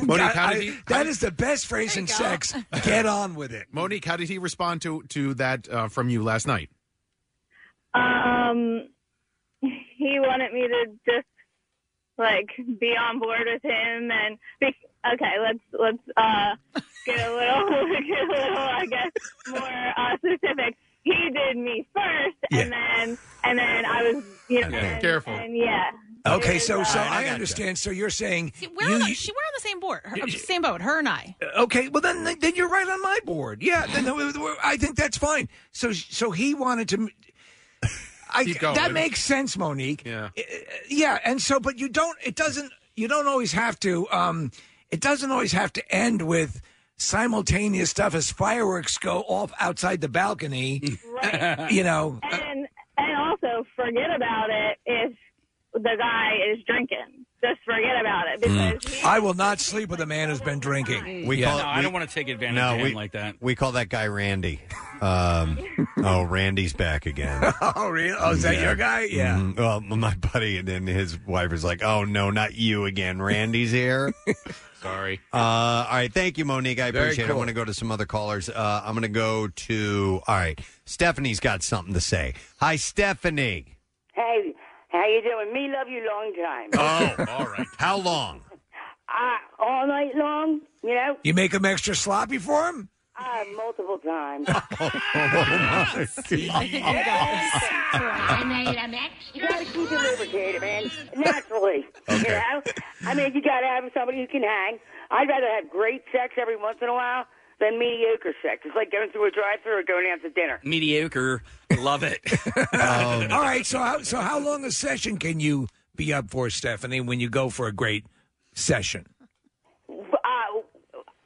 S5: [laughs]
S11: it.
S6: Monique,
S5: I-
S6: how did
S5: I-
S6: he,
S5: that is the best phrase in sex. Get on with it,
S6: Monique. How did he respond to to that uh, from you last night?
S11: um, he wanted me to just like be on board with him, and be, okay, let's let's uh get a little [laughs] get a little, I guess, more uh, specific. He did me first, and then and then I was you
S5: [laughs]
S11: know
S5: Yeah.
S11: and-
S5: Careful.
S11: and uh, yeah.
S5: Okay, so so
S11: Alright, I
S5: I,
S11: gotcha.
S5: understand. So you're saying
S3: We're
S5: you-
S3: on the,
S5: you-
S3: she, we're on the same board, her, same boat, her and I.
S5: okay? Well, then then you're right on my board. Yeah, then then I think that's fine. So so he wanted to. I, That makes sense, Monique.
S2: [laughs]
S5: Yeah, [laughs] yeah, and so but you don't. It doesn't. You don't always have to. Um, it doesn't always have to end with. simultaneous stuff as fireworks go off outside the balcony.
S11: Right.
S5: you know,
S11: And and also forget about it if the guy is drinking. Just forget about it because
S5: I will not sleep with a man who's been drinking.
S2: We
S4: Yeah,
S2: call
S4: no,
S2: it-
S4: I
S2: we-
S4: don't want to take advantage of him like that.
S2: We call that guy Randy. Um, oh, Randy's back again.
S5: [laughs] [laughs] oh, really? Oh, is that your guy? Yeah.
S2: Mhm. Well, m- my buddy and then his wife is like, "Oh no, not you again. Randy's
S5: [laughs]
S2: here."
S6: Sorry.
S2: Uh, all right, thank you, Monique. I
S6: Very
S2: appreciate it. I
S6: cool.
S2: want to go to some other callers. Uh, I'm going to go to all right. Stephanie's got something to say. Hi, Stephanie.
S19: Hey, how you doing? Me love you long time.
S5: [laughs]
S2: [laughs] Oh, all right. How long?
S19: I, all night long, you know,
S5: You make him extra sloppy for [laughs] him?
S19: uh, multiple times.
S5: Oh,
S2: [laughs]
S9: I made a mix.
S19: You gotta keep it lubricated, man. Naturally. You know? I mean, you gotta have somebody who can hang. I'd rather have great sex every once in a while than mediocre sex. It's like going through a drive through or going out to dinner.
S4: Mediocre. Love [laughs] it.
S5: All right. So how so how long a session can you be up for, Stephanie, when you go for a great session?
S19: Uh,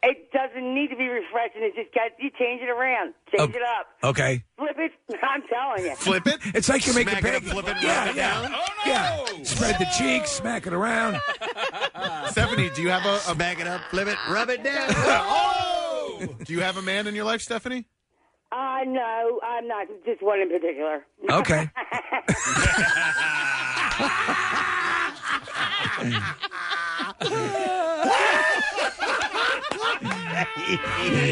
S19: it doesn't need to be refreshing. It's just got you change it around, change it up,
S5: Okay.
S19: flip it. [laughs] I'm telling you.
S5: Flip it? It's like you make a
S19: Smack it up,
S5: pancake.
S19: flip it,
S5: yeah,
S19: rub it
S5: yeah.
S19: down.
S5: Yeah. Spread the cheeks, smack it around.
S6: [laughs] Stephanie, do you have a, a
S2: bag it up, flip it, rub it down?
S6: [laughs] oh! Do you have a man in your life, Stephanie?
S19: Uh, no, I'm not. Just one in particular. [laughs]
S5: Okay.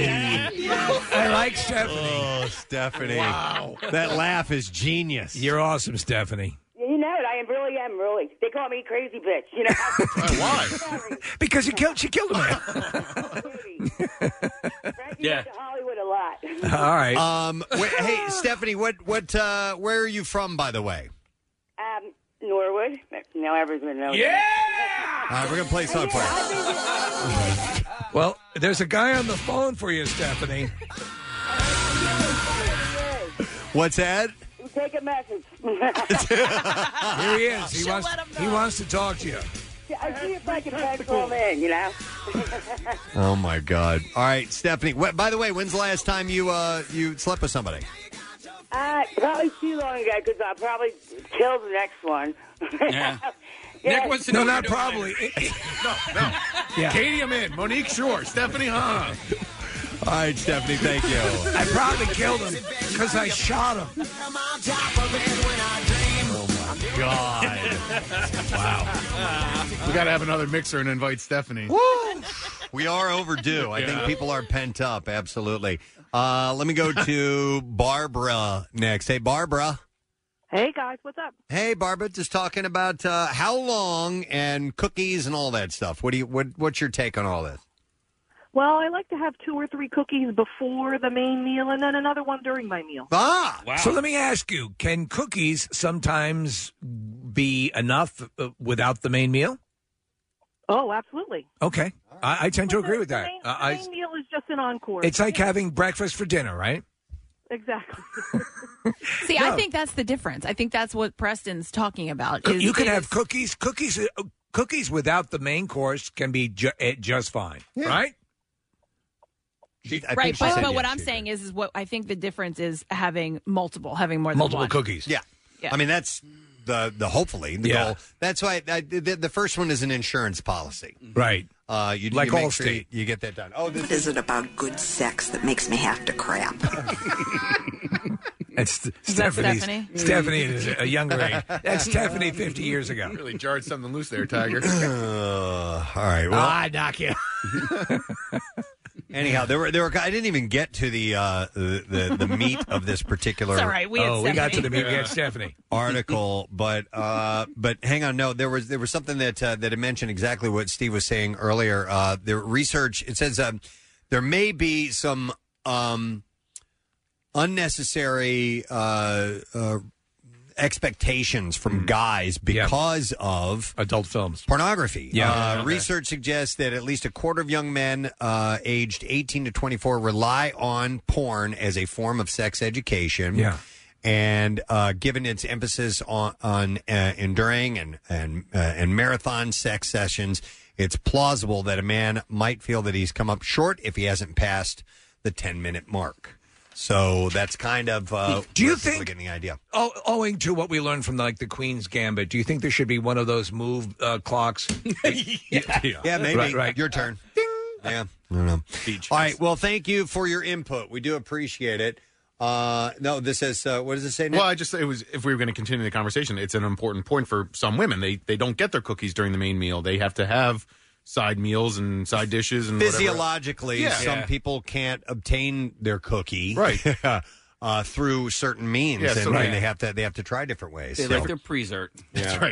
S5: I like Stephanie.
S2: Oh, Stephanie.
S5: Wow.
S2: That laugh is genius.
S5: You're awesome, Stephanie.
S19: You know it. I am really am really. They call me crazy bitch. You know.
S5: [laughs] Because you killed she killed a man.
S4: yeah.
S19: Hollywood a lot.
S5: All right.
S2: Um.
S5: [laughs]
S2: wait, hey, Stephanie. What? What? Uh, where are you from, by the way?
S19: Um, Norwood. Now everyone knows.
S5: Yeah!
S2: All right, we're gonna play something for you.
S5: [laughs] Well, there's a guy on the phone for you, Stephanie.
S2: What's that?
S19: Take a message.
S5: [laughs]
S19: [laughs]
S5: Here he is. He wants he wants to talk to you.
S19: I see if I can pencil him in. You know. [laughs]
S2: Oh my God! All right, Stephanie. Wh- by the way, when's the last time you uh you slept with somebody?
S19: Uh, probably too long ago because I'll probably kill the next one.
S2: Yeah.
S19: Yeah.
S5: no, not probably.
S6: [laughs]
S5: [laughs] Yeah.
S6: Katie, I'm in. Monique, sure. Stephanie, huh?
S2: All right, Stephanie. Thank
S20: [laughs]
S2: you.
S5: I probably killed him because I shot him.
S2: God.
S6: wow. We got to have another mixer and invite Stephanie.
S2: We are overdue. I think
S6: Yeah.
S2: people are pent up. Absolutely. Uh, let me go to Barbara next. Hey, Barbara.
S21: Hey guys, what's up?
S2: Hey, Barbara. Just talking about uh, how long and cookies and all that stuff. What do you? What? What's your take on all this?
S21: Well, I like to have two or three cookies before the main meal and then another one during my meal.
S2: Ah.
S5: So let me ask you: Can cookies sometimes be enough uh, without the main meal?
S21: Oh, absolutely.
S5: Okay, I, I tend to agree with that. Uh, I,
S21: Main meal is just an encore.
S5: it's like having breakfast for dinner, right?
S21: Exactly.
S3: [laughs] See, I
S5: No.
S3: think that's the difference. I think that's what Preston's talking about. Is,
S5: you can
S3: is-
S5: have cookies. Cookies. uh, Cookies without the main course can be ju- eh, just fine, right?
S3: right, but, but what I'm saying is, is what I think the difference is having multiple, having more than one.
S2: Yeah.
S3: Yeah.
S2: I mean, that's the the hopefully the
S5: Yeah.
S2: goal. That's why I, the, the first one is an insurance policy,
S5: Mm-hmm. right?
S2: Uh, you
S5: Like
S2: you make
S5: Allstate.
S2: sure you, you get that done. Oh, this
S22: What is it about good sex that makes me have to crap?
S5: That's St-
S22: Is that
S5: Stephanie's-
S22: Stephanie?
S5: Stephanie Mm. is a young age. [laughs] That's Stephanie 50 years ago.
S6: Really jarred something loose there,
S5: [laughs]
S6: Tiger.
S2: [clears throat] Uh, all right. Well,
S5: Ah, knock you.
S2: anyhow, there were there were. I didn't even get to the uh, the, the the meat of this
S5: [laughs]
S2: particular.
S5: It's all right, we had Oh, we got Stephanie. to the meat, we had Stephanie.
S2: [laughs] article, but uh, but hang on. No, there was there was something that uh, that had mentioned exactly what Steve was saying earlier. Uh, the research it says um, there may be some um, unnecessary uh, uh, expectations from guys because of
S5: Hmm. adult films,
S2: pornography.
S5: Yeah.
S2: Uh,
S5: Okay.
S2: Research suggests that at least a quarter of young men uh, aged 18 to 24 rely on porn as a form of sex education.
S5: Yeah.
S2: And uh, given its emphasis on, on uh, enduring and and uh, and marathon sex sessions, It's plausible that a man might feel that he's come up short if he hasn't passed the 10 minute mark. So that's kind of uh,
S5: Do you
S2: where people are
S5: think-
S2: getting the idea?
S5: Oh, owing to what we learned from like the Queen's Gambit, do you think there should be one of those move uh, clocks? [laughs] yeah.
S2: Yeah, maybe.
S5: Right, right.
S2: Your [laughs] turn. Yeah. I don't know. All right. Well, thank you for your input. We do appreciate it. Uh, no, this is uh, what does it say?
S6: [laughs]
S2: Nick?
S6: Well, I just it was if we were going to continue the conversation, it's an important point for some women. They they don't get their cookies during the main meal. They have to have side meals and side dishes and whatever.
S2: physiologically,
S6: Yeah.
S2: some
S6: Yeah.
S2: people can't obtain their cookie
S6: Right.
S2: [laughs] uh, through certain means,
S4: Yeah,
S2: and,
S4: so-
S2: and they have to they have to try different ways.
S4: They
S2: so-
S4: like their pre-zert.
S2: Yeah.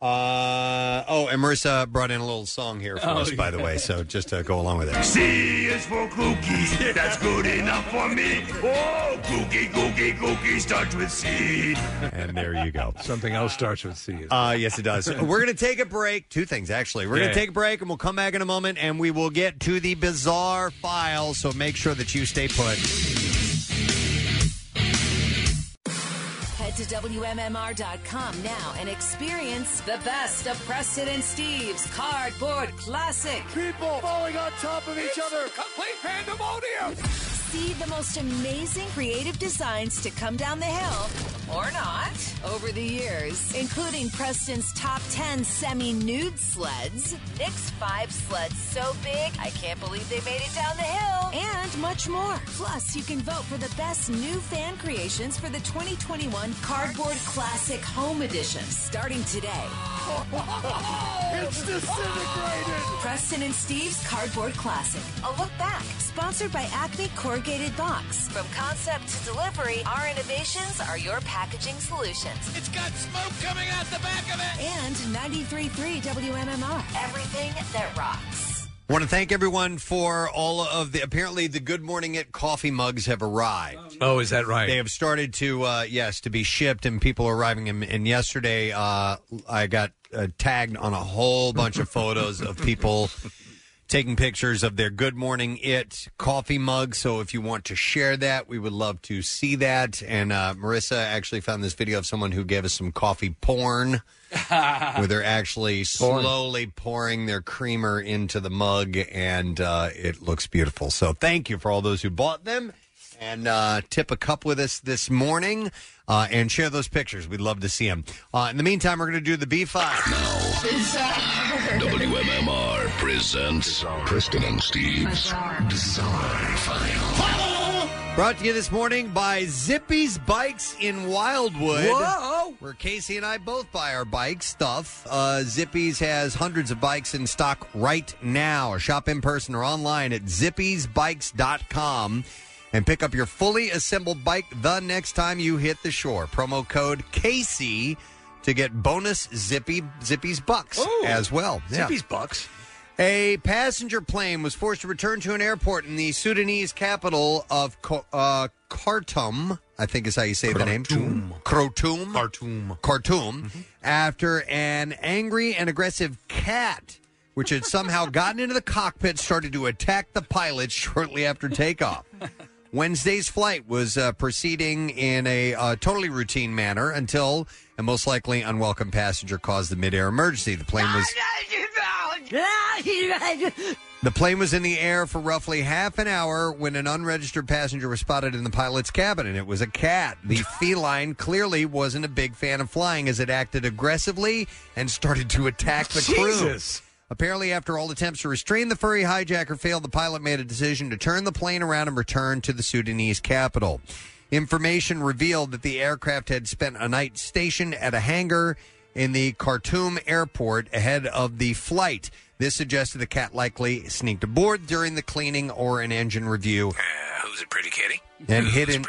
S2: Uh, oh, and Marissa brought in a little song here for
S4: Oh,
S2: us, by the
S4: yeah.
S2: way. So just to go along with it.
S16: C is for cookies. That's good enough for me. Oh, cookie, cookie, cookie starts with C.
S2: And there you go.
S5: Something else starts with C.
S2: Uh, yes, it
S5: [laughs]
S2: does. We're going to take a break. Two things, actually. We're going
S5: Yeah.
S2: to take a break and we'll come back in a moment and we will get to the bizarre file. So make sure that you stay put.
S8: Head to WMMR.com now and experience the best of Preston and Steve's Cardboard Classic. People falling on top of each other. Complete pandemonium. See the most amazing creative designs to come down the hill, or not, over the years, including Preston's top 10 semi nude sleds, Nick's five sleds so big I can't believe they made it down the hill, and much more. Plus, you can vote for the best new fan creations for the 2021 Cardboard Classic Home Edition starting today. [laughs] It's disintegrated. Preston and Steve's Cardboard Classic. A look back. Sponsored by Acme Corrugated Box. From concept to delivery, our innovations are your packaging solutions. It's got smoke coming out the back of it. And 93.3 WMMR. Everything that rocks.
S2: I want to thank everyone for all of the. Apparently, the Good Morning It coffee mugs have arrived.
S5: Oh, is that right?
S2: They have started to, uh, yes, to be shipped, and people are arriving. And, and yesterday, uh, I got uh, tagged on a whole bunch of photos of people taking pictures of their Good Morning It coffee mug. So if you want to share that, we would love to see that. And uh, Marissa actually found this video of someone who gave us some coffee porn where they're actually slowly pouring their creamer into the mug, and uh, it looks beautiful. So thank you for all those who bought them. And uh, tip a cup with us this morning uh, and share those pictures. We'd love to see them. Uh, in the meantime, we're going to do the B5.
S1: WMMR presents Preston and Steve's Bizarre File.
S2: Brought to you this morning by Zippy's Bikes in Wildwood.
S5: Whoa!
S2: Where Casey and I both buy our bike stuff. Uh, Zippy's has hundreds of bikes in stock right now. Shop in person or online at zippy'sbikes.com and pick up your fully assembled bike the next time you hit the shore. Promo code Casey to get bonus Zippy Zippy's bucks as well.
S5: Zippy's bucks.
S2: A passenger plane was forced to return to an airport in the Sudanese capital of Ko- uh, Khartoum, I think is how you say the name. Khartoum.
S6: Khartoum.
S2: Khartoum. After an angry and aggressive cat, which had somehow gotten into the cockpit, started to attack the pilots shortly after takeoff. Wednesday's flight was uh, proceeding in a uh, totally routine manner until a most likely unwelcome passenger caused the midair emergency. The plane was. The plane was in the air for roughly half an hour when an unregistered passenger was spotted in the pilot's cabin, and it was a cat. The feline clearly wasn't a big fan of flying as it acted aggressively and started to attack the crew.
S5: Jesus.
S2: Apparently, after all attempts to restrain the furry hijacker failed, the pilot made a decision to turn the plane around and return to the Sudanese capital. Information revealed that the aircraft had spent a night stationed at a hangar in the Khartoum airport ahead of the flight. This suggested the cat likely sneaked aboard during the cleaning or an engine review
S5: who's a pretty kitty?
S2: and hid, in,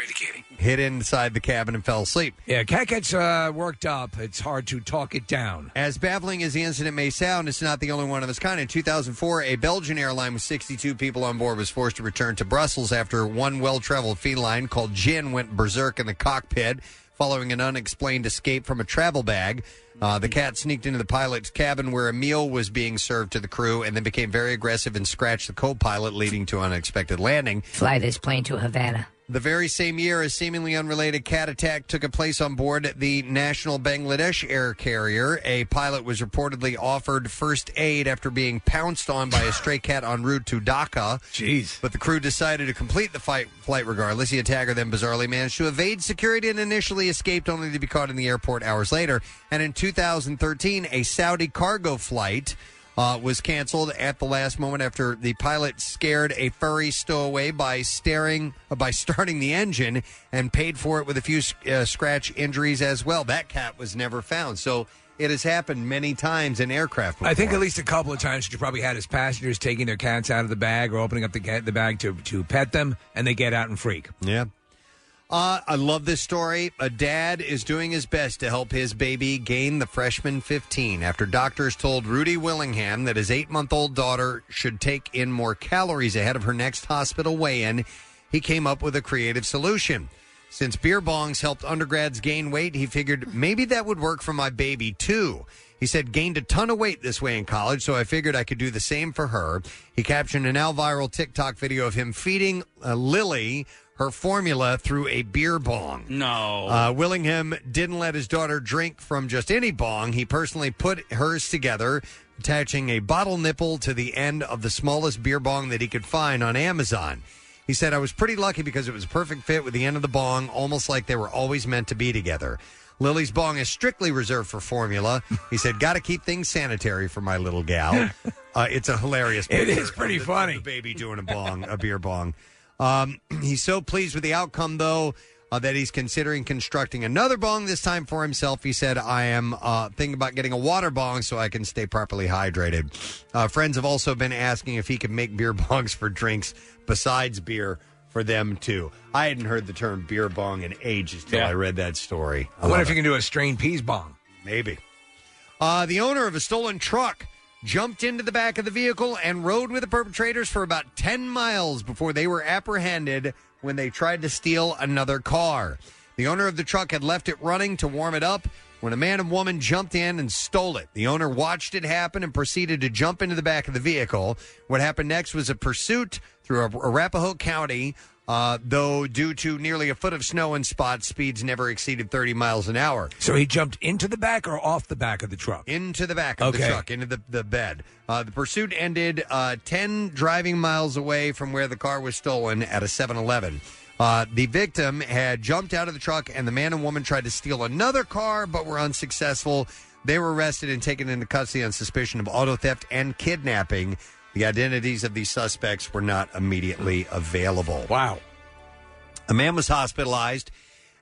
S2: hid inside the cabin and fell asleep.
S5: Yeah, cat gets uh, worked up. It's hard to talk it down.
S2: As baffling as the incident may sound, it's not the only one of its kind. In 2004, a Belgian airline with 62 people on board was forced to return to Brussels after one well traveled feline called Jin went berserk in the cockpit following an unexplained escape from a travel bag. Uh, the cat sneaked into the pilot's cabin where a meal was being served to the crew and then became very aggressive and scratched the co pilot, leading to an unexpected landing.
S9: Fly this plane to Havana.
S2: The very same year, a seemingly unrelated cat attack took a place on board the National Bangladesh air carrier. A pilot was reportedly offered first aid after being pounced on by a stray cat en route to Dhaka.
S5: Jeez.
S2: But the crew decided to complete the fight, flight regardless. The attacker then bizarrely managed to evade security and initially escaped, only to be caught in the airport hours later. And in 2013, a Saudi cargo flight uh, was canceled at the last moment after the pilot scared a furry stowaway by staring uh, by [laughs] starting the engine and paid for it with a few uh, scratch injuries as well. That cat was never found. So it has happened many times in aircraft.
S5: I think
S2: before.
S5: at least a couple of times you probably had as passengers taking their cats out of the bag or opening up the, cat, the bag to, to pet them, and they get out and freak.
S2: Yeah. Uh, I love this story. A dad is doing his best to help his baby gain the freshman 15 after doctors told Rudy Willingham that his eight month old daughter should take in more calories ahead of her next hospital weigh in. He came up with a creative solution. Since beer bongs helped undergrads gain weight, he figured maybe that would work for my baby too. He said, gained a ton of weight this way in college, so I figured I could do the same for her. He captioned an now viral TikTok video of him feeding uh, Lily her formula through a beer bong.
S4: No.
S5: Oh.
S2: Uh, Willingham didn't let his daughter drink from just any bong. He personally put hers together, attaching a bottle nipple to the end of the smallest beer bong that he could find on Amazon. He said, I was pretty lucky because it was a perfect fit with the end of the bong, almost like they were always meant to be together. Lily's bong is strictly reserved
S5: [laughs]
S2: for formula. He said, Got to keep things sanitary for my little gal. Uh, it's a hilarious
S5: It
S2: picture
S5: is pretty
S2: of the- of
S5: funny.
S2: the baby doing a bong, a beer bong. Um, [clears throat] he's so pleased with the outcome, though, uh, that he's considering constructing another bong this time for himself. He said, I am uh, thinking about getting a water bong so I can stay properly hydrated. Uh, friends have also been asking if he could make beer [laughs] bongs for drinks besides beer for them, too. I hadn't heard the term beer bong in ages till I read that story.
S5: I wonder if you can do a strained peas bong.
S2: Maybe. Uh, the owner of a stolen truck jumped into the back of the vehicle and rode with the perpetrators for about 10 miles before they were apprehended when they tried to steal another car. The owner of the truck had left it running to warm it up when a man and woman jumped in and stole it. The owner watched it happen and proceeded to jump into the back of the vehicle. What happened next was a pursuit through Arapahoe County uh, though due to nearly a foot of snow in spots, speeds never exceeded 30 miles an hour.
S5: So he jumped into the back or off the back of the truck?
S2: Into the back of the
S5: Okay.
S2: truck, into the, the bed. Uh, the pursuit ended uh, 10 driving miles away from where the car was stolen at a 7 Eleven. Uh, the victim had jumped out of the truck, and the man and woman tried to steal another car but were unsuccessful. They were arrested and taken into custody on suspicion of auto theft and kidnapping. The identities of these suspects were not immediately available.
S5: Wow.
S2: A man was hospitalized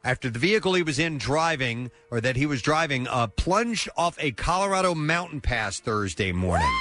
S2: after the vehicle he was in driving, or that he was driving, uh, plunged off a Colorado mountain pass Thursday morning.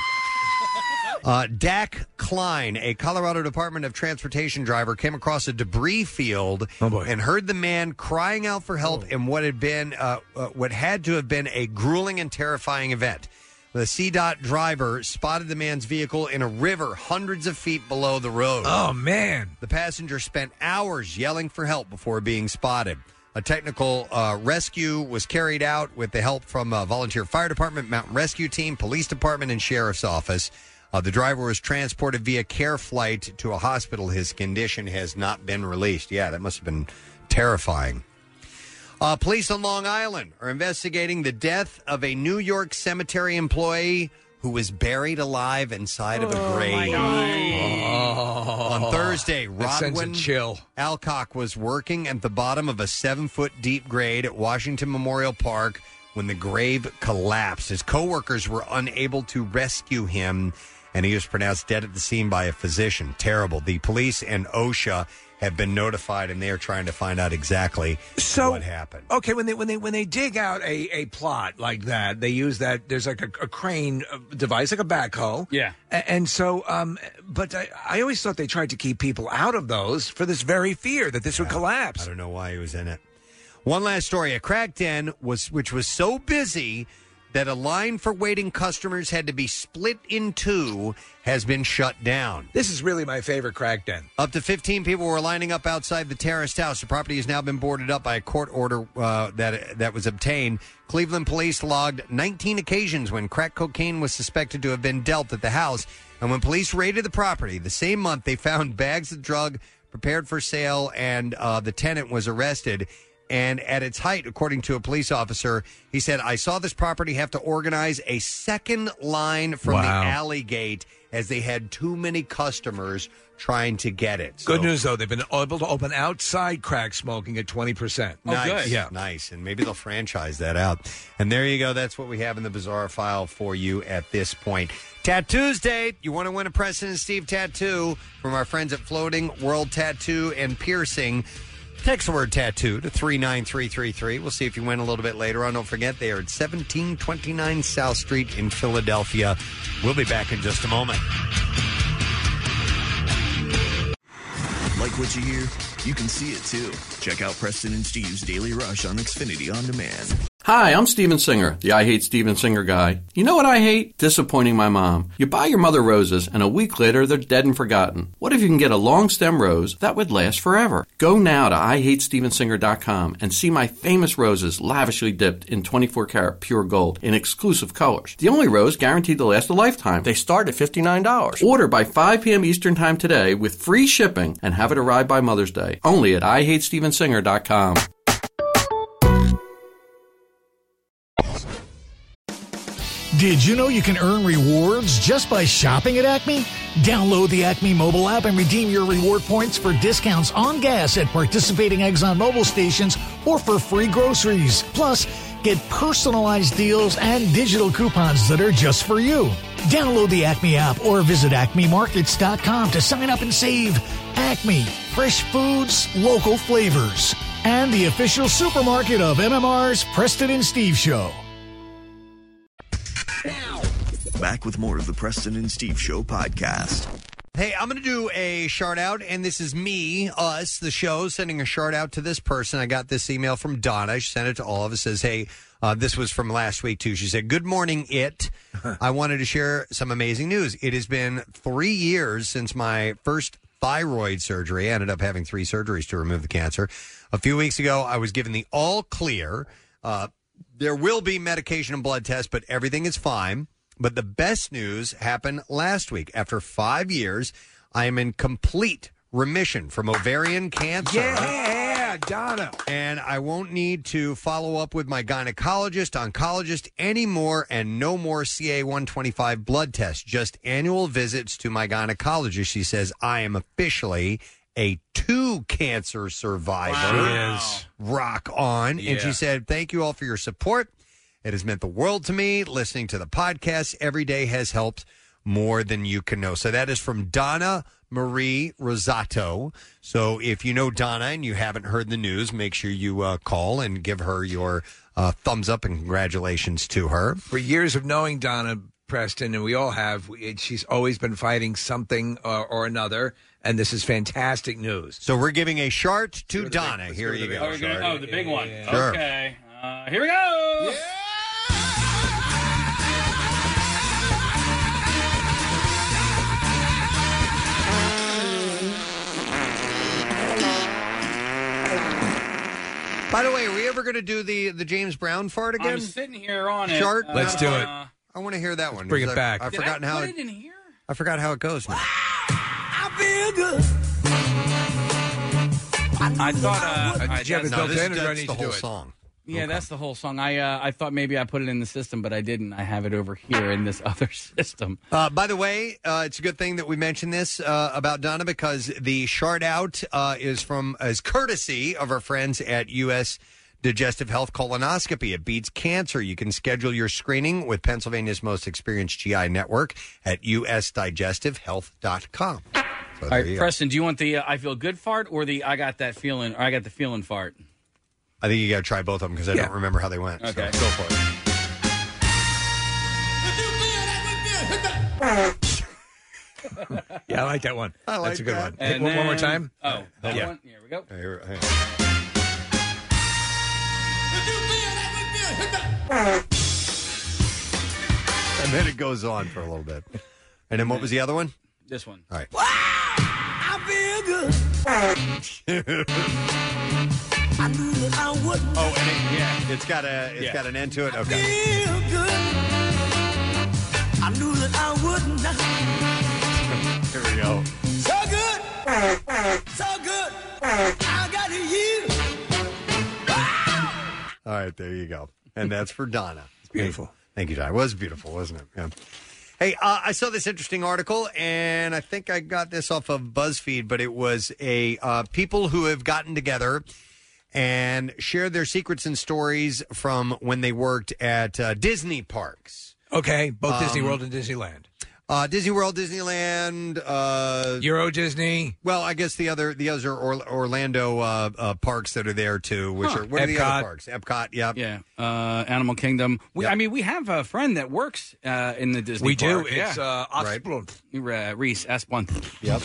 S2: Uh, Dak Klein, a Colorado Department of Transportation driver, came across a debris field
S5: Oh,
S2: and heard the man crying out for help in what had been uh, uh, what had to have been a grueling and terrifying event. The CDOT driver spotted the man's vehicle in a river hundreds of feet below the road.
S5: Oh, man.
S2: The passenger spent hours yelling for help before being spotted. A technical uh, rescue was carried out with the help from uh, volunteer fire department, mountain rescue team, police department, and sheriff's office. Uh, the driver was transported via care flight to a hospital. His condition has not been released. Yeah, that must have been terrifying. Uh, police on Long Island are investigating the death of a New York cemetery employee who was buried alive inside of a grave. Oh. On Thursday,
S5: Oh. That sends a
S2: Rodwin
S5: chill.
S2: Alcock was working at the bottom of a seven foot deep grade at Washington Memorial Park when the grave collapsed. His coworkers were unable to rescue him, and he was pronounced dead at the scene by a physician. Terrible. The police and OSHA have been notified, and they are trying to find out exactly what happened.
S5: Okay, when they when they when they dig out a, a plot like that, they use that. There's like a, a crane uh, device, like a backhoe.
S4: Yeah.
S5: A- And so, um, but I, I always thought they tried to keep people out of those for this very fear that this would collapse. I
S2: don't know why he was in it. One last story. A crack den was which was so busy that a line for waiting customers had to be split in two has been shut down.
S5: This is really my favorite crack den.
S2: Up to 15 people were lining up outside the terraced house. The property has now been boarded up by a court order uh, that that was obtained. Cleveland police logged 19 occasions when crack cocaine was suspected to have been dealt at the house. And when police raided the property the same month, they found [laughs] bags of drug prepared for sale, and uh, the tenant was arrested. And at its height, according to a police officer, he said, I saw this property have to organize a second line from the
S5: Wow.
S2: alley gate as they had too many customers trying to get it.
S5: Good news though, they've been able to open outside crack smoking at twenty percent.
S2: nice.
S5: Oh, Yeah.
S2: Nice. And maybe they'll franchise that out. And there you go. That's what we have in the bizarre file for you at this point. Tattoos Day. You want to win a President Steve tattoo from our friends at Floating World Tattoo and Piercing. Text the word tattoo to 39333. We'll see if you win a little bit later on. Don't forget, they are at 1729 South Street in Philadelphia. We'll be back in just a moment.
S7: Like what you hear? You can see it too. Check out Preston and Steve's Daily Rush on Xfinity On Demand.
S23: Hi, I'm Steven Singer, the I Hate Steven Singer guy. You know what I hate? Disappointing my mom. You buy your mother roses, and a week later they're dead and forgotten. What if you can get a long stem rose that would last forever? Go now to IHateStevenSinger.com and see my famous roses lavishly dipped in 24 karat pure gold in exclusive colors. The only rose guaranteed to last a lifetime. They start at $59. Order by 5 p.m. Eastern Time today with free shipping and have it arrive by Mother's Day. Only at IHateStevenSinger.com.
S20: Did you know you can earn rewards just by shopping at Acme? Download the Acme mobile app and redeem your reward points for discounts on gas at participating ExxonMobil stations or for free groceries. Plus, get personalized deals and digital coupons that are just for you. Download the Acme app or visit acmemarkets.com to sign up and save. Acme, fresh foods, local flavors, and the official supermarket of MMR's Preston and Steve Show.
S7: Back with more of the Preston and Steve Show podcast.
S2: Hey, I'm going to do a shout out, and this is me, us, the show, sending a shout out to this person. I got this email from Donna. She sent it to all of us. Says, hey, uh, this was from last week, too. She said, Good morning, it. I wanted to share some amazing news. It has been three years since my first thyroid surgery. I ended up having three surgeries to remove the cancer. A few weeks ago, I was given the all clear. Uh, there will be medication and blood tests, but everything is fine. But the best news happened last week. After five years, I am in complete remission from ovarian cancer.
S5: Yeah, Donna.
S2: And I won't need to follow up with my gynecologist, oncologist anymore, and no more CA125 blood tests, just annual visits to my gynecologist. She says, I am officially a two cancer survivor.
S5: Wow. She is.
S2: Rock on. And
S5: Yeah.
S2: she said, Thank you all for your support. It has meant the world to me. Listening to the podcast every day has helped more than you can know. So that is from Donna Marie Rosato. So if you know Donna and you haven't heard the news, make sure you uh, call and give her your uh, thumbs up and congratulations to her.
S5: For years of knowing Donna Preston, and we all have, we- it- she's always been fighting something or, or another, and this is fantastic news.
S2: So we're giving a shart to Donna. Here you go.
S4: Oh, we're gonna- oh, the big one.
S2: Sure.
S4: Okay. Uh, here we go.
S2: By the way, are we ever going to do the, the James Brown fart again?
S4: I'm sitting here on it.
S2: Shart?
S4: Uh,
S5: Let's do it.
S2: I want to hear that one.
S5: bring it
S2: because
S5: back.
S2: I, I've
S5: Did I
S2: forgotten how
S4: put
S2: it,
S4: it in here?
S2: I forgot how it goes. now.
S4: I thought. Uh, I,
S5: Did you have it
S4: no,
S5: built
S4: this-
S5: in, or do I
S4: that's
S5: need
S4: the
S5: to do
S4: whole
S5: it?
S2: Song.
S4: Yeah, that's the whole song. I uh, I thought maybe I put it in the system, but I didn't. I have it over here in this [laughs] other system.
S2: Uh, by the way, uh, it's a good thing that we mentioned this uh, about Donna because the shard out uh, is from is courtesy of our friends at U.S. Digestive Health Colonoscopy. It beats cancer. You can schedule your screening with Pennsylvania's most experienced GI network at usdigestivehealth.com. So
S4: All
S2: there
S4: right,
S2: you go.
S4: Preston, do you want the uh, I feel good fart or the I got that feeling or I got the feeling fart?
S2: I think you got to try both of them because I
S4: Yeah.
S2: don't remember how they went.
S4: Okay.
S2: So go for it.
S5: [laughs] Yeah, I like that one.
S4: I
S5: That's
S4: like
S5: a good
S4: that.
S5: one.
S4: And
S5: Hit one, one more
S4: then-
S5: time.
S4: oh, that
S5: yeah.
S4: one? Here we go.
S2: And then it goes on for a little bit. And then what was the other one?
S4: This one.
S2: All right. [laughs]
S16: I feel good. I knew that I would.
S2: Oh, and it, yeah, it's got a it's got an end to it. Okay.
S16: Feel good. I knew that I would not.
S2: Here we go.
S16: So good. So good. I got you.
S2: All right, there you go. And that's for Donna. It's beautiful. Thank you, Donna. It was beautiful, wasn't it? Yeah. Hey, uh, I saw this interesting article, and I think I got this off of BuzzFeed, but it was a uh, people who have gotten together and shared their secrets and stories from when they worked at uh, Disney parks.
S5: Okay, both Disney
S2: Um,
S5: World and Disneyland.
S2: Uh, Disney World, Disneyland, uh,
S5: Euro Disney.
S2: Well, I guess the other the other or- Orlando uh, uh, parks that are there too, which
S4: Huh.
S2: are what are the
S4: Epcot.
S2: other parks? Epcot, yeah,
S4: yeah. Uh, Animal Kingdom. We, I mean, we have a friend that works uh, in the Disney.
S5: We do.
S4: park.
S5: It's, uh,
S4: Osplund. Right. Uh, Reese Asplund.
S2: Yep.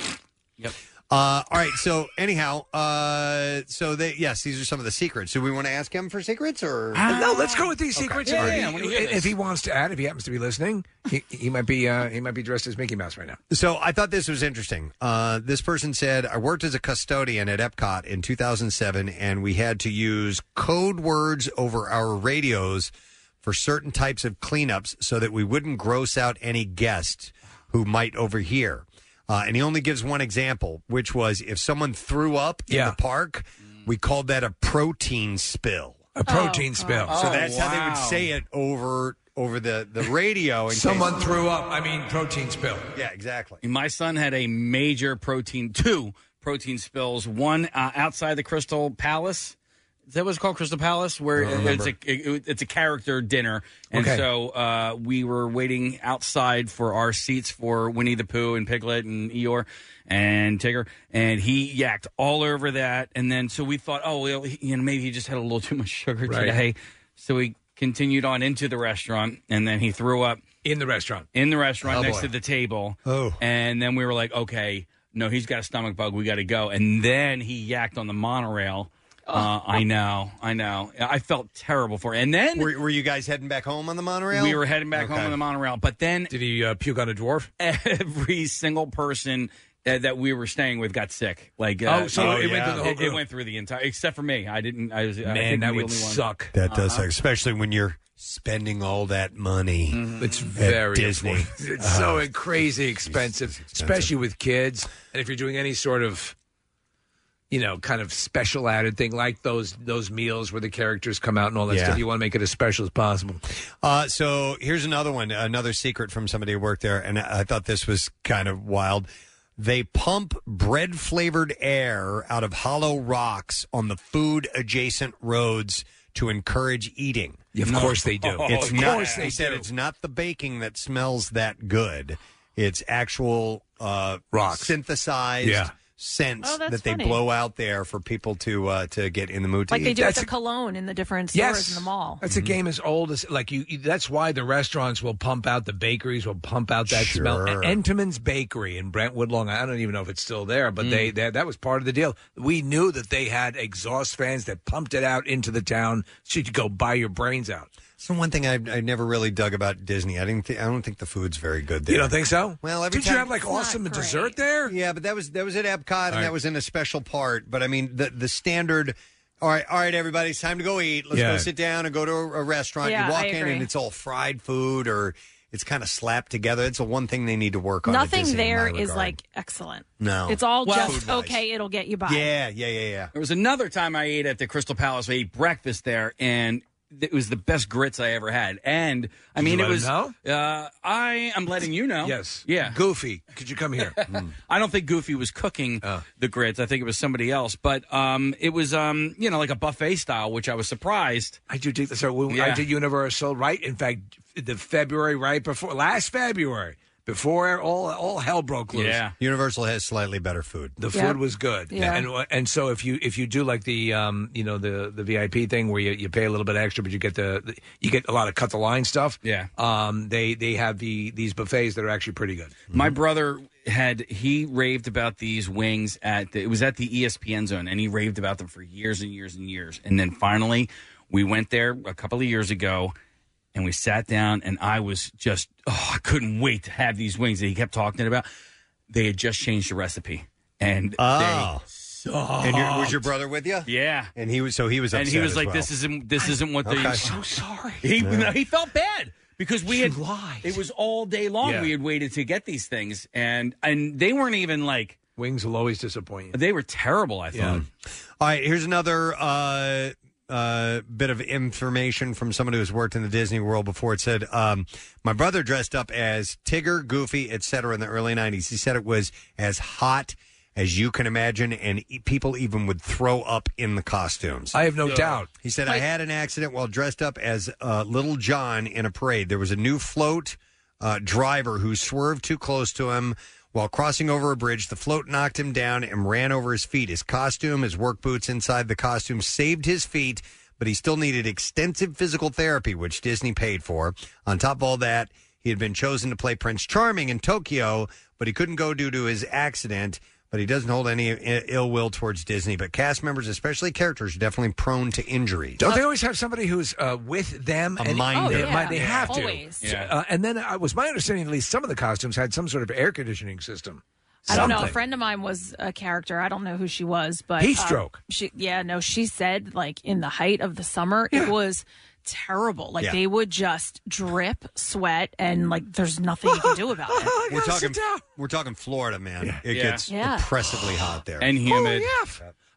S4: Yep.
S2: Uh, all right. So anyhow, uh, so they yes, these are some of the secrets. Do we want to ask him for secrets or
S5: no, let's go with these
S2: Okay.
S5: secrets.
S2: All right.
S5: If- if, he wants to add, if he happens to be listening, he, he might be uh, he might be dressed as Mickey Mouse right now.
S2: So I thought this was interesting. Uh, this person said, I worked as a custodian at Epcot in 2007, and we had to use code words over our radios for certain types of cleanups so that we wouldn't gross out any guests who might overhear. Uh, and he only gives one example, which was if someone threw up in the park, we called that a protein spill.
S5: A protein spill. Oh,
S2: So that's how they would say it over over the, the radio. Oh, in case-
S5: Someone threw up. I mean, protein spill.
S2: Yeah, exactly.
S4: My son had a major protein two protein spills. One uh, outside the Crystal Palace. Is that what it's called, Crystal Palace? Where
S5: don't
S4: it's a
S5: remember.
S4: it- it's a character dinner, and
S5: Okay.
S4: so uh, we were waiting outside for our seats for Winnie the Pooh and Piglet and Eeyore and Tigger, and he yacked all over that, and then so we thought, oh well, he, you know, maybe he just had a little [laughs] too much sugar
S5: Right.
S4: today, so we continued on into the restaurant, and then he threw up
S5: in the restaurant,
S4: in the restaurant
S5: Oh,
S4: next
S5: boy.
S4: to the table.
S5: Oh.
S4: And then we were like, okay, no, he's got a stomach bug. We got to go. And then he yacked on the monorail. Uh, I know, I know. I felt terrible for. It. And then
S2: were, were you guys heading back home on the monorail?
S4: We were heading back home
S2: Okay.
S4: on the monorail. But then
S5: did he uh, puke on a dwarf?
S4: Every single person. Uh, that we were staying with got sick. Like
S5: Oh, so it went through the whole
S4: It- It
S5: group.
S4: went through the entire, except for me. I didn't. I was I
S5: Man,
S4: think
S5: that
S4: the
S5: would
S4: only one.
S5: suck.
S2: That does
S4: Uh-huh.
S2: suck, especially when you're spending all that money.
S5: It's
S2: at
S5: very
S2: Disney. Uh-huh.
S5: affordable. Mm-hmm.
S2: [laughs]
S5: It's so crazy expensive, especially with kids. And if you're doing any sort of, you know, kind of special added thing like those those meals where the characters come out and all that
S2: Yeah.
S5: stuff, you want to make it as special as possible.
S2: Uh, so here's another one, another secret from somebody who worked there, and I I thought this was kind of wild. They pump bread flavored air out of hollow rocks on the food adjacent roads to encourage eating.
S5: Of course they do.
S2: [laughs] It's
S5: Of
S2: not,
S5: course they
S2: said
S5: do.
S2: it's not the baking that smells that good. It's actual uh,
S5: Rocks.
S2: synthesized
S5: Yeah.
S2: scents
S3: Oh, that's
S2: that
S3: funny.
S2: they blow out there for people to uh, to get in the mood to
S3: Like
S2: eat.
S3: they do with the cologne in the different stores in the mall.
S5: That's
S2: Mm-hmm.
S5: a game as old as like you, you- That's why the restaurants will pump out the bakeries will pump out that smell.
S2: Sure.
S5: En- Entenmann's Bakery in Brentwood, Long Island. I don't even know if it's still there, but
S2: Mm.
S5: they, they that was part of the deal. We knew that they had exhaust fans that pumped it out into the town so you could go buy your brains out.
S2: So one thing I, I never really dug about Disney, I didn't. Th- I don't think the food's very good there.
S5: You don't think so?
S2: Well, every
S5: Didn't you have, like, It's not awesome great. dessert there?
S2: Yeah, but that was that was at Epcot,
S5: right.
S2: and that was in a special part. But I mean, the the standard. All right, all right, everybody, it's time to go eat. Let's
S5: Yeah.
S2: go sit down and go to a, a restaurant.
S3: Yeah,
S2: you walk
S3: I
S2: in
S3: agree.
S2: and it's all fried food or it's kind of slapped together. It's the one thing they need to work on. at
S3: Nothing
S2: Disney, in
S3: there
S2: my
S3: is
S2: regard.
S3: like excellent.
S2: no.
S3: It's all
S4: Well-
S3: just okay. It'll get you by.
S2: yeah, yeah, yeah, yeah.
S4: There was another time I ate at the Crystal Palace. I ate breakfast there, and it was the best grits I ever had. And I
S5: Did you
S4: mean,
S5: let
S4: it was.
S5: him
S4: Uh, I am letting you know.
S5: Yes.
S4: Yeah.
S5: Goofy, could you come
S4: [laughs]
S5: here? Hmm. Uh.
S4: I don't think Goofy was cooking the grits. I think it was somebody else. But um, it was um, you know, like a buffet style, which I was surprised.
S5: I do think so. When I
S4: Yeah.
S5: did Universal, right? In fact, the February right before last February, before all all hell broke loose.
S2: Universal has slightly better food.
S5: The food was good,
S2: Yeah.
S5: and and so if you if you do like the um you know the the VIP thing where you, you pay a little bit extra but you get the, the- you get a lot of cut the line stuff.
S4: Yeah.
S5: Um. They they have the these buffets that are actually pretty good.
S4: My brother had he raved about these wings at the, it was at the E ESPN zone and he raved about them for years and years and years and then finally we went there a couple of years ago and we sat down and I was just oh I couldn't wait to have these wings that he kept talking about they had just changed the recipe and
S2: Oh.
S4: they sucked.
S2: And your, was your brother with you?
S4: Oh. Yeah.
S2: And he was so he was upset
S4: and he was
S2: as
S4: like
S2: well.
S4: this isn't this isn't what they
S2: Okay. [laughs]
S5: sorry.
S4: [laughs] he
S2: Yeah.
S4: no, he felt bad because we had
S5: lied.
S4: It was all day long
S5: Yeah.
S4: we had waited to get these things, and and they weren't even like
S5: Wings will always disappoint you.
S4: They were terrible, I thought.
S2: All right, here's another uh, uh, bit of information from someone who's worked in the Disney World before. It said, um, "My brother dressed up as Tigger, Goofy, etc. in the early '90s. He said it was as hot as you can imagine, and e- people even would throw up in the costumes.
S5: I have no Yeah. doubt.
S2: He said, "I had an accident while dressed up as uh, Little John in a parade. There was a new float." uh, driver who swerved too close to him while crossing over a bridge. The float knocked him down and ran over his feet. His costume, his work boots inside the costume saved his feet, but he still needed extensive physical therapy, which Disney paid for. On top of all that, he had been chosen to play Prince Charming in Tokyo, but he couldn't go due to his accident. But he doesn't hold any i- ill will towards Disney. But cast members, especially characters, are definitely prone to injury.
S5: Don't they always have somebody who's uh, with them?
S2: A
S5: and
S2: mind
S5: they,
S2: reader.
S5: might- they
S2: Yeah,
S5: have to.
S2: always. Yeah.
S5: Uh, and then uh, it was my understanding, at least some of the costumes had some sort of air conditioning system.
S3: I don't know. A
S5: Something.
S3: friend of mine was a character. I don't know who she was, but
S5: Heat
S3: um,
S5: stroke.
S3: she, yeah, no, she said like in the height of the summer, it was terrible. Like
S2: Yeah.
S3: they would just drip sweat, and like there's nothing you can do about it.
S2: We're talking, we're talking Florida, man. It
S4: Yeah.
S2: gets
S3: Yeah.
S2: oppressively hot there.
S5: Oh,
S4: and humid.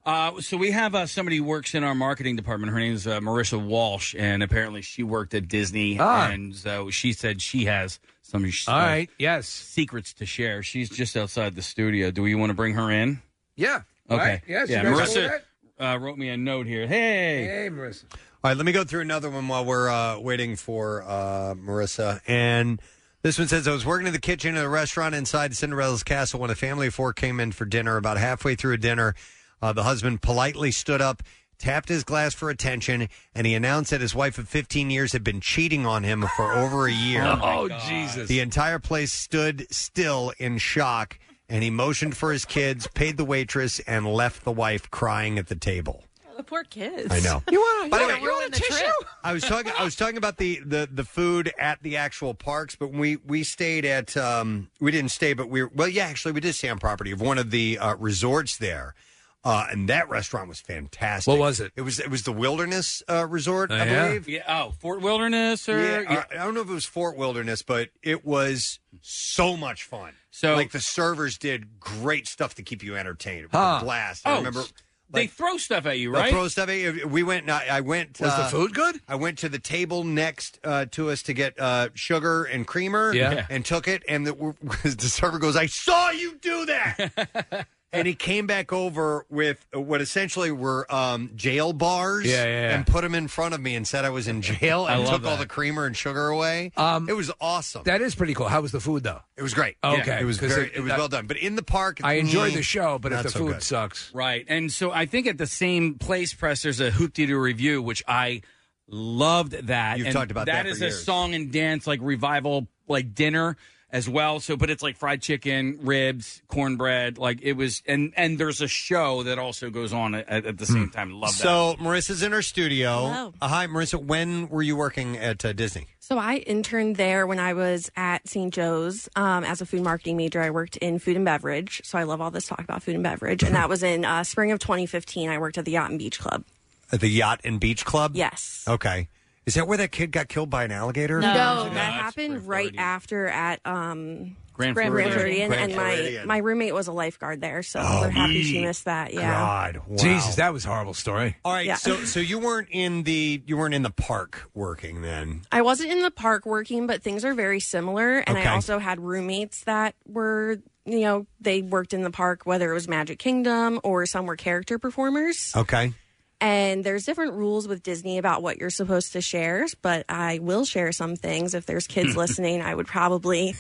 S4: Uh, so we have uh, somebody who works in our marketing department. Her name is uh, Marissa Walsh, and apparently she worked at Disney,
S5: Ah.
S4: and so she said she has some. sh- uh,
S5: All right, yes,
S4: secrets to share. She's just outside the studio. Do you want to bring her in?
S5: Yeah.
S4: Okay.
S5: Right? Yes,
S4: yeah.
S5: you guys do
S4: Marissa uh, wrote me a note here. Hey.
S5: Hey, Marissa.
S2: All right, let me go through another one while we're uh, waiting for uh, Marissa. And this one says I was working in the kitchen at a restaurant inside Cinderella's castle when a family of four came in for dinner. About halfway through dinner, uh, the husband politely stood up, tapped his glass for attention, and he announced that his wife of 15 years had been cheating on him for over a year.
S5: [laughs] Oh, my God. Jesus.
S2: The entire place stood still in shock, and he motioned for his kids, paid the waitress, and left the wife crying at the table.
S3: [laughs] The poor kids.
S2: I know.
S5: You want
S2: By the
S3: way, ruin the trip.
S2: I was talking. I was talking about the, the the food at the actual parks, but we we stayed at. Um, we didn't stay, but we were, well, yeah, actually, we did stay on property of one of the uh, resorts there, uh, and that restaurant was fantastic.
S5: What was it?
S2: It was it was the Wilderness uh, Resort,
S5: Oh,
S2: I
S5: yeah?
S2: believe.
S4: Yeah. Oh, Fort Wilderness or
S2: Yeah, uh, I, I don't know if it was Fort Wilderness, but it was so much fun.
S4: So-
S2: like the servers did great stuff to keep you entertained. It was
S4: Huh.
S2: a blast.
S4: Oh,
S2: I remember.
S4: s- they throw stuff at you,
S2: They'll
S4: right?
S2: Throw stuff at you. We went. I I went. uh,
S4: Was the food
S5: good?
S2: I went to the table next uh, to us to get uh, sugar and creamer.
S5: Yeah.
S2: and took it. And [laughs] the, the server goes, "I saw you do that."
S5: [laughs]
S2: and he came back over with what essentially were um, jail bars.
S5: Yeah, yeah, yeah.
S2: and put them in front of me and said I was in jail
S5: [laughs] I
S2: and
S5: love
S2: took all
S5: that.
S2: the creamer and sugar away. Um, it was awesome.
S5: That is pretty cool. How was the food, though?
S2: It was great.
S5: Okay.
S2: Yeah, it was
S5: 'Cause
S2: very, it, was
S5: uh,
S2: well done. But in the park,
S5: I enjoyed
S2: mm,
S5: the show, but if
S2: not
S5: the
S2: so
S5: food
S2: good.
S5: sucks.
S4: Right. And so I think at the same place press there's a hoop doo review, which I loved that.
S2: You've
S4: and
S2: talked about that
S4: That is
S2: for
S4: a
S2: years.
S4: song and dance like revival like dinner as well. So but it's like fried chicken, ribs, cornbread, like it was and and there's a show that also goes on at, at the same time. Love that.
S2: Hmm. So Marissa's in her studio.
S12: Hello.
S2: Uh, hi, Marissa. When were you working at uh, Disney?
S12: So I interned there when I was at St. Joe's um, as a food marketing major. I worked in food and beverage, so I love all this talk about food and beverage. And that was in uh, spring of 2015. I worked at the Yacht and Beach Club.
S2: At the Yacht and Beach Club?
S12: Yes.
S2: Okay. Is that where that kid got killed by an alligator?
S12: No, that happened right after at um,
S2: Grand Floridian.
S12: Floridian,
S2: Grand
S12: and my
S2: Floridian. Oh,
S12: my roommate was a lifeguard there, so we're happy she missed that. Yeah.
S2: God, wow.
S5: Jesus, that was a horrible story.
S2: All right,
S12: Yeah.
S2: so so you weren't in the you weren't in the park working then.
S12: I wasn't in the park working, but things are very similar. And
S2: Okay.
S12: I also had roommates that were, you know, they worked in the park, whether it was Magic Kingdom or some were character performers.
S2: Okay.
S12: And there's different rules with Disney about what you're supposed to share, but I will share some things. If there's kids listening, I would probably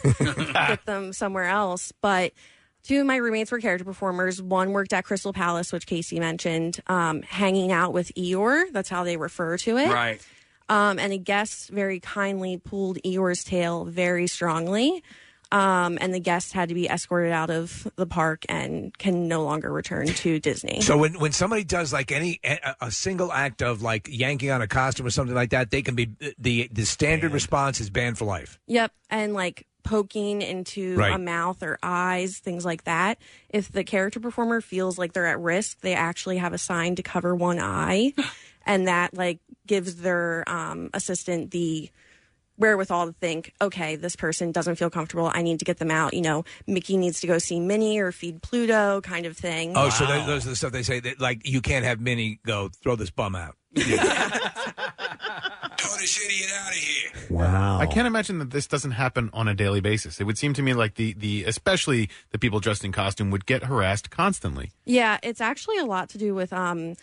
S12: get them somewhere else. But two of my roommates were character performers. One worked at Crystal Palace, which Casey mentioned, um, hanging out with Eeyore. That's how they refer to it.
S4: Right.
S12: Um, and a guest very kindly pulled Eeyore's tail very strongly. Um, and the guest had to be escorted out of the park and can no longer return to Disney.
S5: So when, when somebody does like any a, a single act of like yanking on a costume or something like that, they can be uh, the the standard response is banned for life.
S12: Yep, and like poking into
S5: Right.
S12: a mouth or eyes, things like that. If the character performer feels like they're at risk, they actually have a sign to cover
S5: [sighs]
S12: one eye, and that like gives their um, assistant the wherewithal to think, okay, this person doesn't feel comfortable. I need to get them out. You know, Mickey needs to go see Minnie or feed Pluto, kind of thing.
S5: Oh, so tho- those are the stuff they say that like you can't have Minnie go throw this bum out.
S2: Wow.
S6: I can't imagine that this doesn't happen on a daily basis. It would seem to me like the, the especially the people dressed in costume would get harassed constantly.
S12: Yeah, it's actually a lot to do with um,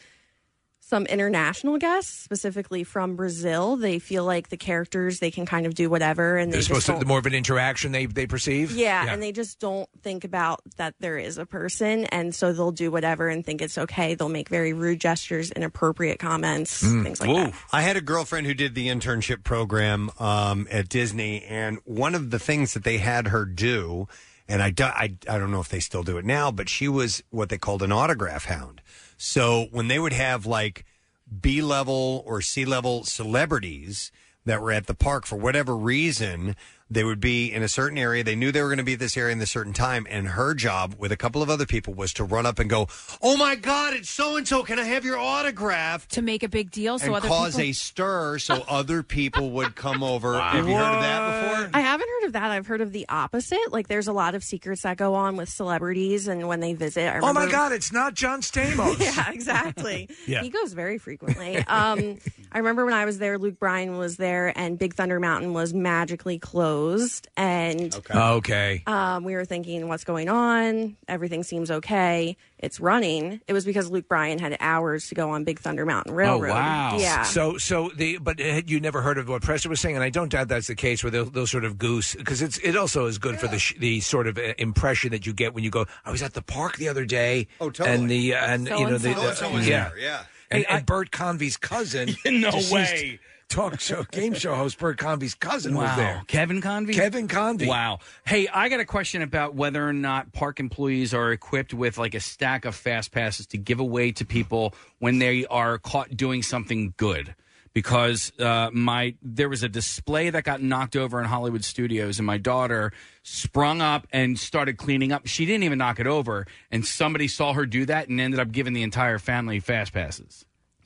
S12: some international guests, specifically from Brazil. They feel like the characters they can kind of do whatever, and they
S5: They're
S12: just
S5: supposed to
S12: don't-
S5: more of an interaction they they perceive.
S12: yeah, and they just don't think about that there is a person, and so they'll do whatever and think it's okay. They'll make very rude gestures, inappropriate comments,
S5: Mm.
S12: things like that.
S2: I had a girlfriend who did the internship program um, at Disney, and one of the things that they had her do, and I, do, I, I don't know if they still do it now, but she was what they called an autograph hound. So when they would have like B level or C level celebrities that were at the park for whatever reason, they would be in a certain area. They knew they were going to be at this area in this certain time, and her job with a couple of other people was to run up and go, "Oh my God, it's so and so! Can I have your autograph?"
S3: to make a big deal so
S2: and
S3: other
S2: cause
S3: people
S2: a stir
S3: [laughs]
S2: so other people would come over. Have you heard of that before?
S12: I haven't heard of that. I've heard of the opposite. Like, there's a lot of secrets that go on with celebrities and when they visit. I
S5: Oh my
S12: remember-
S5: God! It's not John [laughs] Stamos.
S12: yeah, exactly.
S5: [laughs] Yeah.
S12: He goes very
S5: [laughs]
S12: frequently. [laughs] Um, I remember when I was there, Luke Bryan was there, and Big Thunder Mountain was magically closed. And
S3: [laughs]
S5: Okay.
S3: Oh,
S12: um, we were thinking, what's going on? Everything seems okay. It's running. It was because Luke Bryan had hours to go on Big Thunder Mountain Railroad.
S5: Oh wow!
S12: Yeah.
S5: So so the but had you never heard of what Preston was saying, and I don't doubt that's the case where they'll, they'll sort of goose because it's it also is good for the sh- the sort of uh, impression that you get when you go. I was at the park the other day. Oh,
S2: totally.
S5: And the uh, and you know the,
S2: So-and-so.
S12: Oh,
S2: So-and-so was
S5: yeah
S2: there, yeah.
S5: and, and Bert Convey's
S12: [laughs]
S5: cousin.
S4: No
S5: deceased
S4: way.
S5: Talk show game show host Bert Convey's cousin was
S4: Wow.
S5: there.
S4: Kevin Convey.
S5: Kevin Convey.
S4: Wow. Hey, I got a question about whether or not park employees are equipped with like a stack of fast passes to give away to people when they are caught doing something good. Because uh, my there was a display that got knocked over in Hollywood Studios, and my daughter sprung up and started cleaning up. She didn't even knock it over, and somebody saw her do that and ended up giving the entire family fast passes.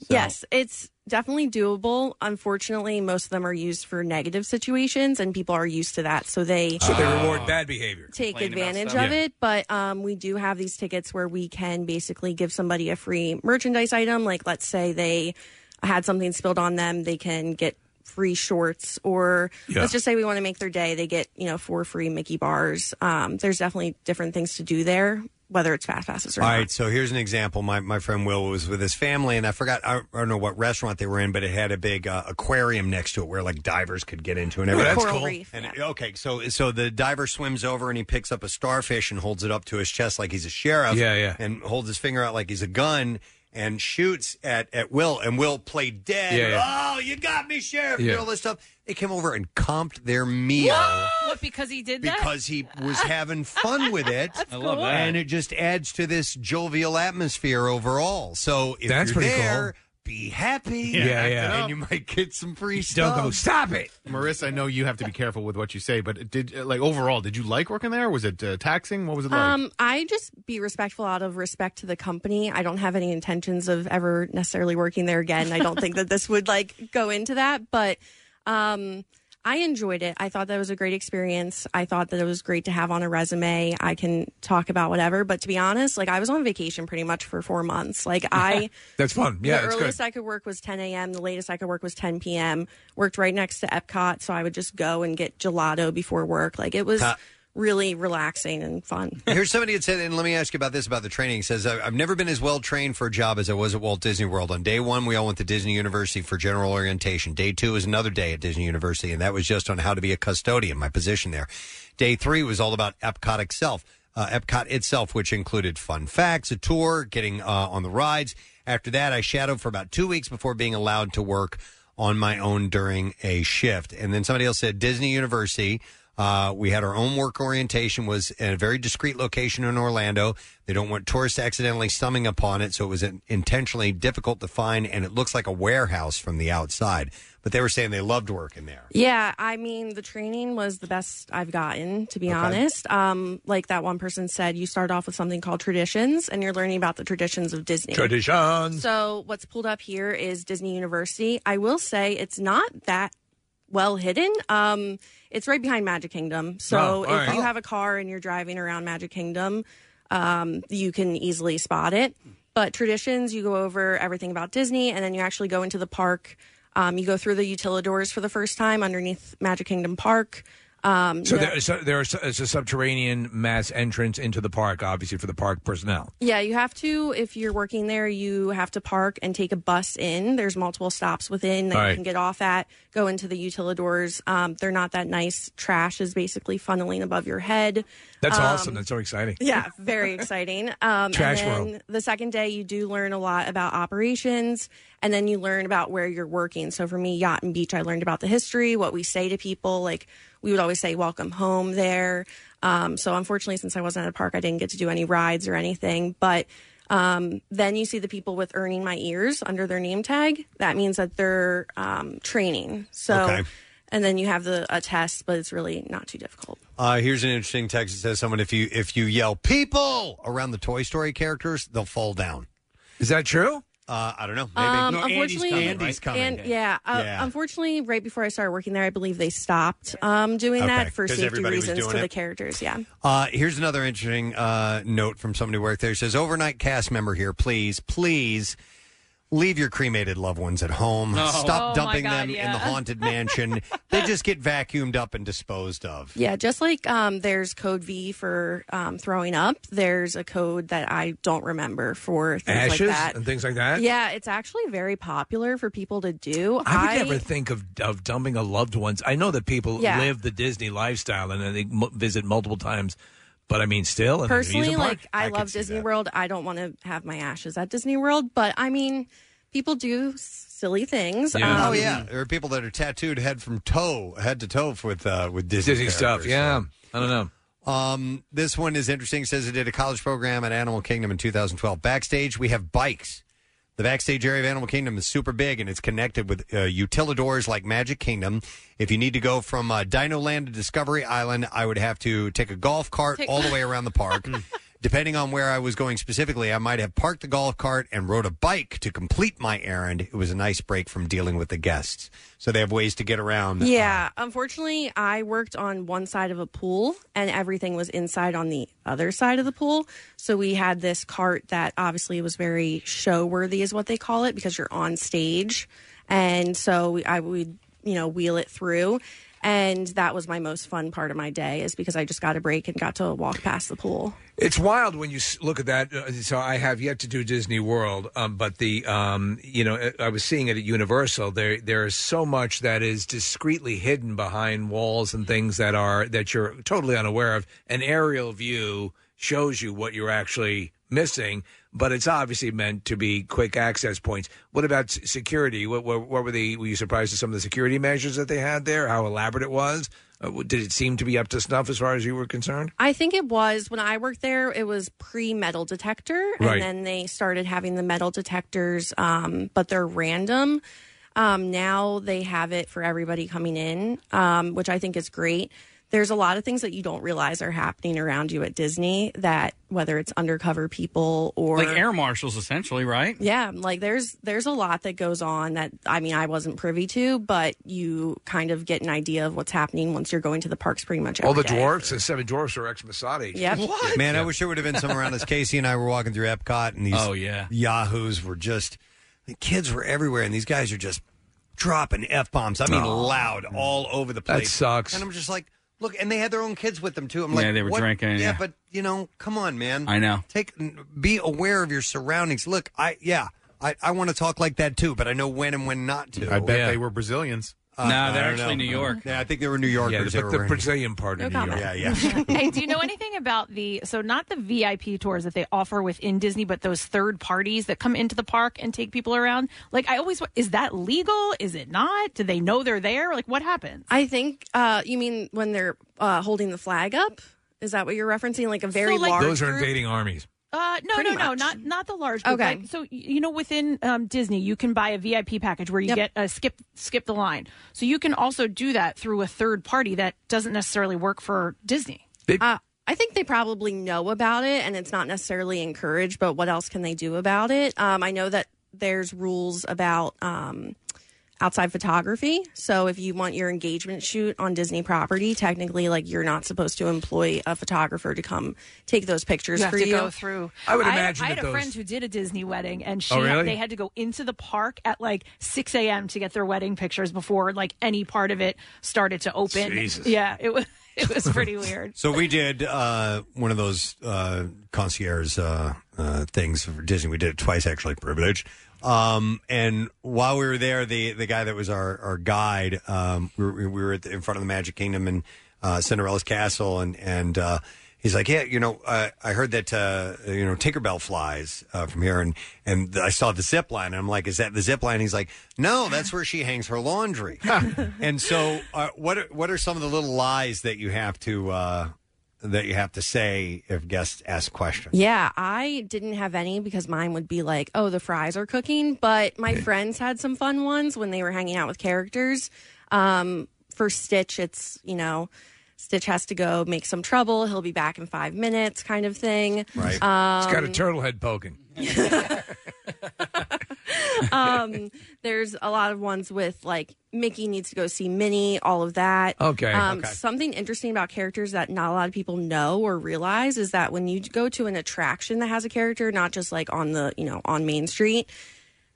S12: Yes, it's definitely doable. Unfortunately, most of them are used for negative situations, and people are used to that, so they
S5: So they reward bad behavior.
S12: take advantage of it. But um, we do have these tickets where we can basically give somebody a free merchandise item. Like, let's say they had something spilled on them, they can get free shorts, or
S10: Yeah.
S12: let's just say we want to make their day, they get you know four free Mickey bars. Um, there's definitely different things to do there, whether it's fast passes or
S2: All
S12: not.
S2: right, so here's an example. My my friend Will was with his family, and I forgot I don't- I don't know what restaurant they were in, but it had a big uh, aquarium next to it where like divers could get into and
S5: Oh,
S2: everything.
S5: that's Coral cool. reef,
S2: And okay, so so the diver swims over and he picks up a starfish and holds it up to his chest like he's a sheriff.
S5: Yeah, yeah.
S2: And holds his finger out like he's a gun and shoots at at Will, and Will played dead.
S5: Yeah, yeah.
S2: Oh, you got me, sheriff!
S5: Yeah.
S2: And all this stuff. They came over and comped their meal
S3: What, because he did that?
S2: because he was having fun with it.
S3: [laughs] I love cool. that.
S2: And it just adds to this jovial atmosphere overall. So if
S5: That's
S2: you're
S5: pretty cool.
S2: there, be happy.
S5: Yeah, Yeah, yeah.
S2: And you might get some free
S5: Don't
S2: stuff.
S5: go. Stop it,
S6: Oh. Marissa. I know you have to be careful with what you say, but did like overall, did you like working there? Was it uh, taxing? What was it like?
S12: Um, I just be respectful out of respect to the company. I don't have any intentions of ever necessarily working there again. I don't think that this would like go into that, but um, I enjoyed it. I thought that was a great experience. I thought that it was great to have on a resume. I can talk about whatever, but to be honest, like I was on vacation pretty much for four months. Like
S6: [laughs]
S12: I.
S5: That's fun. Yeah,
S12: the
S5: it's good.
S12: earliest I could work was 10 a.m. The latest I could work was 10 p.m. Worked right next to Epcot, so I would just go and get gelato before work. Like it was
S2: Huh.
S12: really relaxing and fun.
S2: Here's somebody that said, and let me ask you about this about the training. He says, "I- I've never been as well trained for a job as I was at Walt Disney World. On day one, we all went to Disney University for general orientation. Day two was another day at Disney University, and that was just on how to be a custodian, my position there. Day three was all about Epcot itself, uh, Epcot itself, which included fun facts, a tour, getting uh, on the rides. After that, I shadowed for about two weeks before being allowed to work on my own during a shift. And then somebody else said Disney University. Uh, we had our own work orientation was in a very discreet location in Orlando. They don't want tourists accidentally stumbling upon it, so it was in- intentionally difficult to find, and it looks like a warehouse from the outside. But they were saying they loved working there.
S12: Yeah, I mean, the training was the best I've gotten, to be
S2: Okay.
S12: honest. Um, like that one person said, you start off with something called traditions, and you're learning about the traditions of Disney.
S5: Traditions.
S12: So, what's pulled up here is Disney University. I will say it's not that well hidden. Um, it's right behind Magic Kingdom.
S5: Oh, all
S12: So if
S5: right.
S12: you have a car and you're driving around Magic Kingdom, um, you can easily spot it. But traditions, you go over everything about Disney, and then you actually go into the park. Um, you go through the utilidors for the first time underneath Magic Kingdom Park. Um,
S5: So,
S12: you know-
S5: there, so there's a, it's a subterranean mass entrance into the park, obviously for the park personnel.
S12: Yeah, you have to, if you're working there, you have to park and take a bus in. There's multiple stops within that
S5: All
S12: you
S5: right.
S12: can get off at, go into the utilidors. Um, they're not that nice. Trash is basically funneling above your head.
S5: That's
S12: Um,
S5: awesome. That's so exciting.
S12: Yeah,
S5: [laughs]
S12: very exciting. Um,
S5: Trash
S12: and then
S5: world.
S12: the second day, you do learn a lot about operations and then you learn about where you're working. So for me, Yacht and Beach, I learned about the history, what we say to people. Like we would always say, welcome home there. Um, so unfortunately, since I wasn't at a park, I didn't get to do any rides or anything. But um, then you see the people with earning my ears under their name tag. That means that they're um, training. So.
S2: Okay.
S12: And then you have the a test, but it's really not too difficult.
S2: Uh, here's an interesting text that says someone if you if you yell people around the Toy Story characters, they'll fall down.
S5: Is that true?
S2: Uh, I don't know. Maybe
S12: Um, unfortunately,
S2: Andy's coming.
S12: And, yeah, uh,
S2: Yeah.
S12: Unfortunately, right before I started working there, I believe they stopped um, doing
S2: Okay,
S12: that for
S2: 'cause
S12: safety
S2: everybody was
S12: reasons
S2: doing
S12: to
S2: it.
S12: the characters. Yeah.
S2: Uh, here's another interesting uh, note from somebody who worked there. It says, overnight cast member here, please, please leave your cremated loved ones at home.
S10: No.
S2: Stop
S12: Oh, my
S2: dumping
S12: God,
S2: them in
S12: yeah.
S2: the haunted mansion. they just get vacuumed up and disposed of.
S12: Yeah, just like um, there's code V for um, throwing up, there's a code that I don't remember for things
S5: Ashes
S12: like that.
S5: and things like that.
S12: Yeah, it's actually very popular for people to do.
S5: I would never think of of dumping a loved ones. I know that people
S12: Yeah.
S5: live the Disney lifestyle and then they m- visit multiple times, but I mean, still, in an
S12: personally
S5: amusement park,
S12: like I,
S5: could
S12: love
S5: see
S12: Disney
S5: that.
S12: World. I don't want to have my ashes at Disney World, but I mean, people do silly things.
S2: Oh
S12: Um,
S2: yeah, there are people that are tattooed head from toe, head to toe with uh, with Disney,
S5: Disney stuff,
S2: characters.
S5: yeah. I don't know.
S2: Um, this one is interesting. It says it did a college program at Animal Kingdom in 2012. Backstage, we have bikes. The backstage area of Animal Kingdom is super big and it's connected with uh, utilidors like Magic Kingdom. If you need to go from uh, Dino Land to Discovery Island, I would have to take a golf cart
S10: Take-
S2: all the way around the park. Depending on where I was going specifically, I might have parked the golf cart and rode a bike to complete my errand. It was a nice break from dealing with the guests. So they have ways to get around. uh,
S12: Yeah, unfortunately, I worked on one side of a pool and everything was inside on the other side of the pool. So we had this cart that obviously was very show worthy, is what they call it, because you're on stage. And so we, I would, you know, wheel it through. And that was my most fun part of my day, is because I just got a break and got to walk past the pool.
S5: It's wild when you s- look at that. Uh, So I have yet to do Disney World, um, but the um, you know I- I was seeing it at Universal. There there is so much that is discreetly hidden behind walls and things that are that you're totally unaware of. An aerial view shows you what you're actually missing, but it's obviously meant to be quick access points. What about s- security? What, what, what were they? Were you surprised at some of the security measures that they had there? How elaborate it was? Uh, w- did it seem to be up to snuff as far as you were concerned?
S12: I think it was when I worked there. It was pre metal detector,
S5: Right.
S12: and then they started having the metal detectors, um, but they're random. Um, now they have it for everybody coming in, um, which I think is great. There's a lot of things that you don't realize are happening around you at Disney. That whether it's undercover people or
S4: like air marshals, essentially, right?
S12: yeah, like there's there's a lot that goes on that I mean I wasn't privy to, but you kind of get an idea of what's happening once you're going to the parks pretty much.
S5: All
S12: every
S5: the
S12: day.
S5: dwarfs, the seven dwarfs are ex Masati.
S12: Yep. What?
S2: Oh, Man, I wish there would have been some around us. Casey and I were walking through Epcot, and these
S4: Oh, yeah.
S2: yahoos were just the kids were everywhere, and these guys are just dropping f bombs. I mean,
S10: Oh.
S2: loud all over the place.
S10: sucks.
S2: And I'm just like, look, and they had their own kids with them too. I'm
S4: Yeah,
S2: like,
S4: they were
S2: what?
S4: drinking,
S2: Yeah,
S4: yeah.
S2: but you know, come on, man.
S4: I know.
S2: Take be aware of your surroundings. Look, I yeah, I I want to talk like that too, but I know when and when not to.
S6: I bet they were Brazilians.
S2: Uh, I don't know. Yeah, I think they were New Yorkers.
S5: Yeah,
S2: They
S5: but
S2: were
S5: the
S2: wearing-
S5: Brazilian part of
S2: No
S5: New York.
S3: [laughs]
S2: comment. Yeah,
S3: hey, do you know anything about the so not the VIP tours that they offer within Disney, but those third parties that come into the park and take people around? Like, I always is that legal? Is it not? Do they know they're there? Like, what happens?
S12: I think uh, you mean when they're uh, holding the flag up. Is that what you're referencing? Like a very large.
S5: Those are
S12: group?
S5: invading armies.
S3: Uh, no,
S12: Pretty
S3: no, no,
S12: much.
S3: not not the large. Group.
S12: Okay.
S3: Like, so y- you know, within um, Disney, you can buy a VIP package where you
S12: Yep.
S3: get a skip skip the line. So you can also do that through a third party that doesn't necessarily work for Disney.
S12: uh, I think they probably know about it, and it's not necessarily encouraged. But what else can they do about it? Um, I know that there's rules about um, outside photography. So if you want your engagement shoot on Disney property, technically, like you're not supposed to employ a photographer to come take those pictures
S3: you have
S12: for
S3: to
S12: you.
S3: go through. I, had a friend who did a Disney wedding, and she
S12: Oh, really?
S3: they had to go into the park at like 6 a.m. to get their wedding pictures before like any part of it started to open.
S2: Jesus.
S3: Yeah, it was [laughs] it was pretty weird.
S2: So we did uh, one of those uh, concierge uh, uh, things for Disney. We did it twice, actually, privilege. Um, and while we were there, the the guy that was our our guide, um, we were, we were at the, in front of the Magic Kingdom and uh, Cinderella's castle, and and uh, he's like, yeah, you know, uh, I heard that uh, you know Tinkerbell flies uh, from here, and and I saw the zip line, and I'm like, is that the zip line? He's like, no, that's where she hangs her laundry. and so, uh, what are, what are some of the little lies that you have to uh, that you have to say if guests ask questions?
S12: Yeah, I didn't have any because mine would be like, oh, the fries are cooking. But my friends had some fun ones when they were hanging out with characters. Um, for Stitch, it's, you know, Stitch has to go make some trouble. He'll be back in five minutes, kind of thing.
S5: Right.
S12: Um,
S5: it's got a turtle head poking.
S12: um, there's a lot of ones with like Mickey needs to go see Minnie, all of that.
S5: Okay.
S12: Um,
S5: Okay.
S12: Something interesting about characters that not a lot of people know or realize is that when you go to an attraction that has a character, not just like on the you know on Main Street,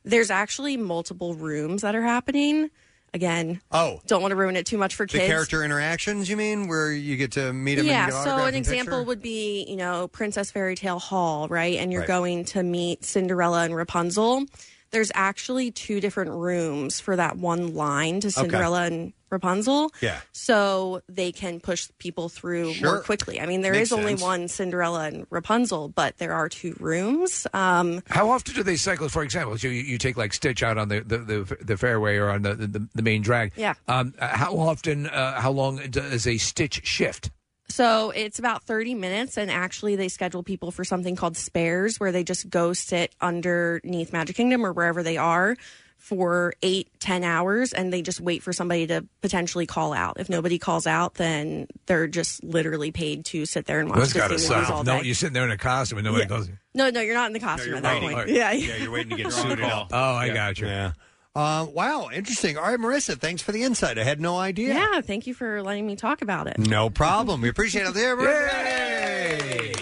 S12: there's actually multiple rooms that are happening. Again,
S2: oh,
S12: don't want to ruin it too much for
S2: The
S12: kids.
S2: character interactions, you mean, where you get to meet them?
S12: Yeah,
S2: and get
S12: so
S2: autograph
S12: an
S2: and
S12: example
S2: picture?
S12: would be, you know, Princess Fairy Tale Hall, right? And you're
S2: Right.
S12: going to meet Cinderella and Rapunzel. There's actually two different rooms for that one line to
S10: Okay.
S12: Cinderella and Rapunzel.
S10: Yeah.
S12: So they can push people through more
S10: Sure.
S12: quickly. I mean, there
S5: Makes
S12: is only
S5: sense.
S12: one Cinderella and Rapunzel, but there are two rooms. Um,
S5: How often do they cycle? For example, so you, you take like Stitch out on the the, the, the fairway or on the, the, the main drag.
S12: Yeah.
S5: Um, uh, how often? Uh, how long does a Stitch shift?
S12: So it's about 30 minutes, and actually, they schedule people for something called spares, where they just go sit underneath Magic Kingdom or wherever they are for eight, 10 hours, and they just wait for somebody to potentially call out. If nobody calls out, then they're just literally paid to sit there and watch
S5: That's
S12: Disney
S5: got to
S12: movies all
S5: suck.
S12: day.
S5: No, you're sitting there in a costume and nobody goes.
S12: no, no, you're not in the costume at that point. Yeah, yeah.
S2: you're waiting to
S5: You're
S2: get
S5: on
S2: suited
S5: call.
S2: up.
S5: Oh, I got you.
S2: Yeah. Uh, wow, interesting. All right, Marissa, thanks for the insight. I had no idea.
S12: Yeah, thank you for letting me talk about it.
S2: No problem. We appreciate it. There, Marissa.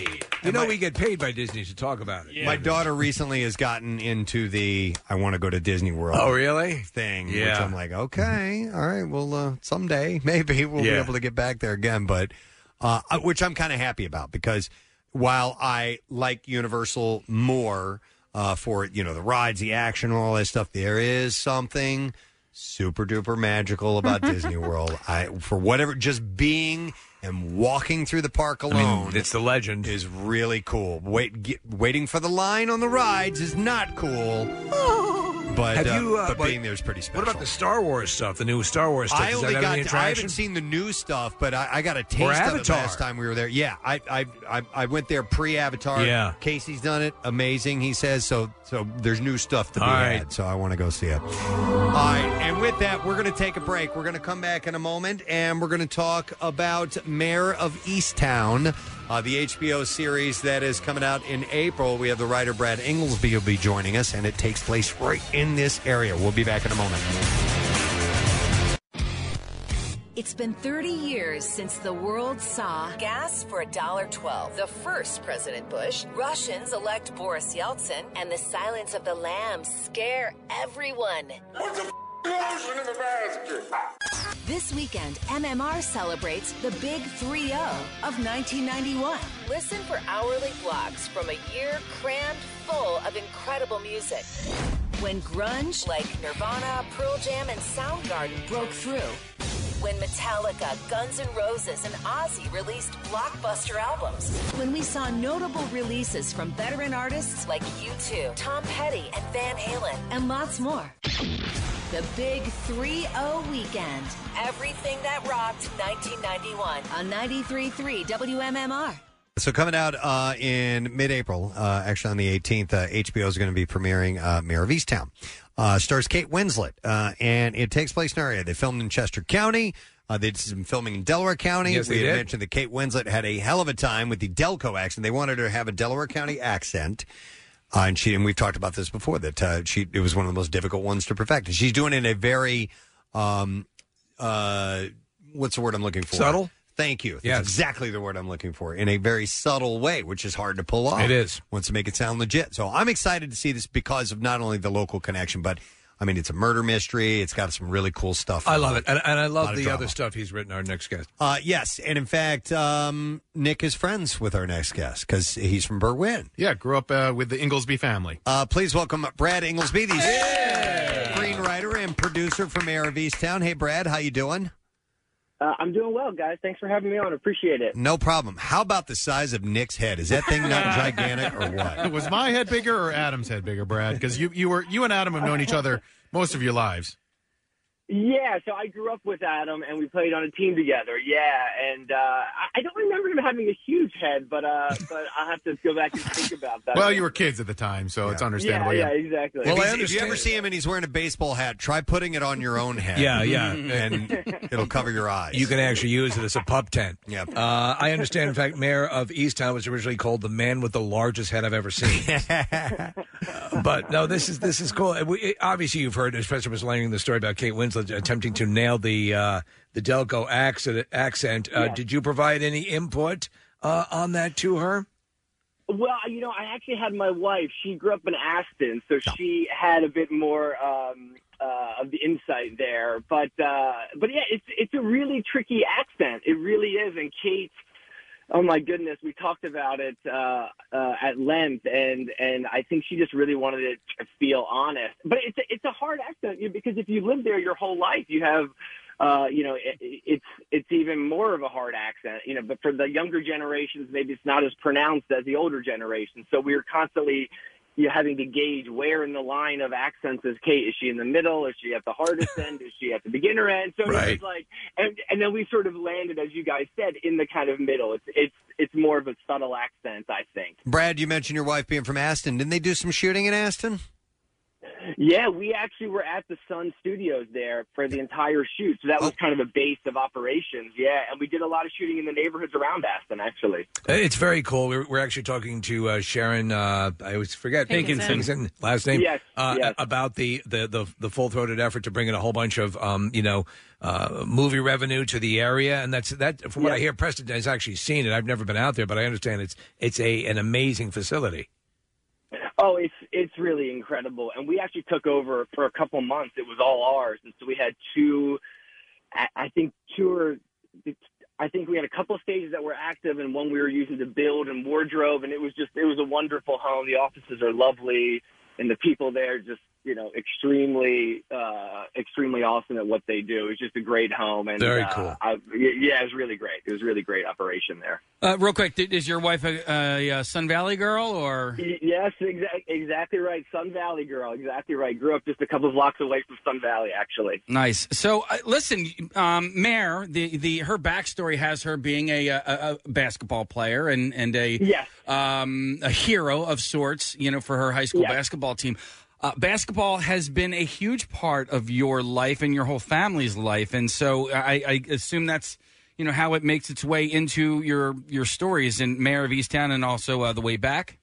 S5: You know we get paid by Disney to talk about it.
S2: My daughter recently has gotten into the I want to go to Disney World.
S5: Oh, really?
S2: Thing. Which
S5: Yeah.
S2: I'm like, okay, all right. Well, uh, someday [laughs] maybe we'll be
S5: Yeah.
S2: able to get back there again. But uh, I- which I'm kind of happy about because while I like Universal more uh, for you know the rides, the action, all that stuff, there is something super duper
S5: [laughs]
S2: magical about Disney World. I for whatever just being and walking through the park alone.
S5: it's the legend
S2: is really cool. Wait, get, waiting for the line on the rides is not cool. But,
S5: Have
S2: uh,
S5: you, uh,
S2: but
S5: what-
S2: being there is pretty special.
S5: What about the Star Wars stuff? The new Star Wars stuff.
S2: I
S5: Does that
S2: only
S5: have
S2: got.
S5: any
S2: I
S5: attraction?
S2: haven't seen the new stuff, but I, I got a taste
S5: Or
S2: of it
S5: Avatar.
S2: last time we were there. Yeah, I I I, I went there pre Avatar.
S5: Yeah.
S2: Casey's done it. Amazing, he says. So so there's new stuff to be
S5: All right.
S2: had. So I want to go see it. All right, and with that, we're going to take a break. We're going to come back in a moment, and we're going to talk about Mayor of Easttown, uh, the HBO series that is coming out in April. We have the writer Brad Inglesby will be joining us, and it takes place right in this area. We'll be back in a moment.
S8: It's been 30 years since the world saw gas for $1.12. The first President Bush, Russians elect Boris Yeltsin, and the silence of the lambs scare everyone. This weekend, MMR celebrates the Big 3 0 of 1991. Listen for hourly blocks from a year crammed full of incredible music. When grunge like Nirvana, Pearl Jam, and Soundgarden broke through. When Metallica, Guns N' Roses, and Ozzy released blockbuster albums. When we saw notable releases from veteran artists like U2, Tom Petty, and Van Halen, and lots more. The Big 3 0 Weekend. Everything that rocked 1991 on 93.3 WMMR.
S2: So coming out uh, in mid-April, uh, actually on the 18th, uh, HBO is going to be premiering uh, Mayor of Easttown. Uh, stars Kate Winslet, uh, and it takes place in an area they filmed in Chester County. Uh, they did some filming in Delaware County.
S5: Yes,
S2: we
S5: they
S2: had
S5: did.
S2: mentioned that Kate Winslet had a hell of a time with the Delco accent. They wanted her to have a Delaware County accent. Uh, and she and we've talked about this before that uh, she it was one of the most difficult ones to perfect, and she's doing it in a very um, uh, what's the word I'm looking for?
S5: Subtle?
S2: Thank you. That's
S5: Yes.
S2: exactly the word I'm looking for. In a very subtle way, which is hard to pull off.
S5: It is.
S2: Wants to make it sound legit. So I'm excited to see this because of not only the local connection, but I mean it's a murder mystery. It's got some really cool stuff.
S5: I love it, and, and I
S2: Lot
S5: love
S2: of
S5: the
S2: drama.
S5: other stuff he's written. Our next guest.
S2: Uh, yes, and in fact, um, Nick is friends with our next guest because he's from Berwyn.
S6: Yeah, grew up uh, with the Inglesby family.
S2: Uh, please welcome Brad Inglesby, the screenwriter and producer from Air of Easttown. Hey, Brad, how you doing?
S10: Uh, I'm doing well, guys. Thanks for having me on. Appreciate it.
S2: No problem. How about the size of Nick's head? Is that thing
S10: [laughs]
S2: not gigantic or what?
S6: Was my head bigger or Adam's head bigger, Brad? Because you you were you and Adam have known each other most of your lives.
S10: Yeah, so I grew up with Adam, and we played on a team together. Yeah, and uh, I- I don't remember him having a huge head, but uh, but I'll have to go back and think about that.
S6: Well, you were kids at the time, so it's understandable.
S10: Yeah, yeah, exactly.
S2: Well, if, he's- if you ever see him and he's wearing a baseball hat, try putting it on your own head.
S5: Yeah, yeah.
S2: [laughs]
S10: [laughs]
S2: and it'll cover your eyes.
S5: You can actually use it as a pup tent.
S2: Yep.
S5: Uh, I understand. In fact, Mayor of Easttown was originally called the man with the largest head I've ever
S2: [laughs]
S5: seen. Uh, but no, this is this is cool. And We, it- obviously, you've heard, especially was Lanning, the story about Kate Winslet attempting to nail the uh, the Delco accent. accent. Uh, Did you provide any input uh, on that to her?
S10: Well, you know, I actually had my wife. She grew up in Aston, so she had a bit more um, uh, of the insight there. But uh, but yeah, it's it's a really tricky accent. It really is. And Kate, oh my goodness, we talked about it uh, uh, at length, and and I think she just really wanted it to feel honest. But it's a, it's a hard accent you- because if you live there your whole life, you have. Uh, you know, it, it's it's even more of a hard accent. You know, but for the younger generations, maybe it's not as pronounced as the older generations. So we are constantly you know, having to gauge where in the line of accents is Kate. Is she in the middle? Is she at the hardest end? Is she at the beginner end? So
S5: Right.
S10: it's like, and and then we sort of landed, as you guys said, in the kind of middle. It's it's it's more of a subtle accent, I think.
S2: Brad, you mentioned your wife being from Aston. Didn't they do some shooting in Aston?
S10: Yeah, we actually were at the Sun Studios there for the entire shoot, so that was kind of a base of operations. Yeah, and we did a lot of shooting in the neighborhoods around Aston, actually.
S5: Uh, It's very cool. We're, we're actually talking to uh, Sharon. Uh, I always forget
S10: Hankinson.
S5: Hankinson, last name.
S10: Yes,
S5: uh,
S10: yes.
S5: About the the the, the full throated effort to bring in a whole bunch of um, you know uh, movie revenue to the area, and that's that. From what I
S10: Yes.
S5: hear, Preston has actually seen it. I've never been out there, but I understand it's it's a an amazing facility.
S10: Oh, it's it's really incredible, and we actually took over for a couple months. It was all ours, and so we had two, I- I think two or I think we had a couple of stages that were active, and one we were using to build and wardrobe, and it was just it was a wonderful home. The offices are lovely, and the people there just you know extremely uh, extremely awesome at what they do. It's just a great home, and
S4: Very
S10: uh,
S4: cool.
S10: I, yeah, it was really great. It was a really great operation there.
S4: Uh, real quick, th- is your wife a, a, uh Sun Valley girl or?
S10: Y- Yes, exactly, exactly right. Sun Valley girl, exactly right. Grew up just a couple of blocks away from Sun Valley, actually.
S4: Nice. So, uh, listen, um, Mare, the, the her backstory has her being a, a, a basketball player and and a
S10: Yes.
S4: um, a hero of sorts, you know, for her high school basketball team. Uh, basketball has been a huge part of your life and your whole family's life, and so I, I assume that's you know how it makes its way into your your stories in Mayor of Easttown and also uh, the way back.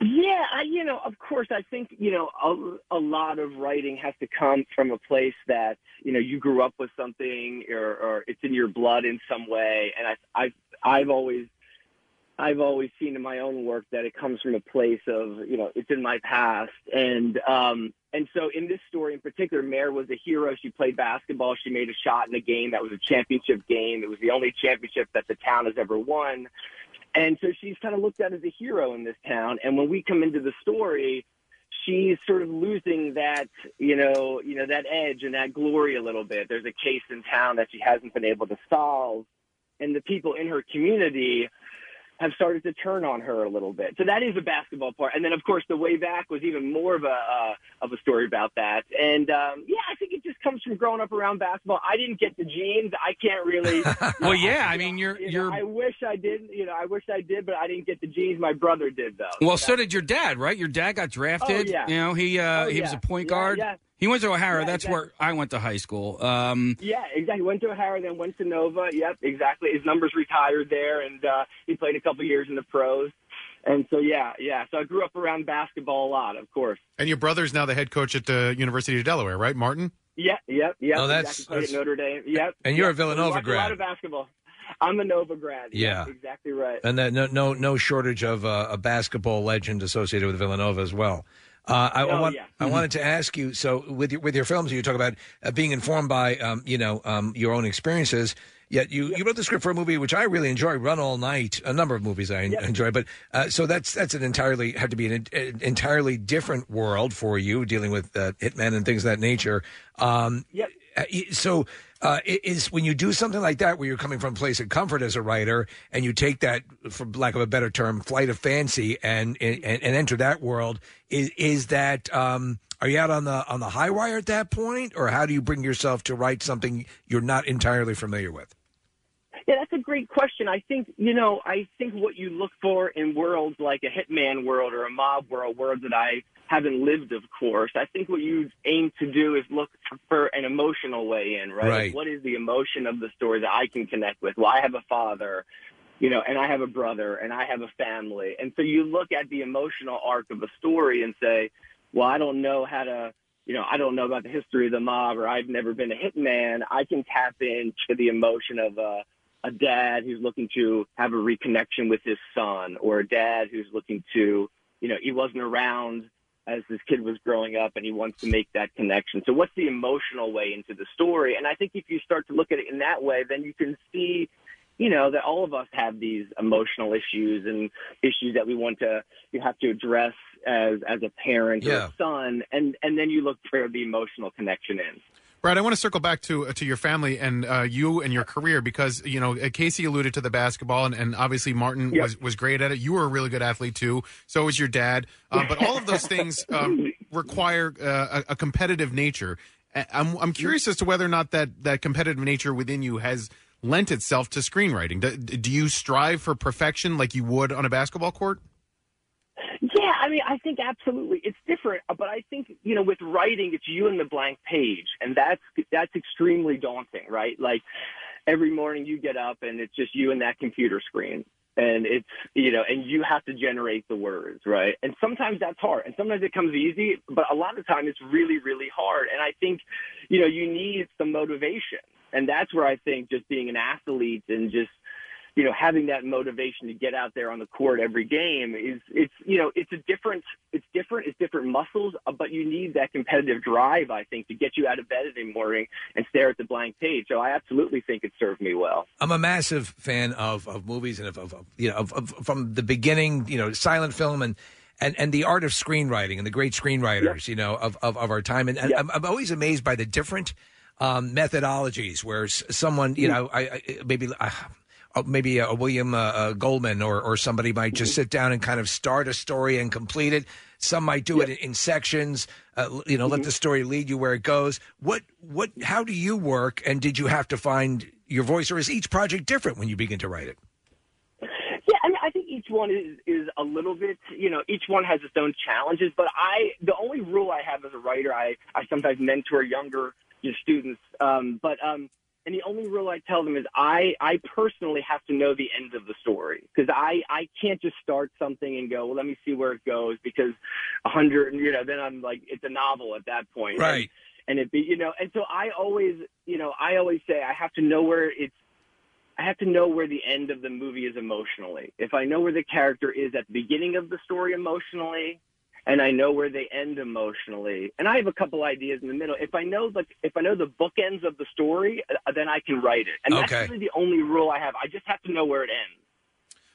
S10: Yeah, I, you know, of course, I think you know a, a lot of writing has to come from a place that you know you grew up with something, or, or it's in your blood in some way. And I, I've I've always I've always seen in my own work that it comes from a place of you know it's in my past, and um, and so in this story in particular, Mare was a hero. She played basketball. She made a shot in a game that was a championship game. It was the only championship that the town has ever won. And so she's kind of looked at as a hero in this town. And when we come into the story, she's sort of losing that, you know, you know, that edge and that glory a little bit. There's a case in town that she hasn't been able to solve. And the people in her community have started to turn on her a little bit. So that is the basketball part. And then, of course, the way back was even more of a uh, of a story about that. And um, yeah, I think it just comes from growing up around basketball. I didn't get the genes. I can't really.
S4: Well, yeah, I mean, you're
S10: You know,
S4: you're
S10: I wish I did. You know, I wish I did, but I didn't get the genes. My brother did, though.
S4: Well, so did your dad, right? Your dad got drafted.
S10: Oh, yeah.
S4: You know, he uh,
S10: Oh,
S4: he was
S10: yeah.
S4: a point
S10: Yeah,
S4: guard.
S10: yeah.
S4: He went to O'Hara.
S10: Yeah,
S4: That's
S10: exactly.
S4: where I went to high school. Um,
S10: Yeah, exactly. Went to O'Hara, then went to Nova. Yep, exactly. His numbers retired there, and uh, he played a couple years in the pros. And so yeah, yeah. So I grew up around basketball a lot, of course.
S6: And your brother's now the head coach at the University of Delaware, right, Martin?
S10: Yeah, yep, yep.
S6: Oh, that's-
S10: exactly. Played
S6: that's-
S10: at Notre Dame. Yep.
S6: And you're a
S10: yep.
S6: Villanova
S10: We watched A
S5: grad.
S10: lot of basketball. I'm a Nova grad.
S5: Yeah.
S10: exactly right.
S5: and that no no no shortage of uh, a basketball legend associated with Villanova as well. Uh, I, I
S10: Oh,
S5: want,
S10: yeah.
S5: I wanted to ask you. So with your, with your films, you talk about uh, being informed by um, you know um, your own experiences. Yet you, you wrote the script for a movie which I really enjoy, Run All Night. A number of movies I en- enjoy, but uh, so that's that's an entirely had to be an, an entirely different world for you, dealing with uh, hitmen and things of that nature. Um,
S10: Yep.
S5: uh, y- so uh, i- is when you do something like that where you're coming from a place of comfort as a writer and you take that for lack of a better term flight of fancy and and, and enter that world is is that um, are you out on the on the high wire at that point or how do you bring yourself to write something you're not entirely familiar with
S10: Yeah, that's a great question. I think you know, I think what you look for in worlds like a hitman world or a mob world, world that I haven't lived, of course. I think what you aim to do is look for an emotional way in, right?
S13: Right.
S10: What is the emotion of the story that I can connect with? Well, I have a father, you know, and I have a brother, and I have a family, and so you look at the emotional arc of a story and say, well, I don't know how to, you know, I don't know about the history of the mob or I've never been a hitman. I can tap into the emotion of a, a dad who's looking to have a reconnection with his son or a dad who's looking to, you know, he wasn't around as this kid was growing up and he wants to make that connection. So what's the emotional way into the story? And I think if you start to look at it in that way, then you can see you know that all of us have these emotional issues and issues that we want to you have to address as as a parent or
S6: Yeah.
S10: a son and and then you look for the emotional connection in
S6: Brad, I want to circle back to to your family and uh, you and your career because you know uh, Casey alluded to the basketball and, and obviously Martin
S10: Yep.
S6: was was great at it. You were a really good athlete too. So was your dad. Uh, but all of those things um, require uh, a, a competitive nature. A- I'm I'm curious as to whether or not that that competitive nature within you has lent itself to screenwriting. Do, do you strive for perfection like you would on a basketball court?
S10: Yeah, I mean, I think absolutely it's different, uh, but I think you know, with writing, it's you and the blank page, and that's that's extremely daunting, right? Like every morning you get up and it's just you and that computer screen, and it's you know, and you have to generate the words, right? And sometimes that's hard, and sometimes it comes easy, but a lot of time it's really, really hard. And I think you know, you need some motivation, and that's where I think just being an athlete and just you know, having that motivation to get out there on the court every game is it's you know, it's a different it's different, it's different muscles, uh, but you need that competitive drive, I think, to get you out of bed in the morning and stare at the blank page. So I absolutely think it served me well.
S5: I'm a massive fan of, of movies and of, of, of you know of, of, from the beginning, you know, silent film and and, and the art of screenwriting and the great screenwriters, you know, of, of, of our time. And, and I'm, I'm always amazed by the different um, methodologies where s- someone, you know, I, I maybe. Uh, uh, Maybe a William uh, uh, Goldman or, or somebody might just sit down and kind of start a story and complete it. Some might do it in, in sections. Uh, l- you know, let the story lead you where it goes. What what? How do you work? And did you have to find your voice, or is each project different when you begin to write it?
S10: Yeah, I mean, I think each one is is a little bit, you know, each one has its own challenges. But I, the only rule I have as a writer, I I sometimes mentor younger you know, students, um, but um, and the only rule I tell them is I I personally have to know the end of the story because I I can't just start something and go, well, let me see where it goes because a hundred, you know, then I'm like it's a novel at that
S5: [laughs]
S10: point,
S5: Right.
S10: And it be, you know, and so I always, you know, I always say I have to know where it's I have to know where the end of the movie is emotionally. If I know where the character is at the beginning of the story emotionally, and I know where they end emotionally, and I have a couple ideas in the middle. If I know like if I know the bookends of the story, uh, then I can write it. And
S6: Okay.
S10: that's really the only rule I have. I just have to know where it ends.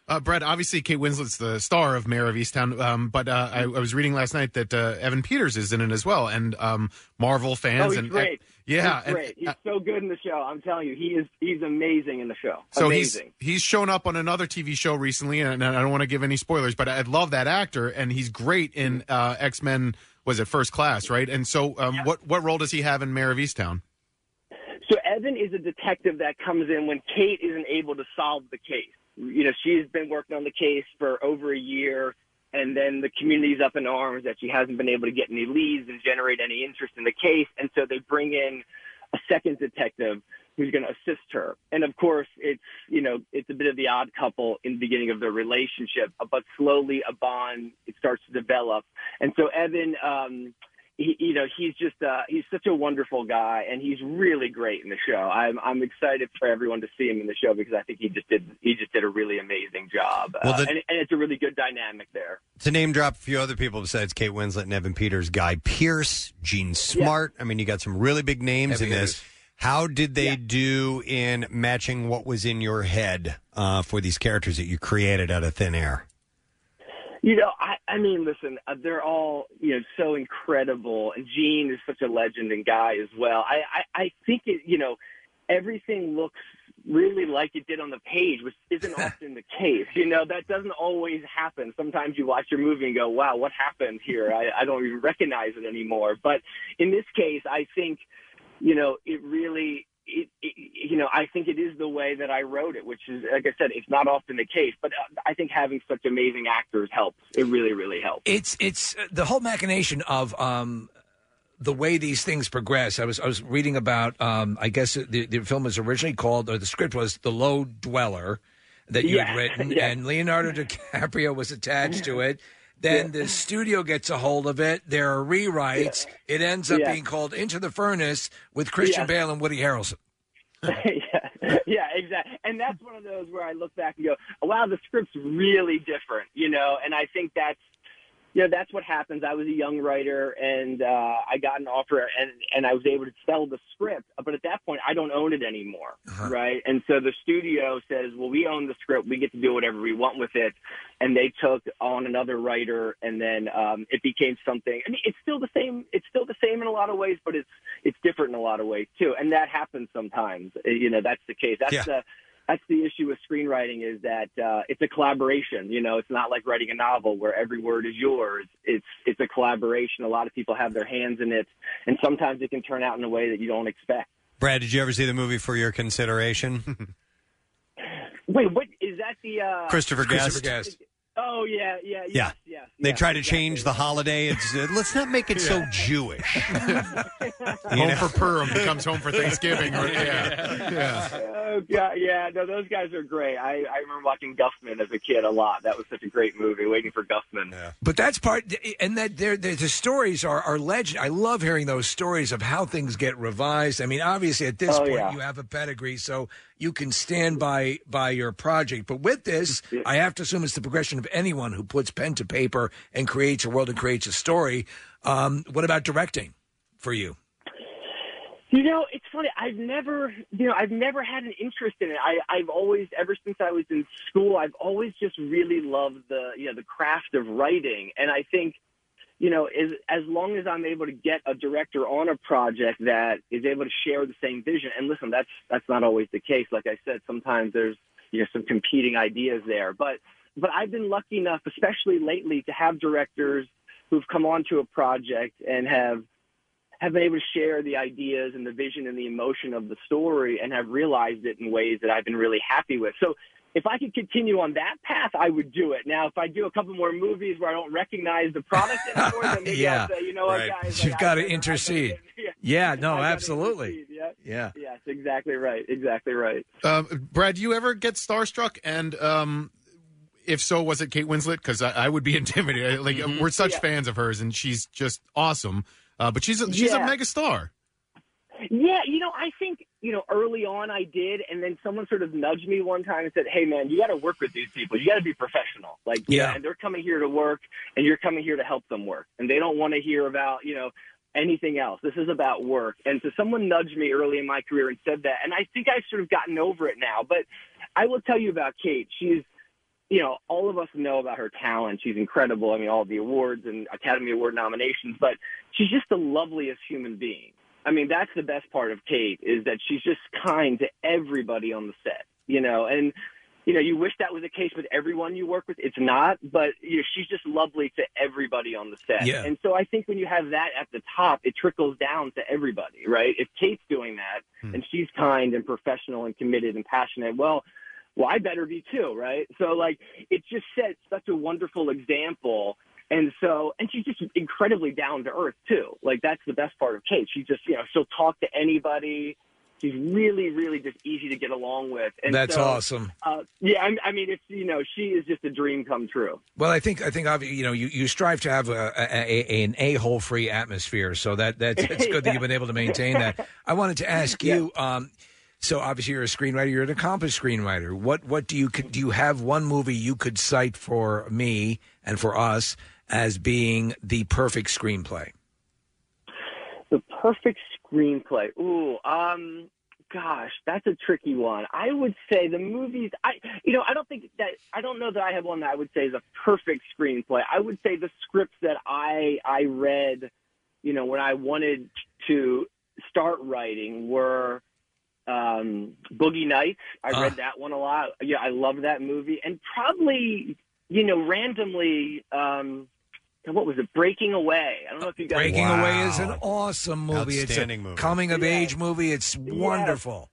S6: Uh, Brett, obviously, Kate Winslet's the star of Mayor of Easttown, um, but uh, I, I was reading last night that uh, Evan Peters is in it as well, and um, Marvel fans.
S10: oh, he's
S6: and
S10: great.
S6: yeah,
S10: he's
S6: and-
S10: great. he's so good in the show. I'm telling you, he is. He's amazing in the show.
S6: so
S10: amazing.
S6: he's he's shown up on another TV show recently, and, and I don't want to give any spoilers, but I love that actor, and he's great in uh, X Men. Was it First Class, right? And so, um, what what role does he have in Mayor of Easttown?
S10: So Evan is a detective that comes in when Kate isn't able to solve the case. You know, she's been working on the case for over a year, and then the community's up in arms that she hasn't been able to get any leads and generate any interest in the case, and so they bring in a second detective who's going to assist her. And of course, it's you know it's a bit of the odd couple in the beginning of their relationship, but slowly a bond it starts to develop. And so Evan, um, he, you know, he's just uh, he's such a wonderful guy, and he's really great in the show. I'm I'm excited for everyone to see him in the show because I think he just did he just did a really amazing job,
S2: Well,
S10: uh,
S2: the-
S10: and, and it's a really good dynamic there.
S2: To name drop a few other people besides Kate Winslet and Evan Peters, Guy Pierce, Gene Smart. I mean, you got some really big names in this. How did they do in matching what was in your head uh, for these characters that you created out of thin air?
S10: You know, I, I mean, listen, uh, they're all you know so incredible, and Gene is such a legend and guy as well. I, I, I think it, you know, everything looks really like it did on the page, which isn't often the case. You know, that doesn't always happen. Sometimes you watch your movie and go, "Wow, what happened here? I, I don't even recognize it anymore." But in this case, I think you know, it really, it, it, you know, I think it is the way that I wrote it, which is, like I said, it's not often the case, but uh, I think having such amazing actors helps. It really, really
S5: [laughs]
S10: helps.
S5: It's it's uh, the whole machination of um, the way these things progress. I was I was reading about um, I guess the, the film was originally called or the script was The Low Dweller that you
S13: Yeah,
S5: had written,
S13: yeah.
S5: and Leonardo DiCaprio was attached to it. Then the studio gets a hold of it. There are rewrites. It ends up
S10: Yeah.
S5: being called Into the Furnace with Christian
S10: Yeah.
S5: Bale and Woody Harrelson.
S10: yeah, exactly. And that's one of those where I look back and go, wow, the script's really different, you know, and I think that's, you know, that's what happens. I was a young writer and uh, I got an offer and, and I was able to sell the script. But at that point, I don't own it anymore, right? And so the studio says, well, we own the script. We get to do whatever we want with it. And they took on another writer and then um, it became something. I mean, it's still the same. It's still the same in a lot of ways, but it's it's different in a lot of ways, too. And that happens sometimes. Uh, You know, that's the case. That's
S14: Yeah.
S10: the that's the issue with screenwriting is that uh, it's a collaboration. You know, it's not like writing a novel where every word is yours. It's it's a collaboration. A lot of people have their hands in it, and sometimes it can turn out in a way that you don't expect.
S2: Brad, did you ever see the movie for your consideration?
S10: [laughs] Wait, what is that? The uh,
S2: Christopher Christopher Guest. Guest.
S10: Oh yeah, yeah, yes,
S2: yeah.
S10: yes,
S2: They
S10: yes,
S2: try to
S10: exactly.
S2: change the holiday. It's, uh, let's not make it
S10: [laughs]
S2: so Jewish.
S6: Home for Purim becomes home
S2: [laughs]
S6: for Thanksgiving. Or, yeah.
S10: Oh, God, yeah, no, those guys are great. I, I remember watching Guffman as a kid a lot. That was such a great movie. Waiting for Guffman.
S5: But that's part, and that there the, the stories are are legend. I love hearing those stories of how things get revised. I mean, obviously at this
S15: Oh,
S5: point
S15: yeah.
S5: you have a pedigree, so you can stand by by your project. But with this, I have to assume it's the progression of anyone who puts pen to paper and creates a world and creates a story. Um, what about directing for you?
S10: You know, it's funny. I've never, you know, I've never had an interest in it. I, I've always, ever since I was in school, I've always just really loved the, you know, the craft of writing. And I think, you know, as as long as I'm able to get a director on a project that is able to share the same vision. And listen, that's that's not always the case. Like I said, sometimes there's you know some competing ideas there. But but I've been lucky enough, especially lately, to have directors who've come onto a project and have have been able to share the ideas and the vision and the emotion of the story and have realized it in ways that I've been really happy with. So if I could continue on that path, I would do it. Now, if I do a couple more movies where I don't recognize the product anymore,
S5: [laughs]
S10: then maybe
S5: Yeah,
S10: I'll say, you know what, guys,
S5: You've
S10: like,
S5: got to intercede. Yeah, no, absolutely.
S10: Yeah.
S5: Yeah.
S10: Yes, exactly right. Exactly right.
S6: Um, Brad, do you ever get starstruck? And um, if so, was it Kate Winslet? Because I, I would be [laughs] intimidated. Like we're such fans of hers, and she's just awesome. Uh, but she's a, she's
S10: Yeah.
S6: a mega star.
S10: Yeah, you know, I think, you know, early on I did, and then someone sort of nudged me one time and said, hey, man, you got to work with these people. You got to be professional. Like,
S24: Yeah.
S10: and they're coming here to work, and you're coming here to help them work. And they don't want to hear about, you know, anything else. This is about work. And so someone nudged me early in my career and said that, and I think I've sort of gotten over it now. But I will tell you about Kate. She's, you know, all of us know about her talent. She's incredible. I mean, all the awards and Academy Award nominations, but she's just the loveliest human being. I mean, that's the best part of Kate is that she's just kind to everybody on the set, you know, and you know, you wish that was the case with everyone you work with. It's not, but you know, she's just lovely to everybody on the set.
S24: Yeah.
S10: And so I think when you have that at the top, it trickles down to everybody, right? If Kate's doing that
S5: Hmm.
S10: and she's kind and professional and committed and passionate, well, well, I better be too, right? So like it just sets such a wonderful example. And so, and she's just incredibly down to earth too. Like that's the best part of Kate. She just, you know, she'll talk to anybody She's really, really just easy to get along with. And
S5: That's
S10: so,
S5: awesome.
S10: Uh, yeah, I, I mean, it's you know, she is just a dream come true.
S5: Well, I think I think obvi- you know you, you strive to have a, a, a an a hole free atmosphere, so that
S10: [laughs]
S5: that's, that's good that you've been able to maintain that. I wanted to ask you. Um, so obviously you're a screenwriter. You're an accomplished screenwriter. What what do you could- do? You have one movie you could cite for me and for us as being the perfect screenplay.
S10: The perfect screenplay. Ooh, um, gosh, that's a tricky one. I would say the movies. I, you know, I don't think that I don't know that I have one that I would say is a perfect screenplay. I would say the scripts that I I read, you know, when I wanted to start writing were um, Boogie Nights. I
S5: Ah.
S10: read that one a lot. Yeah, I love that movie. And probably, you know, randomly, um, what was it? Breaking Away. I don't know if you guys
S5: Breaking Away is an awesome movie.
S10: Outstanding
S5: it's a
S10: movie.
S5: coming of age movie. It's wonderful.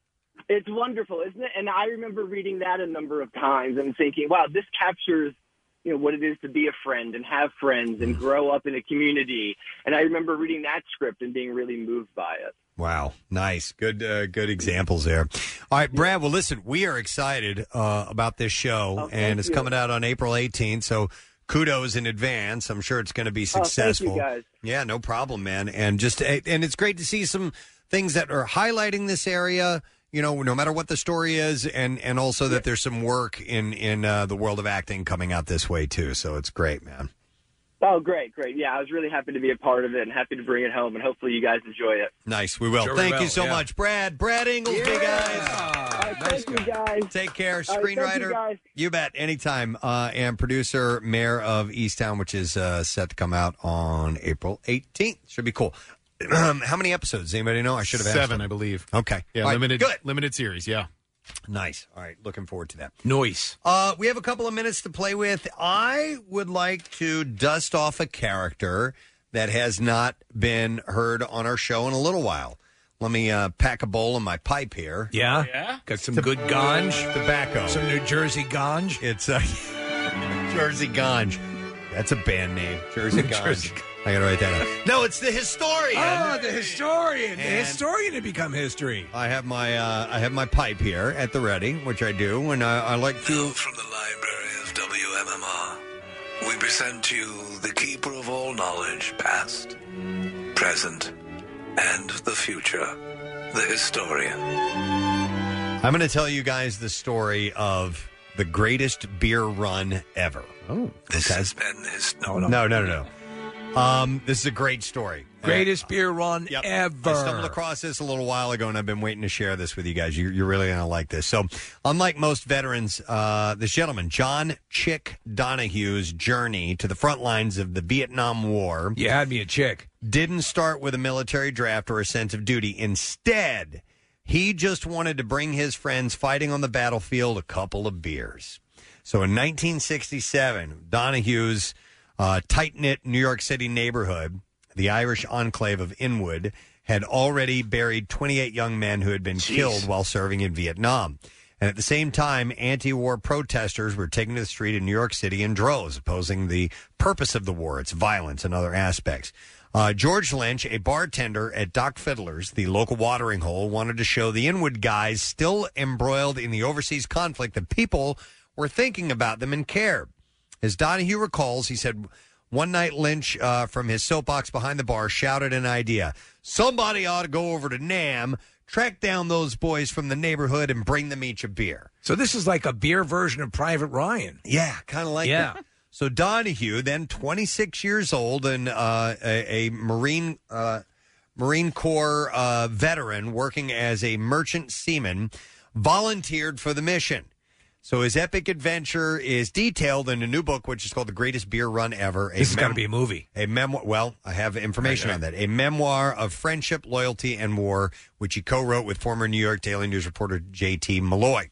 S10: It's wonderful, isn't it? And I remember reading that a number of times and thinking, wow, this captures you know what it is to be a friend and have friends and grow up in a community. And I remember reading that script and being really moved by it.
S2: Wow, nice, good, uh, good examples there. All right, Brad. Well, listen, we are excited uh, about this show, and it's
S10: Oh, you.
S2: coming out on April 18th. So, kudos in advance. I'm sure it's going to be
S10: Oh, thank you,
S2: successful.
S10: guys.
S2: Yeah, no problem, man. And just and it's great to see some things that are highlighting this area. You know, no matter what the story is, and and also that there's some work in in uh, the world of acting coming out this way too. So it's great, man.
S10: Oh, great, great. Yeah, I was really happy to be a part of it and happy to bring it home. And hopefully, you guys enjoy it.
S2: Nice, we will.
S10: Sure we
S2: thank
S10: will,
S2: you so
S10: yeah.
S2: much, Brad. Brad Inglesby,
S5: Ah,
S2: guys.
S10: thank you, guys.
S2: Take care,
S10: screenwriter.
S2: screenwriter. You bet. Anytime. Uh, and producer, mayor of Easttown, which is uh, set to come out on April 18th. Should be cool. [clears throat] Um, how many episodes? Anybody know? I should have asked.
S6: Seven, I
S2: them.
S6: believe.
S2: Okay.
S6: Yeah,
S2: All right,
S6: limited
S2: Good.
S6: limited series, yeah.
S2: Nice. All right, looking forward to that.
S5: Noise.
S2: Uh, we have a couple of minutes to play with. I would like to dust off a character that has not been heard on our show in a little while. Let me uh, pack a bowl in my pipe here.
S5: Yeah? Yeah? Got some good ganj.
S2: Tobacco.
S5: Some New Jersey ganj.
S2: It's a [laughs] Jersey ganj. That's a band name. Jersey
S5: New [laughs]
S2: ganj.
S5: Jersey
S2: I got to write that
S5: [laughs]
S2: down. No, Oh, it's the historian.
S5: Oh, the historian. the
S2: And-
S5: historian had become history.
S2: I have my uh, I have my pipe here at the ready, which I do, and I, I like to.
S13: From the Library of WMMR, we present to you the keeper of all knowledge, past, present, and the future, the historian.
S2: I'm going to tell you guys the story of the greatest beer run ever. Oh, this has
S13: been his.
S2: No, no, no, no, no. Um, this is a great story.
S5: Greatest beer run ever.
S2: I stumbled across this a little while ago, and I've been waiting to share this with you guys. You're, you're really going to like this. So, unlike most veterans, uh, this gentleman, John Chick Donahue's journey to the front lines of the Vietnam War.
S5: You had me a chick.
S2: Didn't start with a military draft or a sense of duty. Instead, he just wanted to bring his friends fighting on the battlefield a couple of beers. So in 1967, Donahue's uh, tight knit New York City neighborhood, the Irish enclave of Inwood, had already buried 28 young men who had been killed while serving in Vietnam. And at the same time, anti war protesters were taking to the street in New York City in droves, opposing the purpose of the war, its violence, and other aspects. Uh, George Lynch, a bartender at Doc Fiddler's, the local watering hole, wanted to show the Inwood guys still embroiled in the overseas conflict that people were thinking about them and cared. As Donahue recalls, he said, one night Lynch uh, from his soapbox behind the bar shouted an idea. Somebody ought to go over to Nam, track down those boys from the neighborhood, and bring them each a beer.
S5: So this is like a beer version of Private Ryan.
S2: Yeah, kind of like
S5: Yeah.
S2: that. So Donahue, then 26 years old and uh, a, a Marine uh, Marine Corps uh, veteran working as a merchant seaman, volunteered for the mission. So his epic adventure is detailed in a new book, which is called "The Greatest Beer Run Ever."
S5: This has gotta be a movie.
S2: A memoir. Well, I have information on that. A memoir of friendship, loyalty, and war, which he co-wrote with former New York Daily News reporter J.T. Malloy.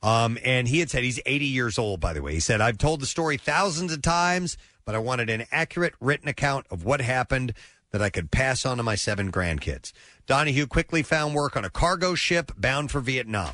S2: Um, and he had said he's 80 years old, by the way. He said, I've told the story thousands of times, but I wanted an accurate written account of what happened that I could pass on to my seven grandkids. Donahue quickly found work on a cargo ship bound for Vietnam,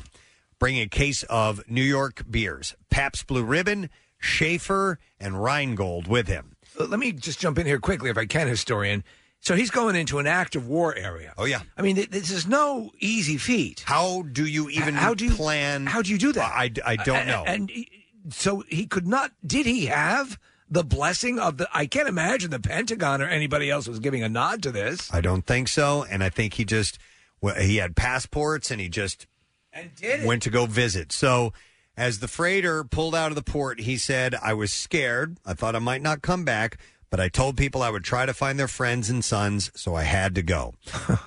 S2: bringing a case of New York beers, Pabst Blue Ribbon, Schaefer, and Rheingold with him.
S5: Uh, Let me just jump in here quickly, if I can, historian. So he's going into an active war area.
S2: Oh yeah.
S5: I mean, th- this is no easy feat.
S2: How do you even
S5: how do you,
S2: plan?
S5: How do you do that?
S2: I, I don't know.
S5: And, and so he could not. Did he have the blessing of the? I can't imagine the Pentagon or anybody else was giving a nod to this.
S2: I don't think so, and I think he just well, he had passports and he just
S5: and did
S2: went to go visit. So as the freighter pulled out of the port, he said, "I was scared. I thought I might not come back." But I told people I would try to find their friends and sons, so I had
S5: [laughs]
S2: to go.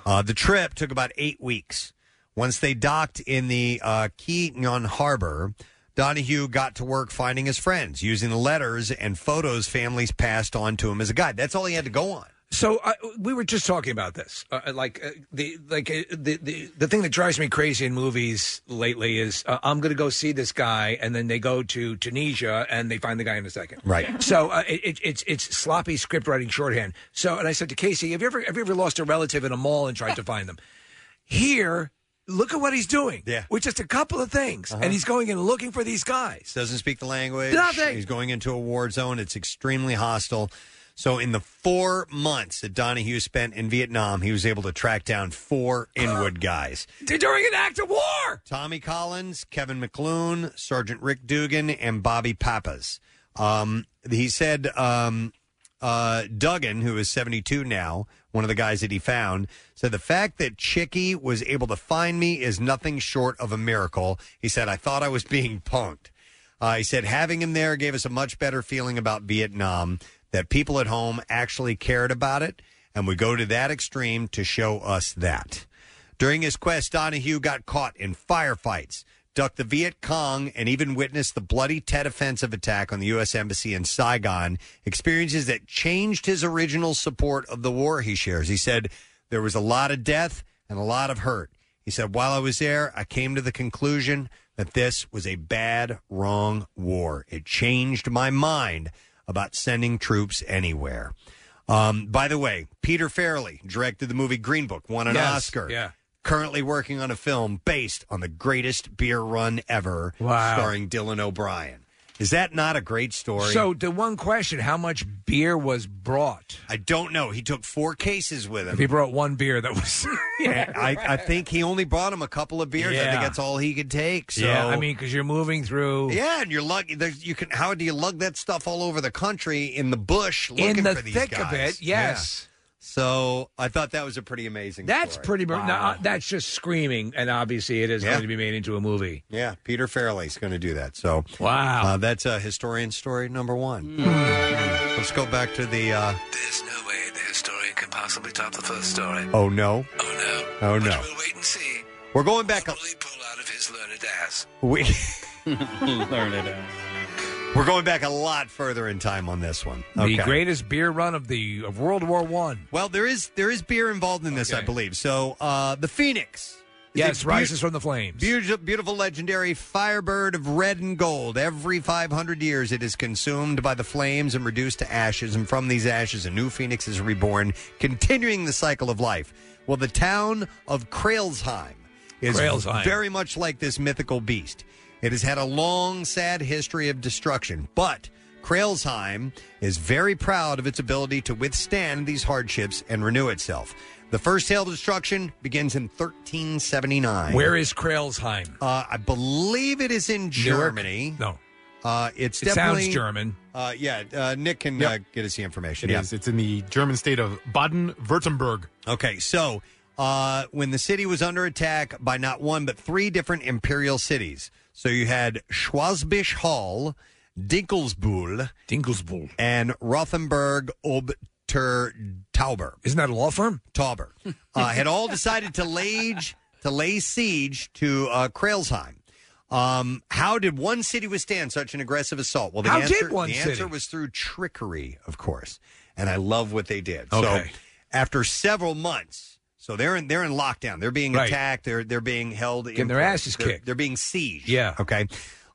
S2: uh, the trip took about eight weeks. Once they docked in the uh, Keaton Harbor, Donahue got to work finding his friends using the letters and photos families passed on to him as a guide. That's all he had to go on.
S5: So uh, we were just talking about this, uh, like uh, the like uh, the, the the thing that drives me crazy in movies lately is uh, I'm going to go see this guy, and then they go to Tunisia and they find the guy in a second.
S2: Right.
S5: So uh, it, it, it's it's sloppy script writing shorthand. So and I said to Casey, have you ever have you ever lost a relative in a mall and tried to find them? Here, look at what he's doing.
S2: Yeah. Uh-huh.
S5: With just a couple of things, and he's going and looking for these guys.
S2: Doesn't speak the language.
S5: Nothing.
S2: He's going into a war zone. It's extremely hostile. So, in the four months that Donahue spent in Vietnam, he was able to track down four Inwood guys
S5: during an act of war.
S2: Tommy Collins, Kevin McClune, Sergeant Rick Dugan, and Bobby Pappas. Um, he said um, uh, Duggan, who is 72 now, one of the guys that he found, said the fact that Chicky was able to find me is nothing short of a miracle. He said, I thought I was being punked. Uh, he said having him there gave us a much better feeling about Vietnam, that people at home actually cared about it, and would go to that extreme to show us that. During his quest, Donahue got caught in firefights, ducked the Viet Cong, and even witnessed the bloody Tet Offensive attack on the U.S. Embassy in Saigon, experiences that changed his original support of the war he shares. He said, There was a lot of death and a lot of hurt. He said, While I was there, I came to the conclusion that this was a bad, wrong war. It changed my mind about sending troops anywhere. Um, by the way, Peter Farrelly directed the movie Green Book, won an
S5: Yes,
S2: Oscar
S5: yeah.
S2: currently working on a film based on the greatest beer run ever,
S5: Wow.
S2: starring Dylan O'Brien. Is that not a great story?
S5: So the one question: How much beer was brought?
S2: I don't know. He took four cases with him.
S5: If he brought one beer, that was.
S2: [laughs] Yeah, I, I think he only brought him a couple of beers. I
S5: Yeah.
S2: think that's all he could take. So
S5: yeah, I mean, because you're moving through.
S2: yeah, and you're lucky. there's- You can. How do you lug that stuff all over the country in the bush, looking
S5: in the
S2: for these
S5: thick of it.
S2: guys? Yeah.
S5: Yes,
S2: So I thought that was a pretty amazing.
S5: that's
S2: story.
S5: pretty. Wow. that's just screaming, and obviously it is
S2: Yeah.
S5: going to be made into a movie.
S2: Yeah, Peter Farrelly's going to do that. So
S5: wow, Hmm.
S2: uh, that's uh, historian story number one. Let's go back to the. Uh,
S13: There's no way the historian can possibly top the first story.
S2: oh no!
S13: Oh no! But
S2: Oh no!
S13: We'll wait and see.
S2: We're going back up.
S13: Pull out of his learned ass.
S5: [laughs]
S2: We
S4: learned ass.
S2: We're going back a lot further in time on this one.
S5: The greatest beer run of the of World War One.
S2: Well, there is there is beer involved in this, I believe. So uh, the Phoenix. is a
S5: Yes,
S2: beau-
S5: rises from the flames.
S2: Beautiful, beautiful, legendary firebird of red and gold. Every 500 years, it is consumed by the flames and reduced to ashes. And from these ashes, a new phoenix is reborn, continuing the cycle of life. Well, the town of Krailsheim is
S5: Krailsheim.
S2: very much like this mythical beast. It has had a long, sad history of destruction, but Krailsheim is very proud of its ability to withstand these hardships and renew itself. The first tale of destruction begins in 1379.
S5: Where is Krailsheim?
S2: Uh, I believe it is in Germany.
S5: No.
S2: Uh, it's
S5: It sounds
S2: definitely,
S5: German.
S2: Uh, yeah, uh, Nick can uh, get us the information.
S6: It
S2: yeah.
S6: is. It's in the German state of Baden-Württemberg.
S2: Okay, so uh, when the city was under attack by not one but three different imperial cities, so you had Schwabische Hall, Dinkelsbühl,
S5: Dinkelsbühl,
S2: and Rothenburg ob Ter Tauber.
S5: Isn't that a law firm?
S6: [laughs]
S2: Tauber uh, had all decided to lay to lay siege to uh, Krailsheim. Um, how did one city withstand such an aggressive assault? Well, the
S5: How did
S2: answer,
S5: one
S2: the
S5: city?
S2: answer was through trickery, of course. And I love what they did.
S5: Okay.
S2: So after several months, so they're in they're in lockdown. They're being
S5: Right.
S2: attacked. They're they're being held.
S5: Getting
S2: in
S5: their
S2: place.
S5: asses
S2: They're-
S5: kicked.
S2: They're being sieged.
S5: Yeah.
S2: Okay.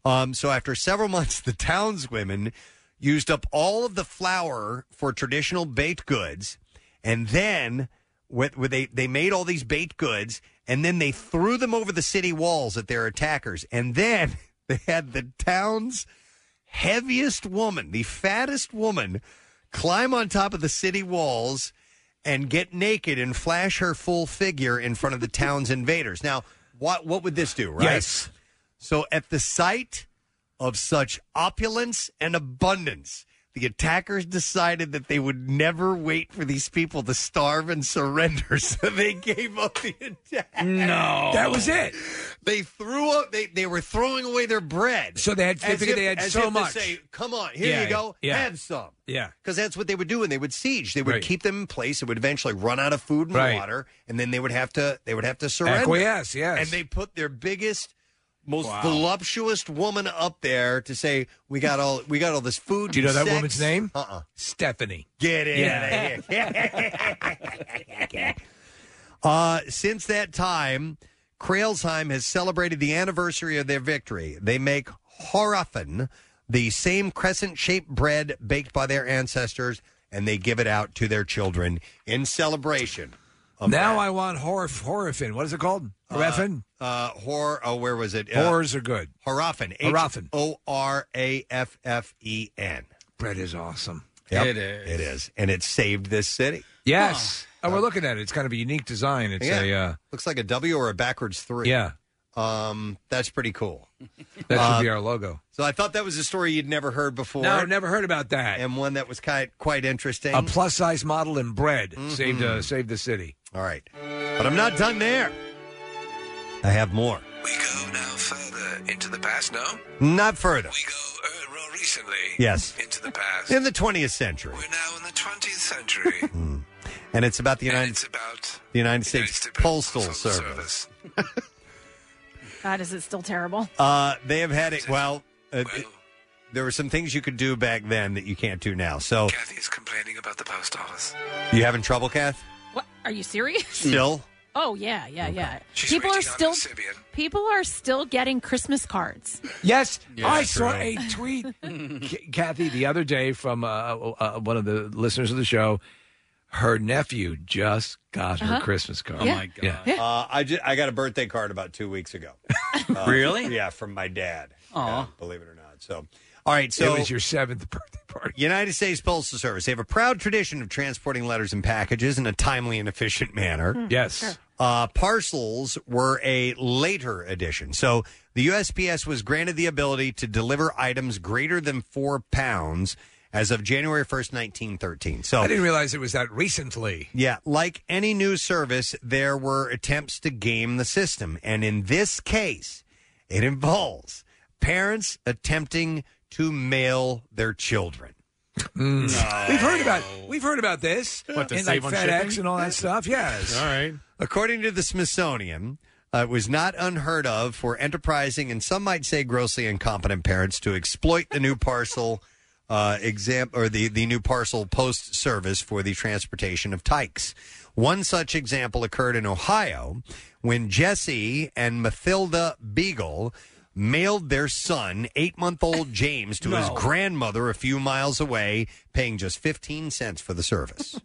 S2: Um, so after several [laughs] months, the townswomen used up all of the flour for traditional baked goods, and then with, with they they made all these baked goods, and then they threw them over the city walls at their attackers, and then [laughs] they had the town's heaviest woman, the fattest woman, climb on top of the city walls and get naked and flash her full figure in front of the town's invaders. Now, what what would this do, right? Yes. So at the site of such opulence and abundance, the attackers decided that they would never wait for these people to starve and surrender, [laughs] so they gave up the attack.
S5: No. That was it.
S2: They threw up. They, they were throwing away their bread.
S5: So they had- they
S2: As
S5: figured
S2: if-
S5: they had
S2: as
S5: so
S2: if to
S5: much.
S2: say, Come on, here
S5: Yeah,
S2: you go.
S5: yeah.
S2: Have some.
S5: Yeah.
S2: Because that's what they would do when they would siege. They would
S5: Right.
S2: keep them in place. It would eventually run out of food and
S5: Right.
S2: water, and then they would have to they would have to surrender.
S5: Acquiesce, yes.
S2: And they put their biggest, most [laughs] voluptuous woman up there to say, "We got all we got all this food."
S5: Do you know that
S2: sex."
S5: woman's name?
S2: Uh-uh.
S5: Stephanie.
S2: Get it.
S5: Yeah. [laughs]
S2: Uh, since that time, Krailsheim has celebrated the anniversary of their victory. They make horoffen, the same crescent shaped bread baked by their ancestors, and they give it out to their children in celebration. Of
S5: now
S2: that.
S5: I want horif horifin. What is it called? Horifin?
S2: Uh, uh, hor, oh, where was it?
S5: Horrors are good.
S2: Horoffen.
S5: Horoffen.
S2: Uh, O R A F F E N.
S5: Bread is awesome.
S2: Yep,
S5: It is.
S2: It is. And it saved this city.
S5: Yes. Oh, we're looking at it. It's kind of a unique design. It's
S2: Yeah.
S5: a uh,
S2: Looks like a W or a backwards three.
S5: Yeah.
S2: Um, that's pretty cool.
S5: [laughs] that should
S2: Uh,
S5: be our logo.
S2: So I thought that was a story you'd never heard before.
S5: No, never heard about that.
S2: And one that was quite quite interesting.
S5: A plus size model in bread saved uh,
S2: Mhm.
S5: saved the city.
S2: All right, but I'm not done there. I have more.
S13: We go now further into the past, no?
S2: Not further.
S13: We go uh, more recently
S2: Yes.
S13: into the past.
S2: In the 20th century, Mm.
S13: We're now in the 20th century.
S2: and it's about the
S13: And
S2: United
S13: it's about
S2: the United States Postal Service.
S3: God, is it still terrible?
S2: Uh, they have had it. Well, uh, it- there were some things you could do back then that you can't do now. So
S13: Kathy's complaining about the post office.
S2: you having trouble, Kath?
S3: What? Are you serious?
S2: Still?
S3: Oh yeah, yeah, yeah.
S13: She's
S3: people are
S13: waiting on
S3: still
S13: the Sibian.
S3: people are still getting Christmas cards.
S5: Yes,
S3: Yeah,
S5: I saw
S3: true.
S5: a
S2: [laughs]
S5: tweet, K- Kathy, the other day from uh, uh, one of the listeners of the show. Her nephew just got
S2: Uh-huh.
S5: her Christmas card. Oh
S2: Uh, I ju- I got a birthday card about two weeks
S5: [laughs]
S2: ago. Uh,
S5: Really?
S2: Yeah, from my dad.
S5: Aw.
S2: Yeah, believe it or not. So, all right. So
S5: it was your seventh [laughs] birthday party.
S2: United States Postal Service. They have a proud tradition of transporting letters and packages in a timely and efficient manner.
S5: Hmm, Yes. sure.
S2: Uh, parcels were a later addition. So the USPS was granted the ability to deliver items greater than four pounds as of January 1st, 1913. So
S5: I didn't realize it was that recently.
S2: yeah, like any new service, there were attempts to game the system. And in this case, it involves parents attempting to mail their children.
S5: Mm. We've heard about we've heard about this
S2: What, to
S5: in like
S2: save on
S5: FedEx
S2: shipping?
S5: and all that stuff. Yes.
S2: All right. According to the Smithsonian, uh, it was not unheard of for enterprising and some might say grossly incompetent parents to exploit the new parcel uh, exam or the, the new parcel post service for the transportation of tykes. One such example occurred in Ohio when Jesse and Mathilda Beagle mailed their son, eight month old James, to his grandmother a few miles away, paying just 15 cents for the service.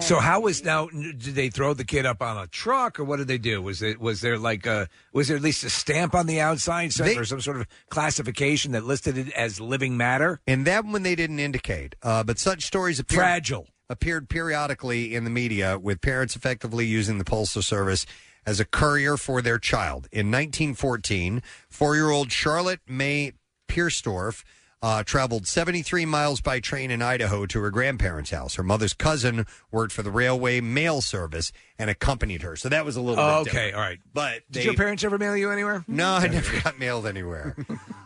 S5: So how was now? Did they throw the kid up on a truck, or what did they do? Was it was there like a was there at least a stamp on the outside, so, or some sort of classification that listed it as living matter?
S2: And that one they didn't indicate. Uh, but such stories appeared,
S5: Fragile.
S2: appeared periodically in the media, with parents effectively using the Postal Service as a courier for their child. In 1914, four year old Charlotte May Pierstorf. Uh, traveled 73 miles by train in Idaho to her grandparents' house. Her mother's cousin worked for the railway mail service and accompanied her. So that was a little
S5: Oh, okay,
S2: bit different.
S5: all right.
S2: But
S5: Did
S2: they-
S5: your parents ever mail you anywhere?
S2: no, I never got mailed anywhere.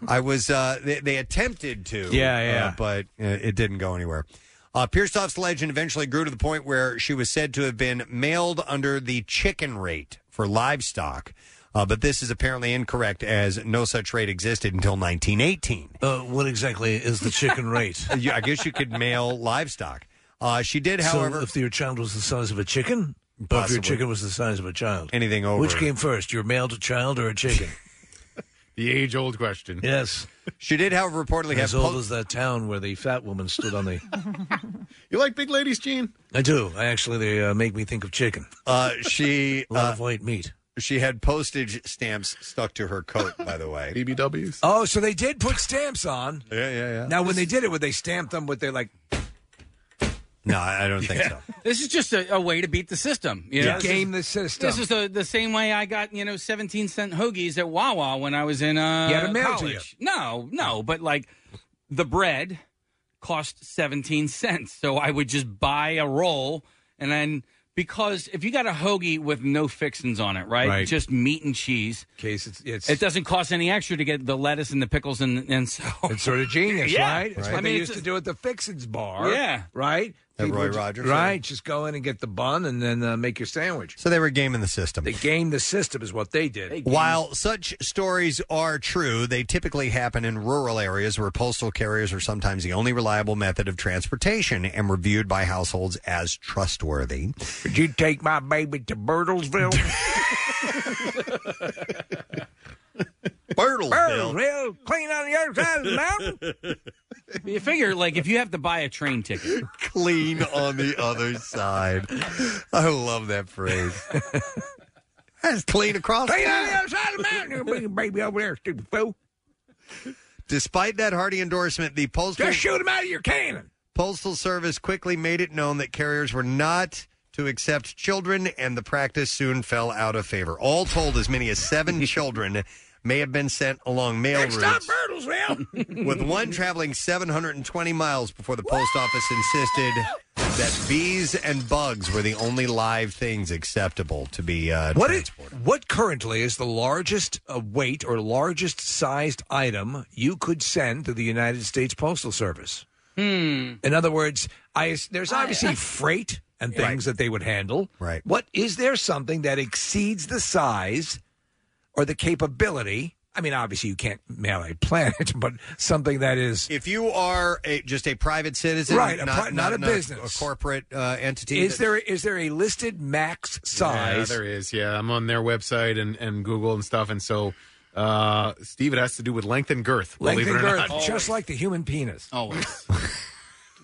S2: I was uh, they, they attempted to,
S5: Yeah, yeah.
S2: uh, but uh, it didn't go anywhere. Uh, Pierstoff's legend eventually grew to the point where she was said to have been mailed under the chicken rate for livestock, uh, but this is apparently incorrect as no such rate existed until 1918.
S14: Uh, what exactly is the
S2: [laughs]
S14: chicken rate?
S2: You- I guess you could mail livestock. Uh, she did, however,
S14: so if your child was the size of a chicken, or if
S2: Possibly.
S14: your chicken was the size of a child,
S2: anything over
S14: which came first, your mailed child or
S2: [laughs]
S14: a chicken?
S6: The age old question.
S14: Yes.
S2: She did, however, reportedly
S14: as
S6: have
S14: old
S6: po-
S14: as that town where the fat woman stood on the.
S6: You like big ladies, Gene?
S14: I do. I actually, they uh, make me think of chicken.
S2: Uh,
S5: [laughs]
S2: she
S14: a lot of white meat.
S2: She had postage stamps stuck to her coat. By the way, BBWs.
S5: Oh, so they did put stamps on.
S2: Yeah, yeah, yeah.
S5: Now, when they did it, would they stamp them with their like?
S2: No, I I don't think so.
S4: This is just a, a way to beat the system. You
S5: To
S4: know? This
S5: game
S4: is-
S5: the system.
S4: This is the, the same way I got you know seventeen cent hoagies at Wawa when I was in uh
S5: You had it mailed to you.
S4: college. No, no, but like the bread cost seventeen cents, so I would just buy a roll and then because if you got a hoagie with no fixings on it, right,
S5: Right.
S4: just meat and cheese,
S5: case it's, it's
S4: it doesn't cost any extra to get the lettuce and the pickles and and so
S5: It's sort of genius,
S4: [laughs] Yeah.
S5: right? That's what
S4: I
S5: they
S4: mean,
S5: used to do at the Fixins bar.
S4: Yeah.
S5: Right?
S2: At
S5: People
S2: Roy
S5: would ju-
S2: Rogers,
S5: Right. Just go in and get the bun and then uh, make your sandwich.
S2: So they were gaming the system.
S5: They gamed the system, is what they did.
S2: While such stories are true, they typically happen in rural areas where postal carriers are sometimes the only reliable method of transportation and were viewed by households as trustworthy.
S5: Would you take my baby to Bertlesville?
S4: Bertlesville.
S5: Bertlesville, clean on the other side of the mountain.
S4: [laughs] you figure like if you have to buy a train ticket,
S2: clean on the other side. I love that phrase. [laughs] [laughs] That's clean across.
S5: Clean on
S2: town.
S5: the other side of the mountain. You bring your baby over there, stupid fool.
S2: Despite that hearty endorsement, the postal
S5: Just shoot him out of your cannon.
S2: Postal Service quickly made it known that carriers were not to accept children, and the practice soon fell out of favor. All told, as many
S5: [laughs]
S2: as seven children may have been sent along mail
S5: Next stop,
S2: routes.
S5: Bertlesville.
S2: With one traveling 720 miles before the post office insisted that bees and bugs were the only live things acceptable to be uh,
S5: What is what currently is the largest uh, weight or largest sized item you could send to the United States Postal Service?
S4: Hmm.
S5: In other words, I
S6: [laughs]
S5: there's obviously freight and
S4: Right.
S5: things that they would handle.
S2: Right.
S5: What is there something that exceeds the size or the capability? I mean, obviously you can't mail a planet, [laughs] but something that is
S2: If you are a, just a private citizen,
S5: right, a
S2: not-
S5: pri-
S2: not-
S5: not, a
S2: not a
S5: business,
S2: corporate uh, entity.
S5: Is
S2: that-
S5: there is there a listed max size?
S6: Yeah, there is. Yeah, I'm on their website and, and Google and stuff. And so, uh, Steve, it has to do with length and girth.
S5: Length
S6: believe
S5: and
S6: it or
S5: girth,
S6: not.
S5: just like the human penis.
S4: Always.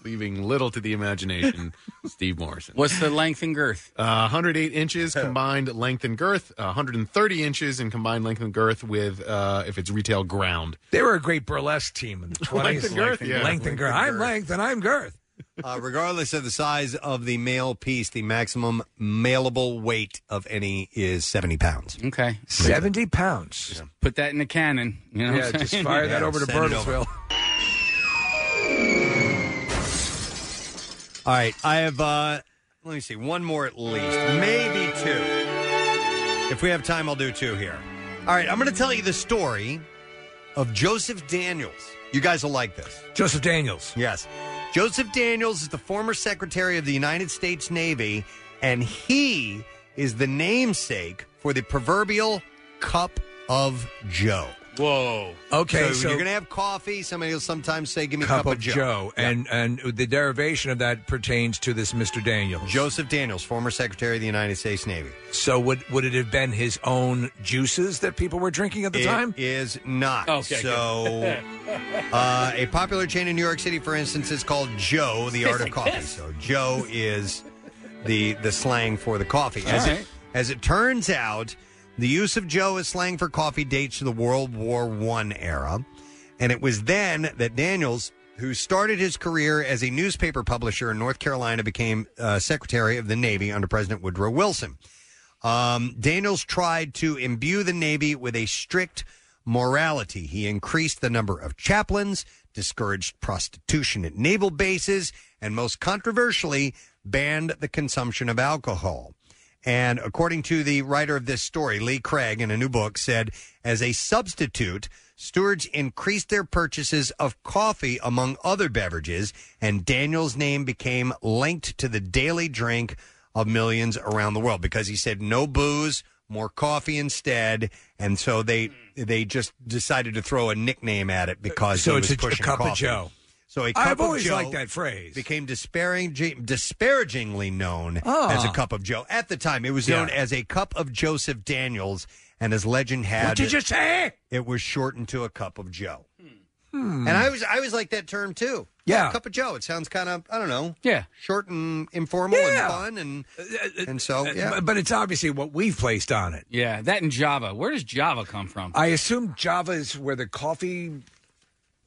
S6: Leaving little to the imagination,
S4: [laughs]
S6: Steve Morrison.
S4: What's the length and girth? Oh.
S6: Uh, 108 inches combined length and girth, uh, 130 inches in combined length and girth with, uh, if it's retail ground.
S5: They were a great burlesque team in the 20s.
S6: Length and girth, yeah.
S5: Length and girth.
S6: Length and
S5: I'm length and I'm girth.
S2: [laughs] Uh, regardless of the size of the mail piece, the maximum mailable weight of any is 70 pounds.
S4: Okay.
S5: 70 pounds.
S4: Put that in a cannon. You know
S5: Yeah,
S4: what I'm
S5: just
S4: saying?
S5: fire that Yeah, over to send it over. Burtlesville.
S2: All right. I have, uh, let me see, one more at least, maybe two. If we have time, I'll do two here. All right. I'm going to tell you the story of Joseph Daniels. You guys will like this.
S5: Joseph Daniels.
S2: Yes. Joseph Daniels is the former Secretary of the United States Navy, and he is the namesake for the proverbial cup of Joe.
S4: Whoa.
S5: Okay,
S2: So,
S5: so-
S2: when you're going to have coffee, somebody will sometimes say, give me a
S5: Cup of Joe. And and the derivation of that pertains to this Mr. Daniels.
S2: Joseph Daniels, former Secretary of the United States Navy.
S5: So would would it have been his own juices that people were drinking at the
S2: It
S5: time?
S2: Is not.
S5: Okay, [laughs]
S2: So, uh, a popular chain in New York City, for instance, is called Joe, the Art of
S5: Tastes like
S2: Coffee.
S5: piss.
S2: So, Joe is the the slang for the coffee. As,
S5: All
S2: it,
S5: right.
S2: as it turns out, the use of Joe as slang for coffee dates to the World War One era, and it was then that Daniels. Who started his career as a newspaper publisher in North Carolina became uh, Secretary of the Navy under President Woodrow Wilson. Um, Daniels tried to imbue the Navy with a strict morality. He increased the number of chaplains, discouraged prostitution at naval bases, and most controversially, banned the consumption of alcohol. And according to the writer of this story, Lee Craig, in a new book, said, as a substitute, stewards increased their purchases of coffee among other beverages, and Daniel's name became linked to the daily drink of millions around the world because he said no booze, more coffee instead, and so they they just decided to throw a nickname at it because
S5: So
S2: he
S5: it's
S2: was
S5: a- a
S2: pushing
S5: cup of
S2: coffee.
S5: Joe.
S2: So a cup
S5: I've
S2: of
S5: always
S2: Joe
S5: liked that phrase.
S2: Became disparaging, disparagingly known
S5: Ah.
S2: as a cup of Joe. At the time, it was known
S5: Yeah.
S2: as a cup of Joseph Daniels, and as legend had
S5: What did you say?
S2: it was shortened to a cup of Joe.
S5: Hmm.
S2: And I was I always like that term too.
S5: Yeah.
S2: cup of Joe. It sounds kind of I don't know.
S4: Yeah,
S2: short and informal
S5: Yeah.
S2: and fun and and so yeah.
S5: Uh, But it's obviously what we've placed on it.
S4: Yeah, that and Java. Where does Java come from?
S5: I assume Java is where the coffee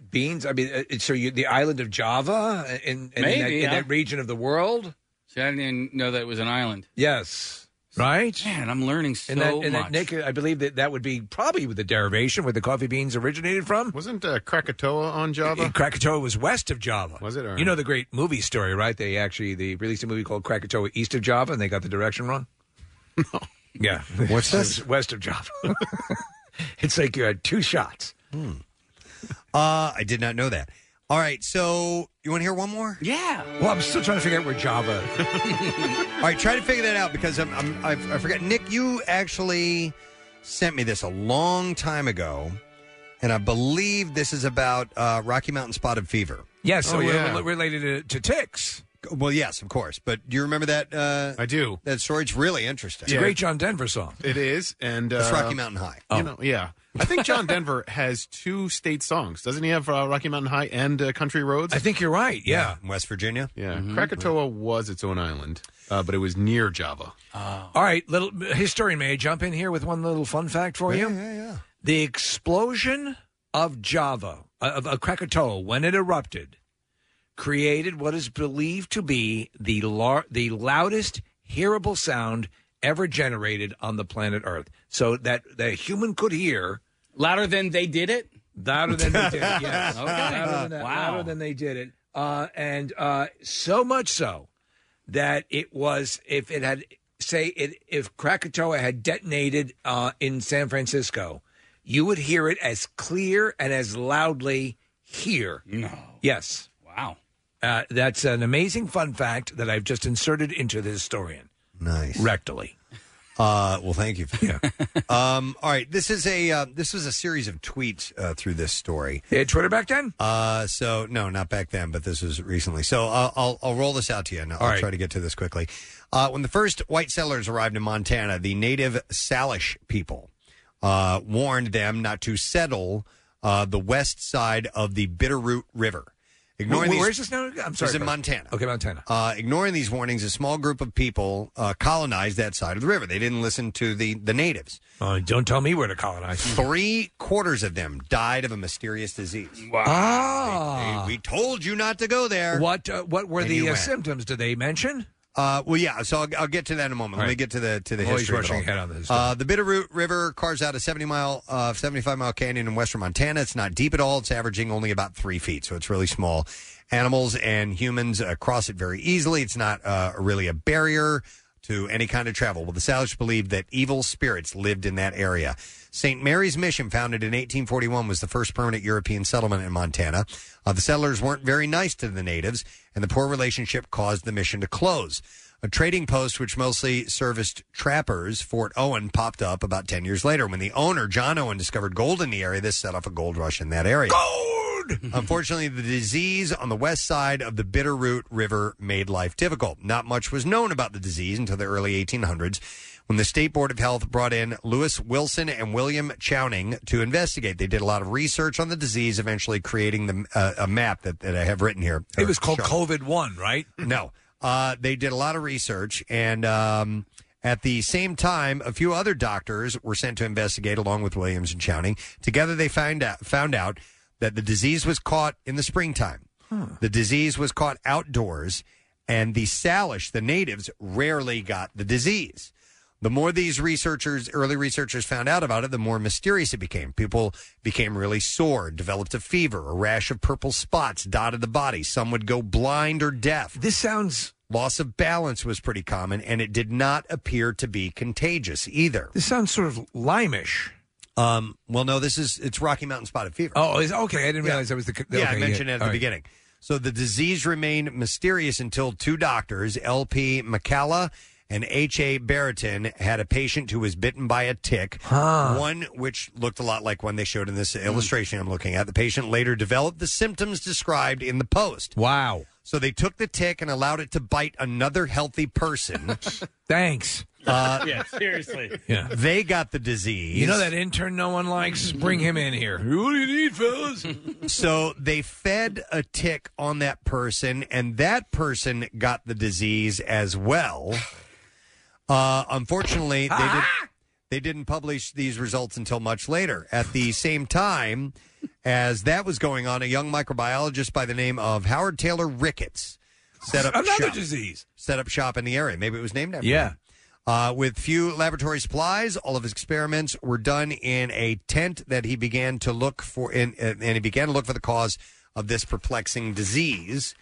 S5: beans? I mean, uh, so you, the island of Java in, in, in, that,
S4: Maybe,
S5: in
S4: yeah.
S5: that region of the world?
S4: See, I didn't even know that it was
S5: [laughs]
S4: an island.
S5: Yes. Right?
S4: Man, I'm learning so
S5: and that, and That,
S4: much.
S5: Nick, I believe that that would be probably the derivation where the coffee beans originated from.
S6: Wasn't uh, Krakatoa on Java?
S5: Krakatoa was west of Java. Was it? You know the great movie story, right? They actually they released a movie called Krakatoa East of Java, and they got the direction wrong. Yeah.
S2: What's
S5: It
S2: this?
S5: was [laughs] West of Java. [laughs] it's like you had two shots.
S2: Uh, I did not know that. All right, so you want to hear one more?
S4: Yeah.
S5: Well, I'm still trying to figure out where Java.
S2: [laughs]
S5: [laughs]
S2: All right, try to figure that out because I'm, I'm I, I forgot. Nick, you actually sent me this a long time ago, and I believe this is about uh, Rocky Mountain spotted fever.
S5: Yeah, so we're related to, to ticks.
S2: Well, yes, of course. But do you remember that? Uh,
S6: I do.
S2: That story. It's really interesting.
S6: It's a Yeah. great
S5: John Denver song. Oh,
S6: It is, and uh,
S2: It's Rocky Mountain High.
S6: You know, yeah. I think John Denver has two state songs. Doesn't he have uh, Rocky Mountain High and uh, Country Roads? I
S5: think you're right.
S2: yeah. West Virginia.
S6: Yeah,
S5: Mm-hmm.
S6: Krakatoa was its own island, uh, but it was near Java.
S5: Oh. All right, little historian, may I jump in here with one little fun fact for you? Yeah,
S2: yeah.
S5: The explosion of Java uh, of, of Krakatoa when it erupted created what is believed to be the lar- the loudest hearable sound ever generated on the planet Earth. So that that a human could hear
S4: louder than they did it.
S5: Louder than they did
S4: [laughs]
S5: it. Yes.
S4: Okay.
S5: Louder than that-
S4: Wow.
S5: Louder than they did it. Uh, and uh, so much so that it was if it had say it if Krakatoa had detonated uh, in San Francisco, you would hear it as clear and as loudly here.
S4: No.
S5: Yes.
S4: Wow.
S5: Uh, that's an amazing fun fact that I've just inserted into the historian.
S2: Nice. [laughs]
S5: Rectally.
S2: Uh, well, thank you. For that. um, all right, this is a uh, this was a series of tweets uh, through this story.
S5: They had Twitter back then.
S2: Uh, so no, not back then, but this was recently. So uh, I'll I'll roll this out to you, and I'll
S5: All right.
S2: try to get to this quickly. Uh, when the first white settlers arrived in Montana, the native Salish people uh, warned them not to settle uh, the west side of the Bitterroot River. Ignoring
S5: Wh-
S2: these-
S5: where's this now? I'm sorry.
S2: This is in
S5: Bert.
S2: Montana.
S5: Okay, Montana.
S2: Uh, ignoring these warnings, a small group of people uh, colonized that side of the river. They didn't listen to the, the natives.
S5: Uh, don't tell me where to colonize.
S2: Three quarters of them died of a mysterious disease.
S5: Wow. Ah.
S2: we told you not to go there.
S5: What uh, what were
S2: And you
S5: the uh,
S2: went.
S5: symptoms? Did they mention?
S2: Uh, well, yeah. So I'll, I'll get to that in a moment.
S5: All
S2: Let
S5: right.
S2: me get to the to the
S5: I'm always
S2: history. of it
S5: rushing
S2: all.
S5: ahead on this
S2: Uh, the Bitterroot River carves out a seventy mile, uh, seventy five mile canyon in western Montana. It's not deep at all. It's averaging only about three feet, so it's really small. Animals and humans uh, cross it very easily. It's not uh, really a barrier to any kind of travel. Well, the Salish believed that evil spirits lived in that area. St. Mary's Mission, founded in 1841, was the first permanent European settlement in Montana. Uh, the settlers weren't very nice to the natives, and the poor relationship caused the mission to close. A trading post which mostly serviced trappers, Fort Owen, popped up about 10 years later. When the owner, John Owen, discovered gold in the area, this set off a gold rush in that area. [laughs] Unfortunately, the disease on the west side of the Bitterroot River made life difficult. Not much was known about the disease until the early 1800s when the State Board of Health brought in Lewis Wilson and William Chowning to investigate. They did a lot of research on the disease, eventually creating the, uh, a map that, that I have written here.
S5: It was called
S2: Shown.
S5: COVID one, right?
S2: No. Uh, they did a lot of research, and um, at the same time, a few other doctors were sent to investigate along with Williams and Chowning. Together, they found out, found out that the disease was caught in the springtime.
S5: Uh-huh.
S2: The disease was caught outdoors, and the Salish, the natives, rarely got the disease. The more these researchers, early researchers found out about it, the more mysterious it became. People became really sore, developed a fever, a rash of purple spots dotted the body. Some would go blind or deaf.
S5: This sounds.
S2: Loss of balance was pretty common, and it did not appear to be contagious either.
S5: This sounds sort of limish.
S2: Um, well, no, this is it's Rocky Mountain spotted fever.
S5: Oh, is- okay. I didn't realize that was the.
S2: Yeah, I
S5: okay,
S2: mentioned it at the
S5: all right.
S2: beginning. So the disease remained mysterious until two doctors, L.P. McCalla and H.A. Baratin, had a patient who was bitten by a tick, one which looked a lot like one they showed in this
S5: Hmm.
S2: illustration I'm looking at. The patient later developed the symptoms described in the post.
S5: Wow.
S2: So they took the tick and allowed it to bite another healthy person.
S5: [laughs] Thanks.
S2: Uh,
S4: [laughs] yeah, seriously.
S5: Yeah.
S2: They got the disease.
S5: You know that intern no one likes? Bring him in here. [laughs] What do you need, fellas?
S2: So they fed a tick on that person, and that person
S5: Ah!
S2: got the disease as well. Uh, unfortunately, they did. They didn't publish these results until much later. At the same time as that was going on, a young microbiologist by the name of Howard Taylor Ricketts set up
S5: Another
S2: shop,
S5: disease.
S2: Set up shop in the area. Maybe it was named after
S5: Yeah.
S2: him. Uh, with few laboratory supplies, all of his experiments were done in a tent that he began to look for, in, uh, and he began to look for the cause of this perplexing disease.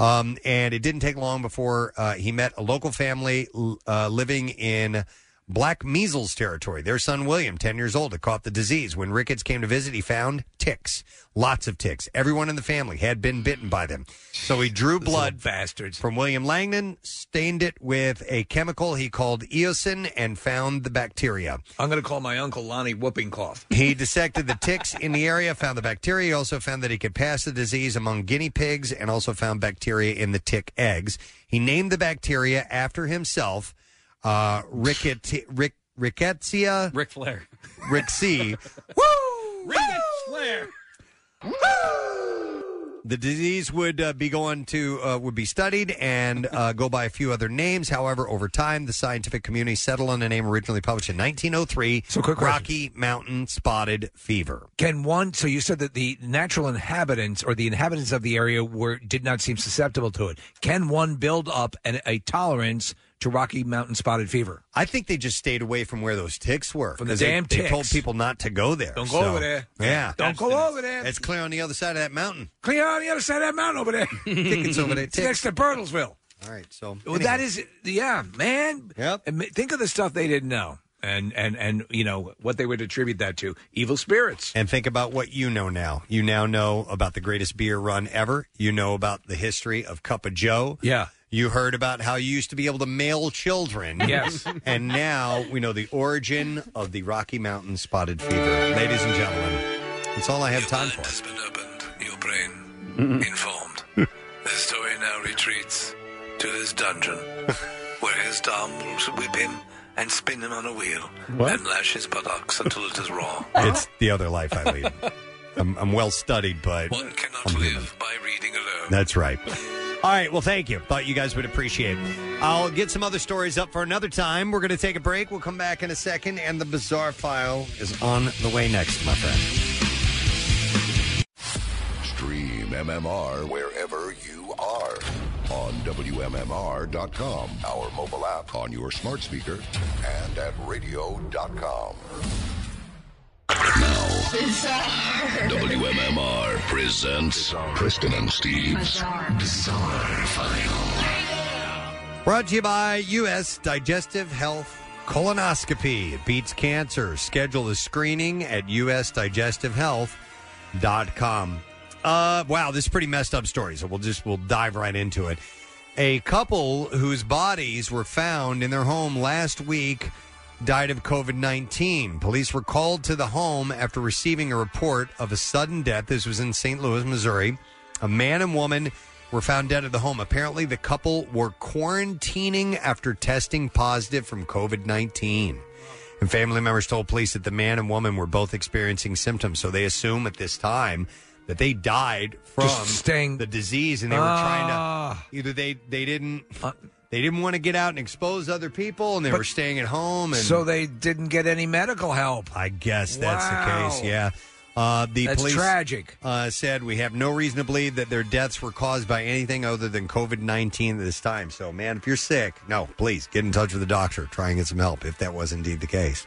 S2: Um, and it didn't take long before uh, he met a local family l- uh, living in black measles territory. Their son William, 10 years old, had caught the disease. When Ricketts came to visit, he found ticks, lots of ticks. Everyone in the family had been bitten by them. So he drew blood
S5: bastards.
S2: from William Langdon, stained it with a chemical he called eosin, and found the bacteria.
S5: I'm going to call my uncle Lonnie Whooping Cough.
S2: He dissected the ticks in the area, found the bacteria. He also found that he could pass the disease among guinea pigs and also found bacteria in the tick eggs. He named the bacteria after himself, uh, Ricket, Rick, Ricketsia.
S5: [laughs]
S4: Rick Flair.
S2: Rixie.
S4: Rick Flair.
S2: The disease would uh, be going to uh, would be studied and uh, go by a few other names. However, over time, the scientific community settled on a name originally published in 1903. So quick Rocky Mountain Spotted Fever.
S5: Can one? So you said that the natural inhabitants or the inhabitants of the area were did not seem susceptible to it. Can one build up an, a tolerance to Rocky Mountain spotted fever?
S2: I think they just stayed away from where those ticks were.
S5: From the
S2: 'cause
S5: damn
S2: they, They told
S5: ticks.
S2: people not to go there.
S5: Don't go
S2: so-
S5: over there.
S2: Yeah.
S5: Don't go over there.
S2: It's clear on the other side of that mountain.
S5: Clear on the other side of that mountain
S2: [laughs]
S5: over there.
S2: Tickets over there.
S5: It's next to Bertlesville.
S2: All right. So
S5: Well, that is yeah, man.
S2: Yep.
S5: Think of the stuff they didn't know, and and and you know what they would attribute that to evil spirits.
S2: And think about what you know now. You now know about the greatest beer run ever. You know about the history of Cup of Joe.
S5: Yeah.
S2: You heard about how you used to be able to mail children.
S5: Yes.
S2: [laughs] and now we know the origin of the Rocky Mountain spotted fever. Ladies and gentlemen, that's all I have time for.
S13: Your brain informed. the story now retreats to his
S2: [laughs]
S13: dungeon, where his dom will whip him and spin him on a wheel,
S2: What?
S13: and lash his buttocks until it is raw.
S2: It's the other life I lead. I'm, I'm well studied, but
S13: One cannot
S2: I'm human.
S13: live by reading alone.
S2: That's right. All right. Well, thank you. Thought you guys would appreciate it. I'll get some other stories up for another time. We're going to take a break. We'll come back in a second, and the bizarre file is on the way next, my friend.
S1: Stream MMR wherever you are on WMMR.com, our mobile app on your smart speaker, and at radio.com.
S15: WMMR presents
S1: Kristen and Steve's Bizarre File.
S2: Brought to you by U.S. Digestive Health Colonoscopy. It beats cancer. Schedule a screening at usdigestivhealth.com. Uh, wow, this is a pretty messed up story, so we'll just we'll dive right into it. A couple whose bodies were found in their home last week died of COVID 19. Police were called to the home after receiving a report of a sudden death. This was in St. Louis, Missouri. A man and woman were found dead at the home. Apparently, the couple were quarantining after testing positive from COVID 19. And family members told police that the man and woman were both experiencing symptoms. So they assume at this time that they died from the disease and they were trying
S5: Ah.
S2: to either they they didn't they didn't want to get out and expose other people and they
S5: Uh. But-
S2: were staying at home and
S5: so they didn't get any medical help.
S2: I guess that's
S5: Wow.
S2: the case. Yeah. Uh, the
S5: That's
S2: police
S5: tragic.
S2: Uh, said we have no reason to believe that their deaths were caused by anything other than COVID nineteen at this time. So, man, if you're sick, no, please get in touch with a doctor. Try and get some help if that was indeed the case.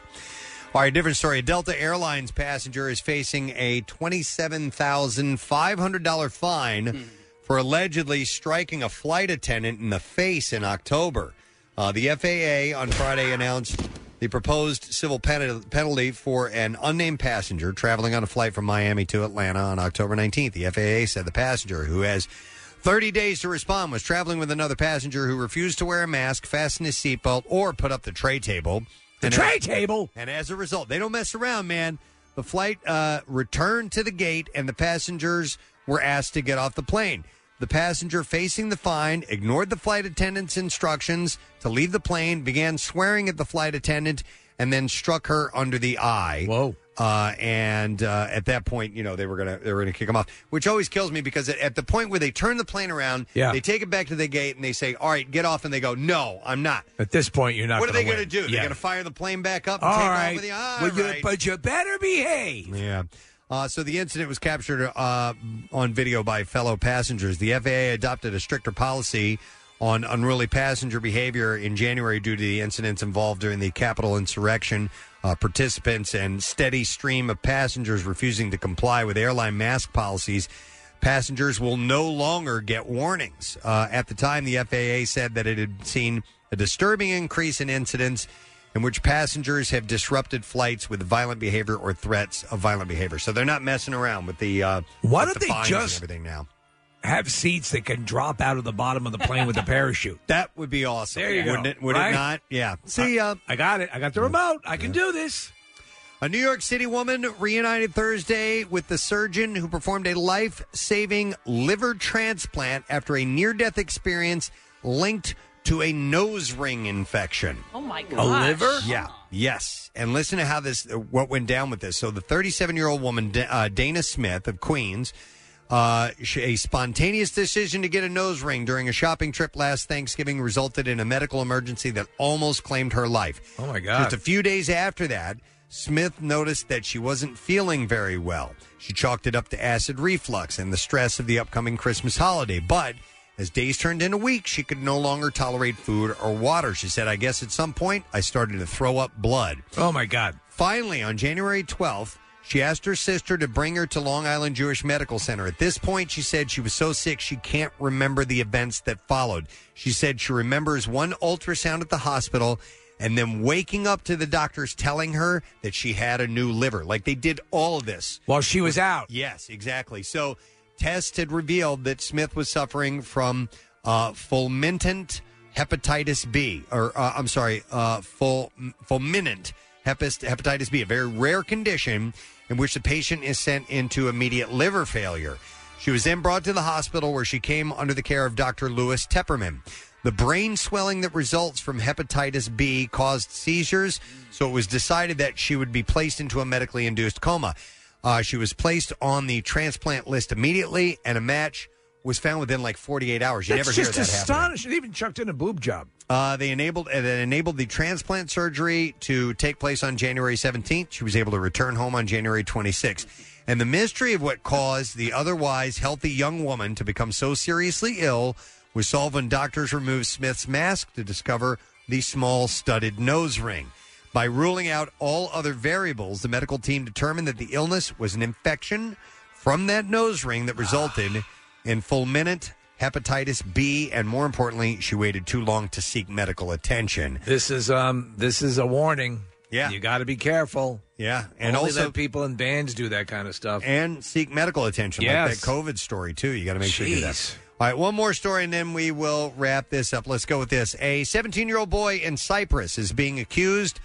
S2: All right, different story. A Delta Airlines passenger is facing a twenty-seven thousand five hundred dollar fine for allegedly striking a flight attendant in the face in October. Uh, the FAA on Friday announced the proposed civil pen- penalty for an unnamed passenger traveling on a flight from Miami to Atlanta on October 19th. The FAA said the passenger who has 30 days to respond was traveling with another passenger who refused to wear a mask, fasten his seatbelt, or put up the tray table.
S5: The
S2: And
S5: tray
S2: as-
S5: table?
S2: And as a result, they don't mess around, man. The flight uh, returned to the gate, and the passengers were asked to get off the plane. The passenger facing the fine ignored the flight attendant's instructions to leave the plane, began swearing at the flight attendant, and then struck her under the eye. Whoa. Uh, and uh, at that point, you know, they were gonna they were gonna kick him off, which always kills me because at, at the point where they turn the plane around,
S5: Yeah.
S2: they take it back to the gate and they say, "All right, get off," and they go, "No, I'm not."
S5: At this point, you're not.
S2: what are they
S5: going to
S2: gonna do? They're
S5: Yeah.
S2: gonna fire the plane back up. And
S5: All
S2: take
S5: right.
S2: Off with the, All
S5: Well, you-
S2: right.
S5: but you better behave.
S2: Yeah. Uh, so the incident was captured uh, on video by fellow passengers. The FAA adopted a stricter policy on unruly passenger behavior in January due to the incidents involved during the Capitol insurrection. Uh, participants and steady stream of passengers refusing to comply with airline mask policies. Passengers will no longer get warnings. Uh, at the time, the FAA said that it had seen a disturbing increase in incidents in which passengers have disrupted flights with violent behavior or threats of violent behavior. So they're not messing around with the uh,
S5: Why
S2: with
S5: don't
S2: the
S5: they
S2: fines
S5: just-
S2: and everything now?
S5: Have seats that can drop out of the bottom of the plane [laughs] with a parachute.
S2: That would be awesome.
S5: There you go.
S2: Wouldn't it? Would
S5: Right?
S2: it not? Yeah. See ya.
S5: I got it. I got the remote. I can do this.
S2: A New York City woman reunited Thursday with the surgeon who performed a life saving liver transplant after a near death experience linked to a nose ring infection.
S3: Oh my
S2: A
S3: god.
S2: liver? Yeah. Yes. And listen to how this, uh, what went down with this. So the 37 year old woman, Da- uh, Dana Smith of Queens, uh, sh- a spontaneous decision to get a nose ring during a shopping trip last Thanksgiving resulted in a medical emergency that almost claimed her life.
S5: Oh, my God.
S2: Just a few days after that, Smith noticed that she wasn't feeling very well. She chalked it up to acid reflux and the stress of the upcoming Christmas holiday. But as days turned into weeks, she could no longer tolerate food or water. She said, I guess at some point I started to throw up blood.
S5: Oh, my God.
S2: Finally, on January 12th, she asked her sister to bring her to Long Island Jewish Medical Center. At this point, she said she was so sick she can't remember the events that followed. She said she remembers one ultrasound at the hospital and then waking up to the doctors telling her that she had a new liver. Like they did all of this
S5: while she was out.
S2: Yes, exactly. So tests had revealed that Smith was suffering from uh, fulminant hepatitis B, or uh, I'm sorry, uh, ful- fulminant hepis- hepatitis B, a very rare condition in which the patient is sent into immediate liver failure. She was then brought to the hospital where she came under the care of Dr. Lewis Tepperman. The brain swelling that results from hepatitis B caused seizures, so it was decided that she would be placed into a medically induced coma. Uh, she was placed on the transplant list immediately, and a match was found within like 48 hours. You
S5: That's
S2: never
S5: just
S2: hear that happen.
S5: astonishing. They even chucked in a boob job.
S2: Uh, they enabled uh, they enabled the transplant surgery to take place on January 17th. She was able to return home on January 26th. And the mystery of what caused the otherwise healthy young woman to become so seriously ill was solved when doctors removed Smith's mask to discover the small studded nose ring. By ruling out all other variables, the medical team determined that the illness was an infection from that nose ring that resulted in fulminant hepatitis B, and more importantly, she waited too long to seek medical attention.
S5: This is um this is a warning.
S2: Yeah.
S5: You got to be careful.
S2: Yeah, and
S5: Only
S2: also-
S5: let people in bands do that kind of stuff.
S2: And seek medical attention,
S5: Yes.
S2: like that COVID story, too. You got to make sure you do
S5: Jeez.
S2: that. All right, one more story, and then we will wrap this up. Let's go with this. A 17 year old boy in Cyprus is being accused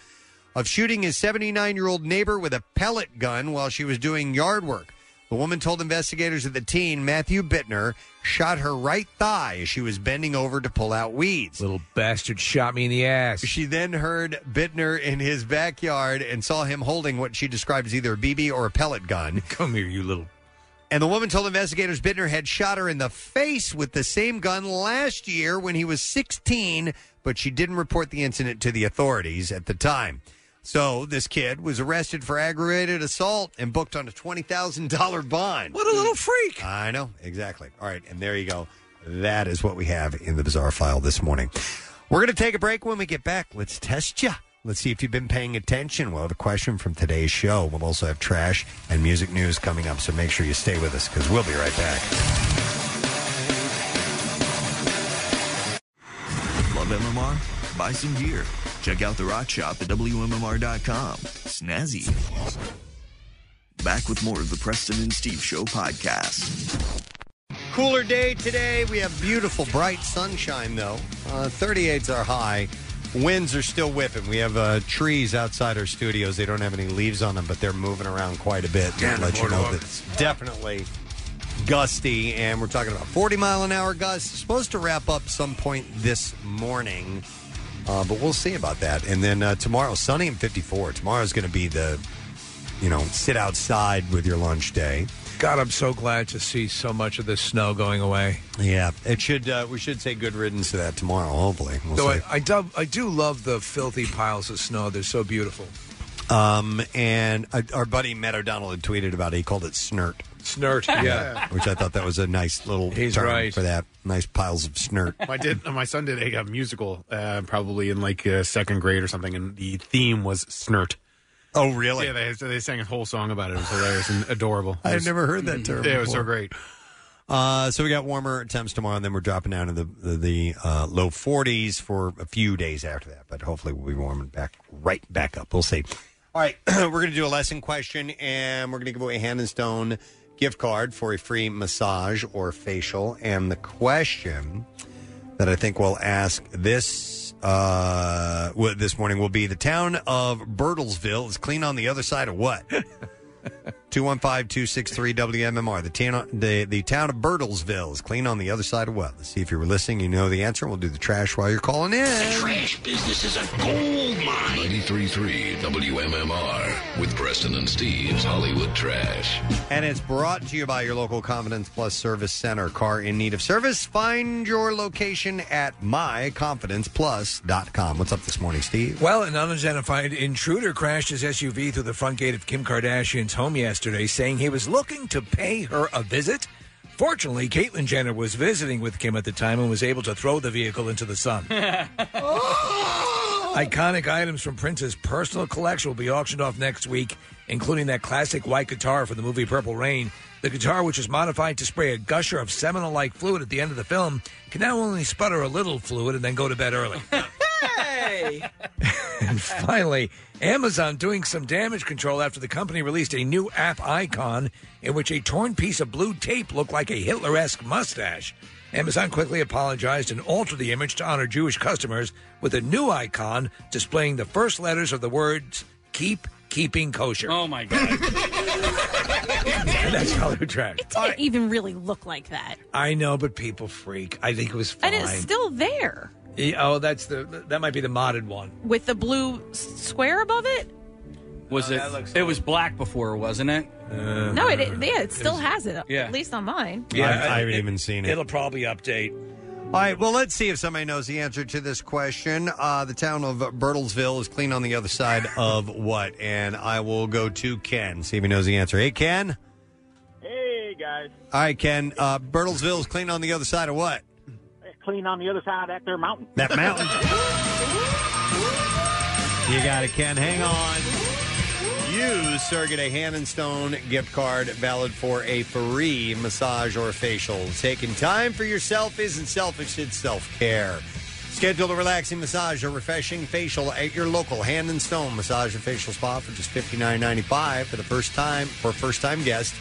S2: of shooting his 79 year old neighbor with a pellet gun while she was doing yard work. The woman told investigators that the teen, Matthew Bittner, shot her right thigh as she was bending over to pull out weeds.
S5: Little bastard shot me in the ass.
S2: She then heard Bittner in his backyard and saw him holding what she described as either a BB or a pellet gun.
S5: Come here, you little.
S2: And the woman told investigators Bittner had shot her in the face with the same gun last year when he was 16, but she didn't report the incident to the authorities at the time. So this kid was arrested for aggravated assault and booked on a $20,000 bond.
S5: What a little freak.
S2: I know, exactly. All right, and there you go. That is what we have in the bizarre file this morning. We're going to take a break when we get back. Let's test you. Let's see if you've been paying attention. We'll have a question from today's show. We'll also have trash and music news coming up, so make sure you stay with us because we'll be right back.
S7: Love MMR? Buy some gear. Check out the rock shop at WMMR.com. Snazzy. Back with more of the Preston and Steve Show podcast.
S2: Cooler day today. We have beautiful, bright sunshine, though. Uh, 38s are high. Winds are still whipping. We have uh, trees outside our studios. They don't have any leaves on them, but they're moving around quite a bit.
S5: Yeah,
S2: to let you know
S5: boardwalk.
S2: that it's definitely gusty, and we're talking about 40 mile an hour gusts. Supposed to wrap up some point this morning, uh, but we'll see about that. And then uh, tomorrow, sunny and 54. Tomorrow's going to be the you know, sit outside with your lunch day.
S5: God, I'm so glad to see so much of this snow going away.
S2: Yeah, it should. Uh, we should say good riddance to that tomorrow. Hopefully, we'll
S5: Though
S2: see.
S5: I, I, do, I do love the filthy piles of snow. They're so beautiful.
S2: Um, and uh, our buddy Matt O'Donnell had tweeted about it. He called
S6: [laughs]
S2: it snert.
S5: Snert, yeah.
S2: [laughs] Which I thought that was a nice little
S6: He's
S2: term
S6: right.
S2: for that. Nice piles of snert.
S6: my did [laughs] my son did a, uh musical uh, probably in like uh, second grade or something, and the theme was snert.
S2: Oh, really?
S6: Yeah, they, they sang a whole song about it. It was hilarious and adorable.
S2: I've
S6: It was- Mm-hmm.
S2: never heard that term
S6: Yeah, it was so
S2: before.
S6: great.
S2: Uh, so we got warmer temps tomorrow, and then we're dropping down to the the, the uh, low 40s for a few days after that. But hopefully, we'll be warming back right back up. We'll see. All right, [clears throat] we're going to do a lesson question, and we're going to give away a Hand and Stone gift card for a free massage or facial. And the question that I think we'll ask this uh, w- this morning will be: the town of Bertlesville is clean on the other side of what? 215-263-WMMR. The town, the, the town of Bertlesville is clean on the other side of what? Let's see if you were listening. You know the answer. We'll do the trash while you're calling in.
S1: Trash business is a gold mine. 93.3 WMMR with Preston and Steve's Hollywood Trash.
S2: And it's brought to you by your local Confidence Plus Service Center. Car in need of service? Find your location at myconfidenceplus.com. What's up this morning, Steve?
S5: Well, an unidentified intruder crashed his SUV through the front gate of Kim Kardashian's home yesterday, saying he was looking to pay her a visit. Fortunately, Caitlyn Jenner was visiting with Kim at the time and was able to throw the vehicle into the sun. Iconic items from Prince's personal collection will be auctioned off next week, including that classic white guitar from the movie Purple Rain. The guitar, which was modified to spray a gusher of seminal like fluid at the end of the film, can now only sputter a little fluid and then go to bed early. And finally, Amazon doing some damage control after the company released a new app icon in which a torn piece of blue tape looked like a Hitler esque mustache. Amazon quickly apologized and altered the image to honor Jewish customers with a new icon displaying the first letters of the words keep keeping kosher. Oh [laughs]
S4: my God.
S5: That's Hollywood Trash.
S3: It didn't even really look like that.
S5: I know, but people freak. I think it was fine.
S3: And it's still there
S5: Yeah, oh, that's the that might be the modded one.
S3: with the blue s- square above it.
S4: Was it? It was black before, wasn't it?
S5: Uh,
S3: No, it, it yeah, it still
S4: was-
S3: has it.
S4: yeah.
S3: At least on mine.
S2: I, I haven't even seen it.
S5: It'll probably update.
S2: All right, well, let's see if somebody knows the answer to this question. Uh, the town of Bertlesville is clean on the other side of what? And I will go to Ken, see if he knows the answer. Hey, Ken.
S10: Hey guys,
S2: All right, Ken. Uh, Bertlesville is clean on the other side of what?
S10: clean on the other side of that there mountain.
S2: That mountain. You got it, Ken. Hang on. You, sir, get a hand and stone gift card valid for a free massage or facial. Taking time for yourself isn't selfish, it's self care. Schedule a relaxing massage or refreshing facial at your local hand and stone massage and facial spa for just $59.95 for the first time for first time guests.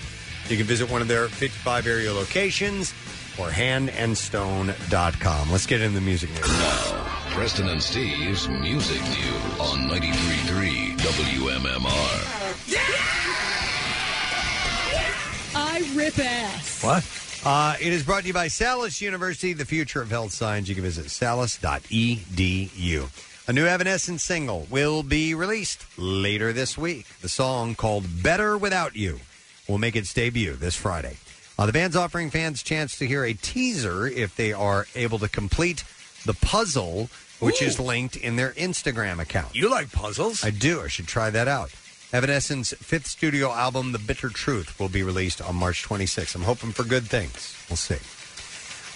S2: You can visit one of their 55 area locations or handandstone.com. Let's get into the music news.
S1: Preston and Steve's Music News on 93.3 WMMR.
S20: I rip ass.
S5: What?
S2: Uh, it is brought to you by Salis University, the future of health science. You can visit salis.edu. A new Evanescence single will be released later this week. The song called Better Without You will make its debut this Friday. Uh, the band's offering fans chance to hear a teaser if they are able to complete the puzzle, which is linked in their Instagram account.
S5: You like puzzles?
S2: I do. I should try that out. Evanescence's fifth studio album, The Bitter Truth, will be released on March 26th. I'm hoping for good things. We'll see.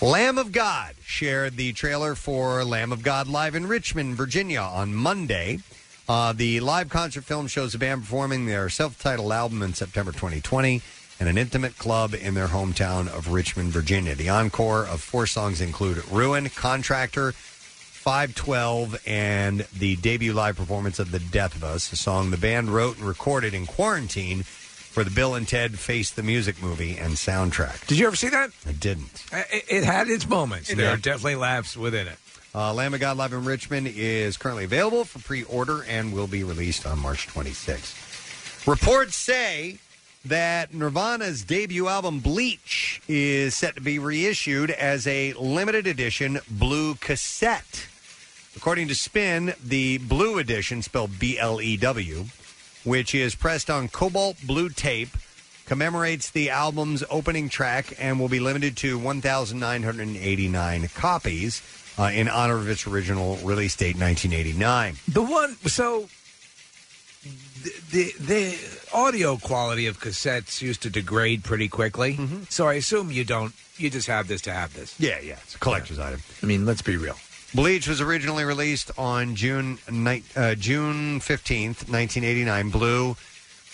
S2: Lamb of God shared the trailer for Lamb of God live in Richmond, Virginia on Monday. Uh, the live concert film shows the band performing their self titled album in September 2020 in an intimate club in their hometown of Richmond, Virginia. The encore of four songs include Ruin, Contractor, 512 and the debut live performance of The Death of Us, a song the band wrote and recorded in quarantine for the Bill and Ted Face the Music movie and soundtrack.
S5: Did you ever see that?
S2: I didn't.
S5: I- It, it had its moments.
S2: It
S5: there are
S2: did.
S5: definitely laughs within it.
S2: Uh, Lamb of God Live in Richmond is currently available for pre order and will be released on March 26th. Reports say that Nirvana's debut album Bleach is set to be reissued as a limited edition blue cassette. According to Spin, the blue edition, spelled B L E W, which is pressed on cobalt blue tape, commemorates the album's opening track and will be limited to 1,989 copies uh, in honor of its original release date, 1989.
S14: The one, so the the audio quality of cassettes used to degrade pretty quickly.
S5: Mm-hmm.
S14: So I assume you don't. You just have this to have this.
S2: Yeah, yeah. It's a collector's item.
S14: I mean, let's be real.
S2: Bleach was originally released on June ni- uh, June fifteenth, nineteen eighty nine. Blue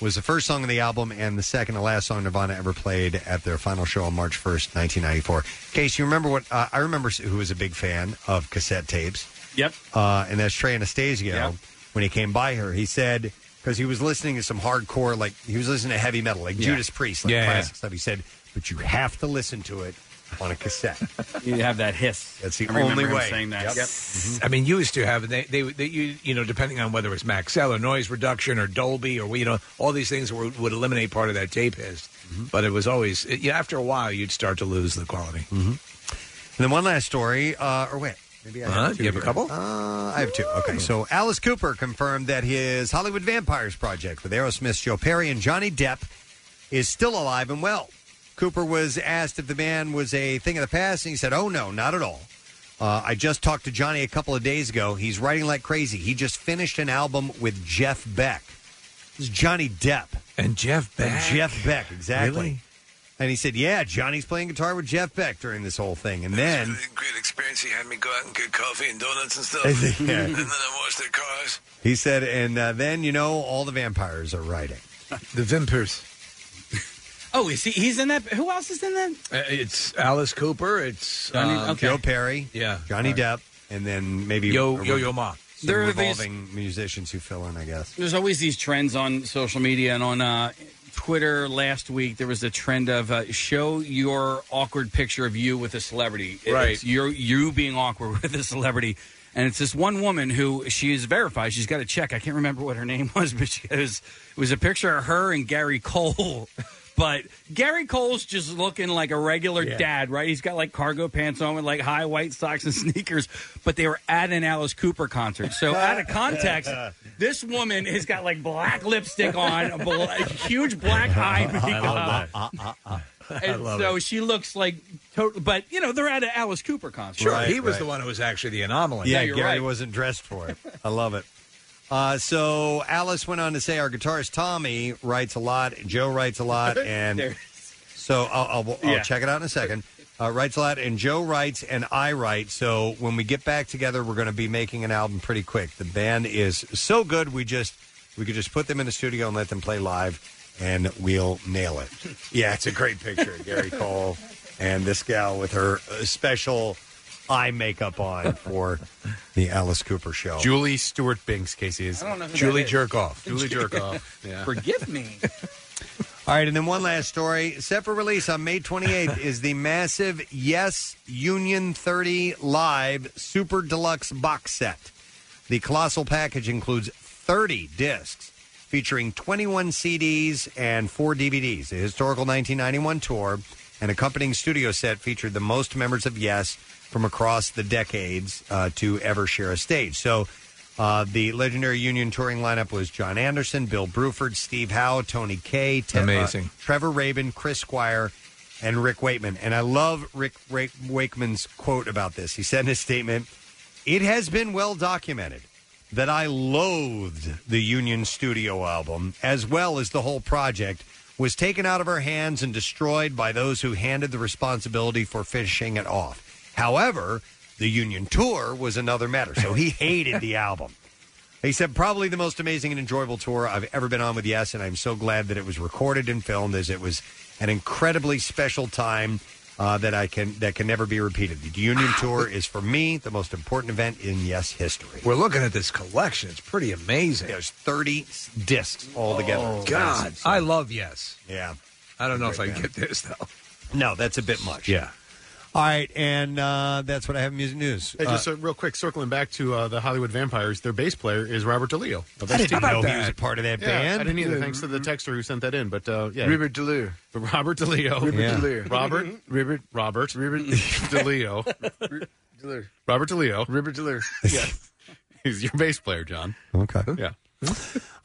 S2: was the first song on the album and the second and last song Nirvana ever played at their final show on March first, nineteen ninety four. Case, you remember what uh, I remember? Who was a big fan of cassette tapes?
S4: Yep.
S2: Uh, and that's Trey Anastasio. When he came by her, he said because he was listening to some hardcore, like he was listening to heavy metal, like
S4: Yeah.
S2: Judas Priest, like
S4: Yeah, yeah.
S2: classic stuff. He said, "But you have to listen to it on a cassette.
S4: [laughs] you have that hiss.
S2: That's the
S4: I remember
S2: only
S4: him
S2: way." Mm-hmm.
S4: saying that. Yep.
S5: Mm-hmm.
S14: I mean, you used to have they, they, they you, you know, depending on whether it was Maxell or noise reduction or Dolby or you know, all these things were, would eliminate part of that tape hiss.
S5: Mm-hmm.
S14: But it was always it, yeah, after a while you'd start to lose the quality.
S2: Mm-hmm. And then one last story, uh, or wait, maybe I
S14: Huh?
S2: have two.
S14: Uh-huh. You have a
S2: here.
S14: couple?
S2: Uh, I have two. Okay, so Alice Cooper confirmed that his Hollywood Vampires project with Aerosmith's Joe Perry and Johnny Depp is still alive and well. Cooper was asked if the man was a thing of the past, and he said, "Oh no, not at all." Uh, I just talked to Johnny a couple of days ago. He's writing like crazy. He just finished an album with Jeff Beck. This is Johnny Depp
S14: and Jeff Beck.
S2: Jeff Beck, exactly.
S14: Really?
S2: And he said, "Yeah, Johnny's playing guitar with Jeff Beck during this whole thing." And then
S13: Great experience. He had me go out and get coffee and donuts
S14: [laughs]
S13: and stuff.
S2: Yeah.
S13: And then I watched their cars.
S2: he said, "And uh, then you know, all the vampires are writing."
S14: [laughs] the vampires.
S4: Oh, is he? He's in that. Who else is in that?
S14: Uh, it's Alice Cooper. It's
S2: Johnny-
S14: um,
S2: okay. Joe Perry.
S14: Yeah,
S2: Johnny Depp, and then maybe
S14: Yo-
S2: a-
S14: Yo-Yo Ma.
S2: some
S4: There are these-
S2: revolving musicians who fill in, I guess.
S4: There's always these trends on social media and on uh, Twitter. Last week there was a trend of uh, show your awkward picture of you with a celebrity. It-
S14: Right.
S4: it's you're you being awkward [laughs] with a celebrity. And it's this one woman who she is verified. She's got a check. I can't remember what her name [laughs] was, but she, it, was, it was a picture of her and Gary Cole. [laughs] But Gary Cole's just looking like a regular
S14: Yeah.
S4: dad, right? He's got like cargo pants on with like high white socks and [laughs] sneakers. But they were at an Alice Cooper concert. So out of
S14: [laughs]
S4: context, this woman has got like black lipstick on, a bla-
S20: [laughs]
S4: huge black
S2: [laughs]
S4: eye
S14: Uh,
S4: makeup. [laughs] And so she looks like total, but you know, they're at an Alice Cooper concert.
S14: Sure, he was the one who was actually the anomaly.
S2: Yeah, Gary wasn't dressed for it. I love it. Uh, so Alice went on to say, "Our guitarist Tommy writes a lot. Joe writes a lot, and so I'll, I'll, I'll
S14: Yeah.
S2: check it out in a second. Uh, writes a lot, and Joe writes, and I write. So when we get back together, we're going to be making an album pretty quick. The band is so good, we just we could just put them in the studio and let them play live, and we'll nail
S14: [laughs]
S2: it. yeah, it's a great picture, of Gary Cole, and this gal with her uh, special eye makeup on for the Alice Cooper show.
S6: Julie Stewart Binks, Casey is.
S2: I don't know who that Julie is. Jerkoff.
S4: [laughs]
S6: Julie Jerkoff. Yeah.
S4: Forgive me.
S2: All right, and then one last story. Set for release on May 28th is the massive Yes Union 30 Live Super Deluxe box set. The colossal package includes 30 discs featuring 21 CDs and four DVDs. The historical 1991 tour and accompanying studio set featured the most members of Yes from across the decades uh, to ever share a stage. So uh, the legendary Union touring lineup was John Anderson, Bill Bruford, Steve Howe, Tony Kaye, Te- uh,
S14: Amazing.
S2: Trevor Rabin, Chris Squire, and Rick Wakeman. And I love Rick, Rick Wakeman's quote about this. He said in his statement, "It has been well documented." That I loathed the Union Studio album, as well as the whole project, was taken out of our hands and destroyed by those who handed the responsibility for finishing it off. However, the Union Tour was another matter, so he hated the album. He said, probably the most amazing and enjoyable tour I've ever been on with Yes, and I'm so glad that it was recorded and filmed as it was an incredibly special time uh, that I can that can never be repeated. The
S14: [laughs]
S2: Union Tour is for me the most important event in Yes history.
S14: We're looking at this collection. It's pretty amazing.
S2: There's 30 discs all together.
S14: Oh,
S2: It's
S14: God,
S2: massive.
S14: I love Yes.
S2: Yeah,
S14: I don't know if I
S2: Great
S14: can get this though.
S2: No, that's a bit much. Yeah. All right, and uh, that's what I have in music news.
S6: Hey, just
S2: Uh,
S6: uh, real quick, circling back to uh, the Hollywood Vampires, their bass player is Robert DeLeo. of
S2: I didn't
S6: STP.
S2: know he was a part of that
S6: Yeah,
S2: band.
S6: I didn't either.
S2: Yeah.
S6: Thanks to the texter who sent that in. But uh, yeah,
S2: Robert
S6: DeLeo. [laughs] Robert DeLeo.
S2: Robert Yeah.
S6: DeLeo.
S14: [laughs]
S6: Robert. Robert. Robert. Robert [laughs] DeLeo. [laughs] Robert DeLeo. Robert DeLeo. Yeah. He's your bass player, John.
S2: Okay.
S6: Yeah.
S2: [laughs]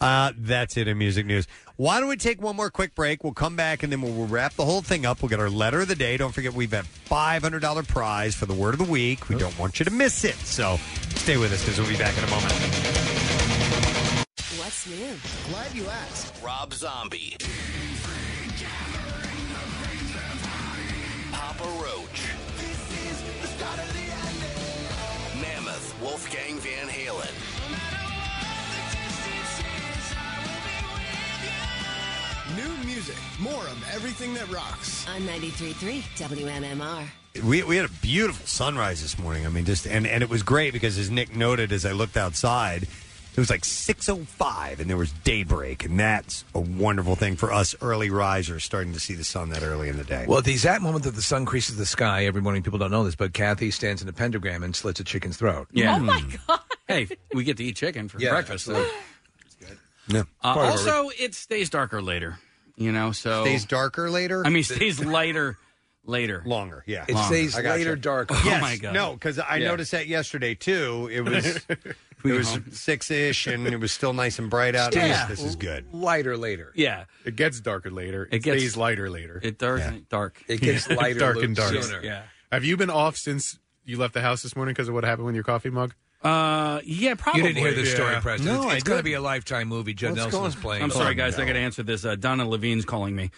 S2: Uh, that's it in music news. Why don't we take one more quick break? We'll come back and then we'll, we'll wrap the whole thing up. We'll get our letter of the day. Don't forget, we've got $500 prize for the word of the week. We don't want you to miss it. So stay with us because we'll be back in a moment.
S8: What's new?
S18: Glad you asked. Rob Zombie. Papa Roach. Mammoth Wolfgang Van Halen.
S19: New music, more of everything that rocks.
S8: On 93.3 WMMR.
S2: we we had a beautiful sunrise this morning. I mean, just and and it was great because as Nick noted, as I looked outside, it was like six oh five, and there was daybreak, and that's a wonderful thing for us early risers starting to see the sun that early in the day.
S14: Well, at the exact moment that the sun creases the sky every morning, people don't know this, but Kathy stands in a pentagram and slits a chicken's throat.
S4: Yeah. Oh, my
S14: God.
S4: Hey, we get to eat chicken for
S14: Yeah.
S4: breakfast. So.
S2: Yeah.
S4: Uh, also, it stays darker later. You know, so
S2: Stays darker later.
S4: I
S2: [laughs]
S4: mean, stays lighter later.
S2: Longer, yeah.
S4: Longer.
S2: I gotcha. Yes,
S4: Oh my god.
S2: No, because I
S4: Yeah.
S2: noticed that yesterday too. It was [laughs] it was six ish, and it was still nice and bright out.
S4: Yeah.
S2: Yeah. This is good.
S14: Lighter later.
S4: Yeah.
S6: It gets darker later. It,
S4: It gets-
S6: stays lighter later.
S4: It dark dark.
S14: It
S6: [laughs]
S14: gets lighter
S6: dark
S14: Luke,
S6: and dark.
S14: sooner. Yeah.
S6: Have you been off since you left the house this morning because of what happened with your coffee mug?
S4: Uh, yeah, probably.
S14: You didn't hear this story,
S6: Yeah.
S14: Preston.
S6: No,
S14: it's
S6: I
S14: it's going to
S6: didn't.
S14: be a lifetime movie. Judd
S4: What's
S14: Nelson's
S4: going-
S14: playing. Oh,
S4: I'm sorry, guys. I got to answer this. Uh, Donna Levine's calling me.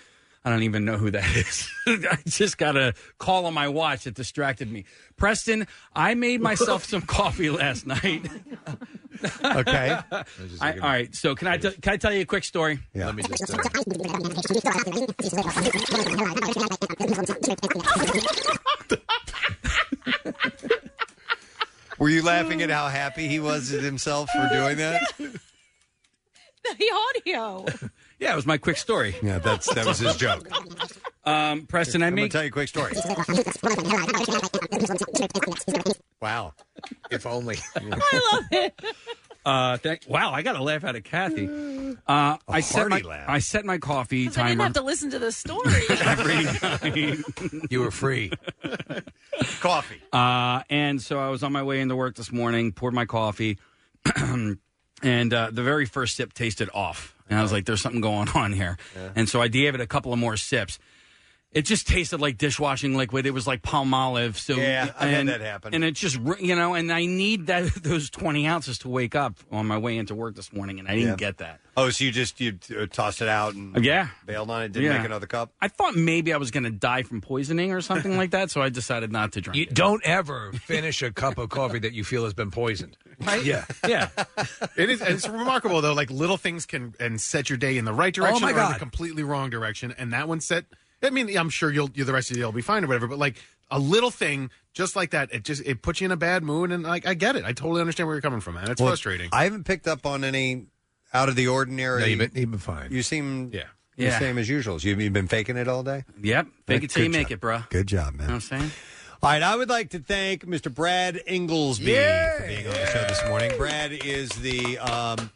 S4: I don't even know who that [laughs] is. I just got a call on my watch that distracted me. Preston, I made myself
S14: [laughs]
S4: some coffee last night.
S2: okay.
S4: [laughs] I, all right. So can I t- can I tell you a quick story?
S2: Yeah.
S4: Let me just.
S2: Were you laughing at how happy he was at himself for [laughs] doing that?
S3: [laughs] the audio.
S4: [laughs] Yeah, it was my quick story.
S2: Yeah, that's that was his joke.
S4: Um, Preston, I
S2: I'm gonna
S4: made.
S2: tell you a quick [laughs] story. wow.
S14: If only.
S4: [laughs] I love it. Uh, thank, wow, I got a laugh out of Kathy. Uh, I set my
S3: hearty
S4: I set my coffee
S3: I didn't
S4: timer.
S3: have to listen to the
S13: [laughs]
S3: story.
S2: [laughs]
S4: [laughs]
S14: you were free.
S2: coffee.
S4: Uh, and so I was on my way into work this morning, poured my coffee, [clears throat] and uh, the very first sip tasted off. And I was like, there's something going on here. And so I gave it a couple of more sips. It just tasted like dishwashing liquid. It was like palm olive. So
S2: Yeah, I've had
S4: and,
S2: that happen.
S4: And it just ri- you know, and I need that [laughs] those twenty ounces to wake up on my way into work this morning, and [laughs] I didn't
S2: Yeah.
S4: get that.
S2: Oh, so you just you uh, tossed it out and
S4: Yeah.
S2: bailed on it. Didn't
S4: Yeah.
S2: make another cup.
S4: I thought maybe I was going to die from poisoning or something like that, so I decided not to drink.
S14: You
S4: it.
S14: don't ever finish a cup of coffee that you feel has been poisoned.
S2: [laughs]
S4: Right?
S14: Yeah.
S4: Yeah.
S6: it is. It's remarkable though. Like little things can and set your day in the right
S14: Oh,
S6: direction
S14: my
S6: or in
S14: God.
S6: the completely wrong direction, and that one set. I mean, I'm sure you'll you, the rest of the day will be fine or whatever. But like a little thing just like that, it just it puts you in a bad mood, and like I get it. I totally understand where you're coming from, man. It's
S2: Well,
S6: frustrating.
S2: I haven't picked up on any out of the ordinary.
S6: No, you've been-
S14: you've been fine.
S2: You seem yeah. the
S4: Yeah.
S2: same as usual. You, you've been faking it all day?
S4: Yep. Fake it till
S2: Good
S4: you make
S2: job.
S4: it, bro.
S2: Good job, man.
S4: You know what I'm saying?
S2: All right, I would like to thank Mr. Brad Inglesby for being on the show this morning. Brad is the um,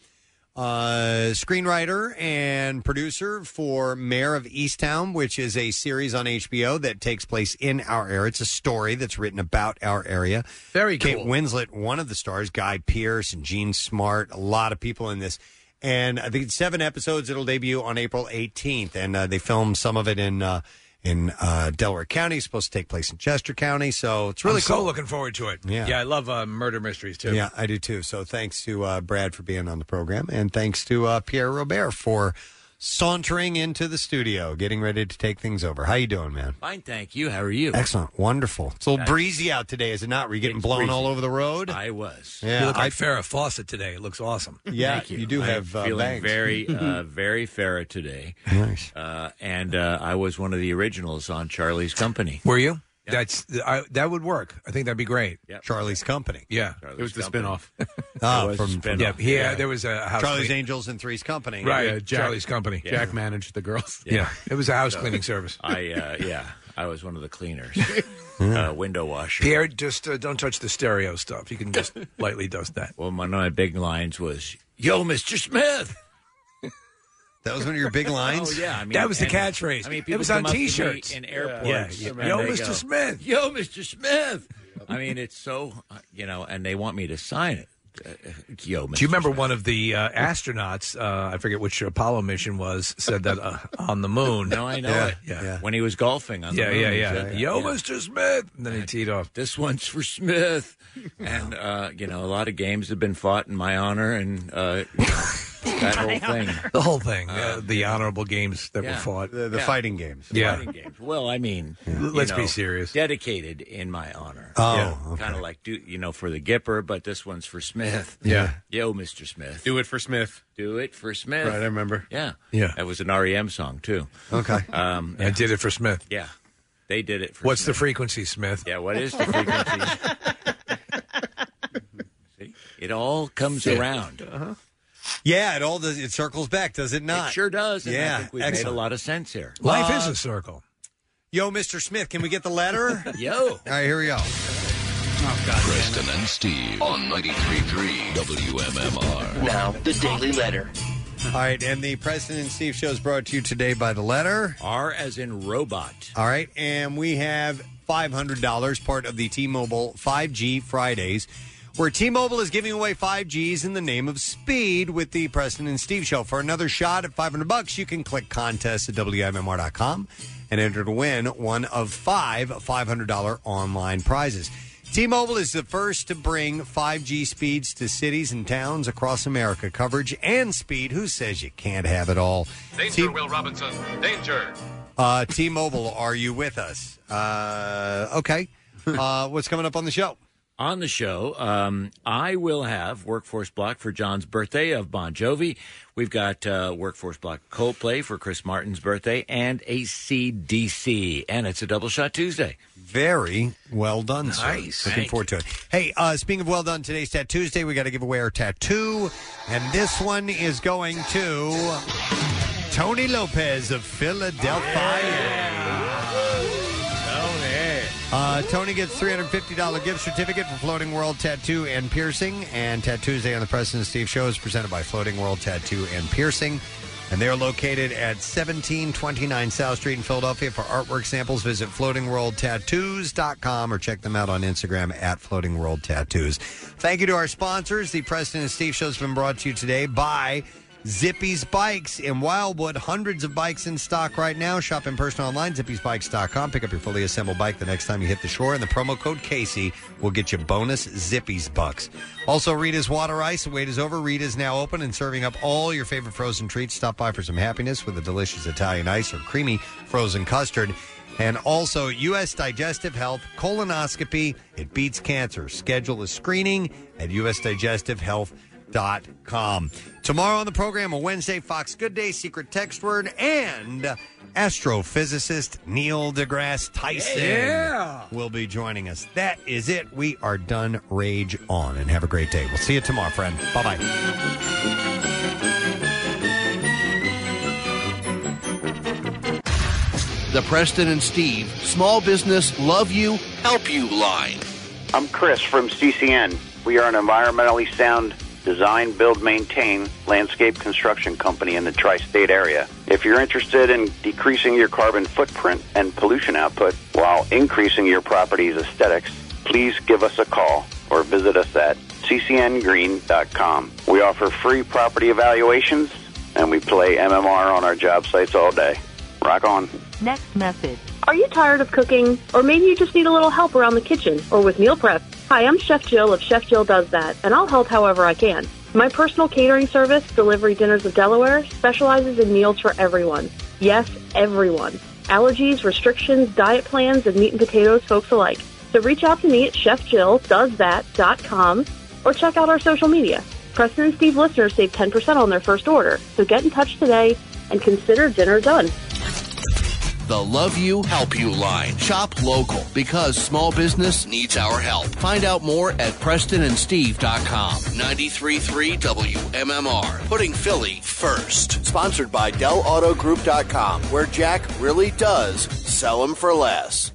S2: uh, screenwriter and producer for Mayor of Easttown, which is a series on HBO that takes place in our area. It's a story that's written about our area. Very Kate Winslet, one of the stars, Guy Pearce and Gene Smart, a lot of people in this. And I think it's seven episodes. It'll debut on April 18th, and uh, they filmed some of it in. Uh, in uh, Delaware County. It's supposed to take place in Chester County. So it's really
S14: I'm
S2: cool.
S14: so looking forward to it.
S2: Yeah.
S14: I love uh, murder mysteries too.
S2: Yeah, I do too. So thanks to uh, Brad for being on the program, and thanks to uh, Pierre Robert for sauntering into the studio, getting ready to take things over. How you doing, man?
S21: Fine, thank you. How are you?
S2: Excellent, wonderful. It's a little
S21: Nice.
S2: breezy out today, is it not? Were you getting
S21: It's
S2: blown
S21: breezy.
S2: all over the road?
S21: I was.
S2: Yeah,
S14: you look like
S2: I-
S14: Farrah Fawcett today. It looks awesome.
S2: [laughs] Yeah, Thank you. you do
S21: I am
S2: have, uh,
S21: feeling
S2: bangs. [laughs]
S14: [laughs]
S21: very, uh, very fair today.
S2: Nice.
S21: Uh, and uh, I was one of the originals on Charlie's Company.
S14: Were you? That's I, that would work. I think that'd be great.
S2: Charlie's Company.
S14: Yeah,
S21: Charlie's It was the Company. [laughs] spinoff.
S2: [laughs] Ah,
S14: It was
S2: from-
S14: a
S2: from-
S14: spinoff. yeah, yeah, There was a house
S2: Charlie's
S14: clean-
S2: Angels and Three's Company,
S14: Right, Charlie's Company.
S21: Jack
S6: managed the
S21: [laughs]
S6: girls.
S14: Yeah. [laughs] it was a house
S21: So,
S14: cleaning service.
S21: I uh, yeah, I was one of the cleaners,
S14: [laughs]
S21: uh, window washer.
S14: Pierre, just uh, don't touch the stereo stuff. You can just
S2: [laughs]
S14: lightly dust that.
S21: Well, one of my big lines was, "Yo, Mr. Smith."
S2: That was one of your big lines?
S21: [laughs] Oh yeah, I mean,
S14: That was the
S21: and-
S14: catchphrase.
S21: I mean,
S14: It
S21: people
S14: was on
S21: come up to me
S14: T-shirts.
S21: in
S14: Yeah.
S21: airports.
S14: Yeah.
S21: and
S14: Yo,
S21: they
S14: Mr.
S21: go,
S14: Smith.
S21: Yo, Mr. Smith. I mean, it's so uh, you know, and they want me to sign it. Yo,
S5: Do you remember one of the uh, astronauts? Uh, I forget which Apollo mission was. Said that uh, on the moon.
S21: No, I know
S5: Yeah,
S21: it.
S5: yeah.
S21: When he was golfing on the
S5: Yeah,
S21: moon,
S5: yeah,
S21: he
S5: yeah.
S21: said,
S5: Yo,
S21: Mr. Smith. And then he teed off. This one's for Smith. And, uh, you know, a lot of games have been fought in my honor and uh, you know, [laughs] that whole thing.
S5: The whole thing. Uh, the honorable games that were
S21: yeah.
S5: fought.
S21: The- the Yeah. fighting games. The
S5: Yeah.
S21: fighting games. Well, I mean, you
S5: Let's be
S21: know,
S5: serious.
S21: Dedicated in my honor.
S5: Oh,
S21: Kind of like, do you know, for the Gipper, but this one's for Smith.
S6: Yeah.
S21: Yo, Mr. Smith.
S6: Do it for Smith.
S21: Do it for Smith.
S6: Right, I remember.
S21: Yeah.
S5: Yeah.
S21: That was an E REM song, too.
S5: Okay.
S21: Um,
S5: I did it for Smith.
S21: Yeah. They did it for
S5: What's the
S21: Smith.
S5: frequency, Smith?
S21: Yeah, what is the frequency?
S5: [laughs]
S21: See? It all comes
S2: Yeah.
S21: around.
S2: Uh-huh. Yeah, it all does. It circles back, does it not?
S21: It sure does. And
S2: yeah,
S21: I think we've made a lot of sense here.
S14: Uh,
S2: Life is
S5: a circle.
S2: Yo, Mr. Smith, can we get the letter?
S21: Yo. All
S2: right, here we go.
S15: Preston and Steve on 93.3 WMMR.
S2: Now,
S15: the Daily Letter.
S2: All right, and the President and Steve show is brought to you today by the letter
S21: R as in robot.
S2: All right, and we have $500 part of the T-Mobile 5G Fridays, where T-Mobile is giving away 5Gs in the name of speed with the Preston and Steve show. For another shot at 500 bucks, you can click contest at WMMR.com and enter to win one of five $500 online prizes. T-Mobile is the first to bring 5G speeds to cities and towns across America. Coverage and speed. Who says you can't have it all? T-
S9: Will Robinson. Danger.
S2: uh, T-Mobile, are you with us? Uh, okay. Uh, what's coming up on the show?
S21: On the show, um, I will have Workforce Block for John's birthday of Bon Jovi. We've got uh, Workforce Block Coldplay for Chris Martin's birthday and ACDC. And it's a double shot Tuesday.
S2: Very well done, sir.
S21: Nice.
S2: Looking
S21: Thank
S2: forward to it. Hey, uh, speaking of well done, today's Tattoo Tuesday, we got to give away our tattoo, and this one is going to Tony Lopez of Philadelphia. Uh, Tony gets $350 gift certificate for Floating World Tattoo and Piercing. And Tattoo Tuesday on the President and Steve Show is presented by Floating World Tattoo and Piercing. And they're located at 1729 South Street in Philadelphia. For artwork samples, visit floatingworldtattoos.com or check them out on Instagram at Floating World Tattoos. Thank you to our sponsors. The President and Steve Show has been brought to you today by Zippy's Bikes in Wildwood. Hundreds of bikes in stock right now. Shop in person online, zippy'sbikes.com. Pick up your fully assembled bike the next time you hit the shore, and the promo code Casey will get you bonus Zippy's Bucks. Also, Rita's Water Ice. The wait is over. Rita's now open and serving up all your favorite frozen treats. Stop by for some happiness with a delicious Italian ice or creamy frozen custard. And also, U.S. Digestive Health colonoscopy. It beats cancer. Schedule a screening at usdigestivehealth.com. Tomorrow on the program, a Wednesday Fox Good Day secret text word and astrophysicist Neil deGrasse Tyson
S5: Yeah.
S2: will be joining us. That is it. We are done. Rage on and have a great day. We'll see you tomorrow, friend. Bye bye.
S18: The Preston and Steve Small Business Love You, Help You line.
S22: I'm Chris from CCN. We are an environmentally sound design, build, maintain landscape construction company in the tri state area. If you're interested in decreasing your carbon footprint and pollution output while increasing your property's aesthetics, please give us a call or visit us at ccngreen.com. We offer free property evaluations and we play MMR on our job sites all day. Rock on.
S23: Next message. Are you tired of cooking? Or maybe you just need a little help around the kitchen or with meal prep? Hi, I'm Chef Jill of Chef Jill Does That, and I'll help however I can. My personal catering service, Delivery Dinners of Delaware, specializes in meals for everyone. Yes, everyone. Allergies, restrictions, diet plans, and meat and potatoes folks alike. So reach out to me at chefjilldoesthat.com or check out our social media. Preston and Steve listeners save 10% on their first order, so get in touch today and consider dinner done.
S18: The Love You, Help You line. Shop local because small business needs our help. Find out more at PrestonandSteve.com. 93.3 WMMR. Putting Philly first. Sponsored by DellAutoGroup.com, where Jack really does sell 'em for less.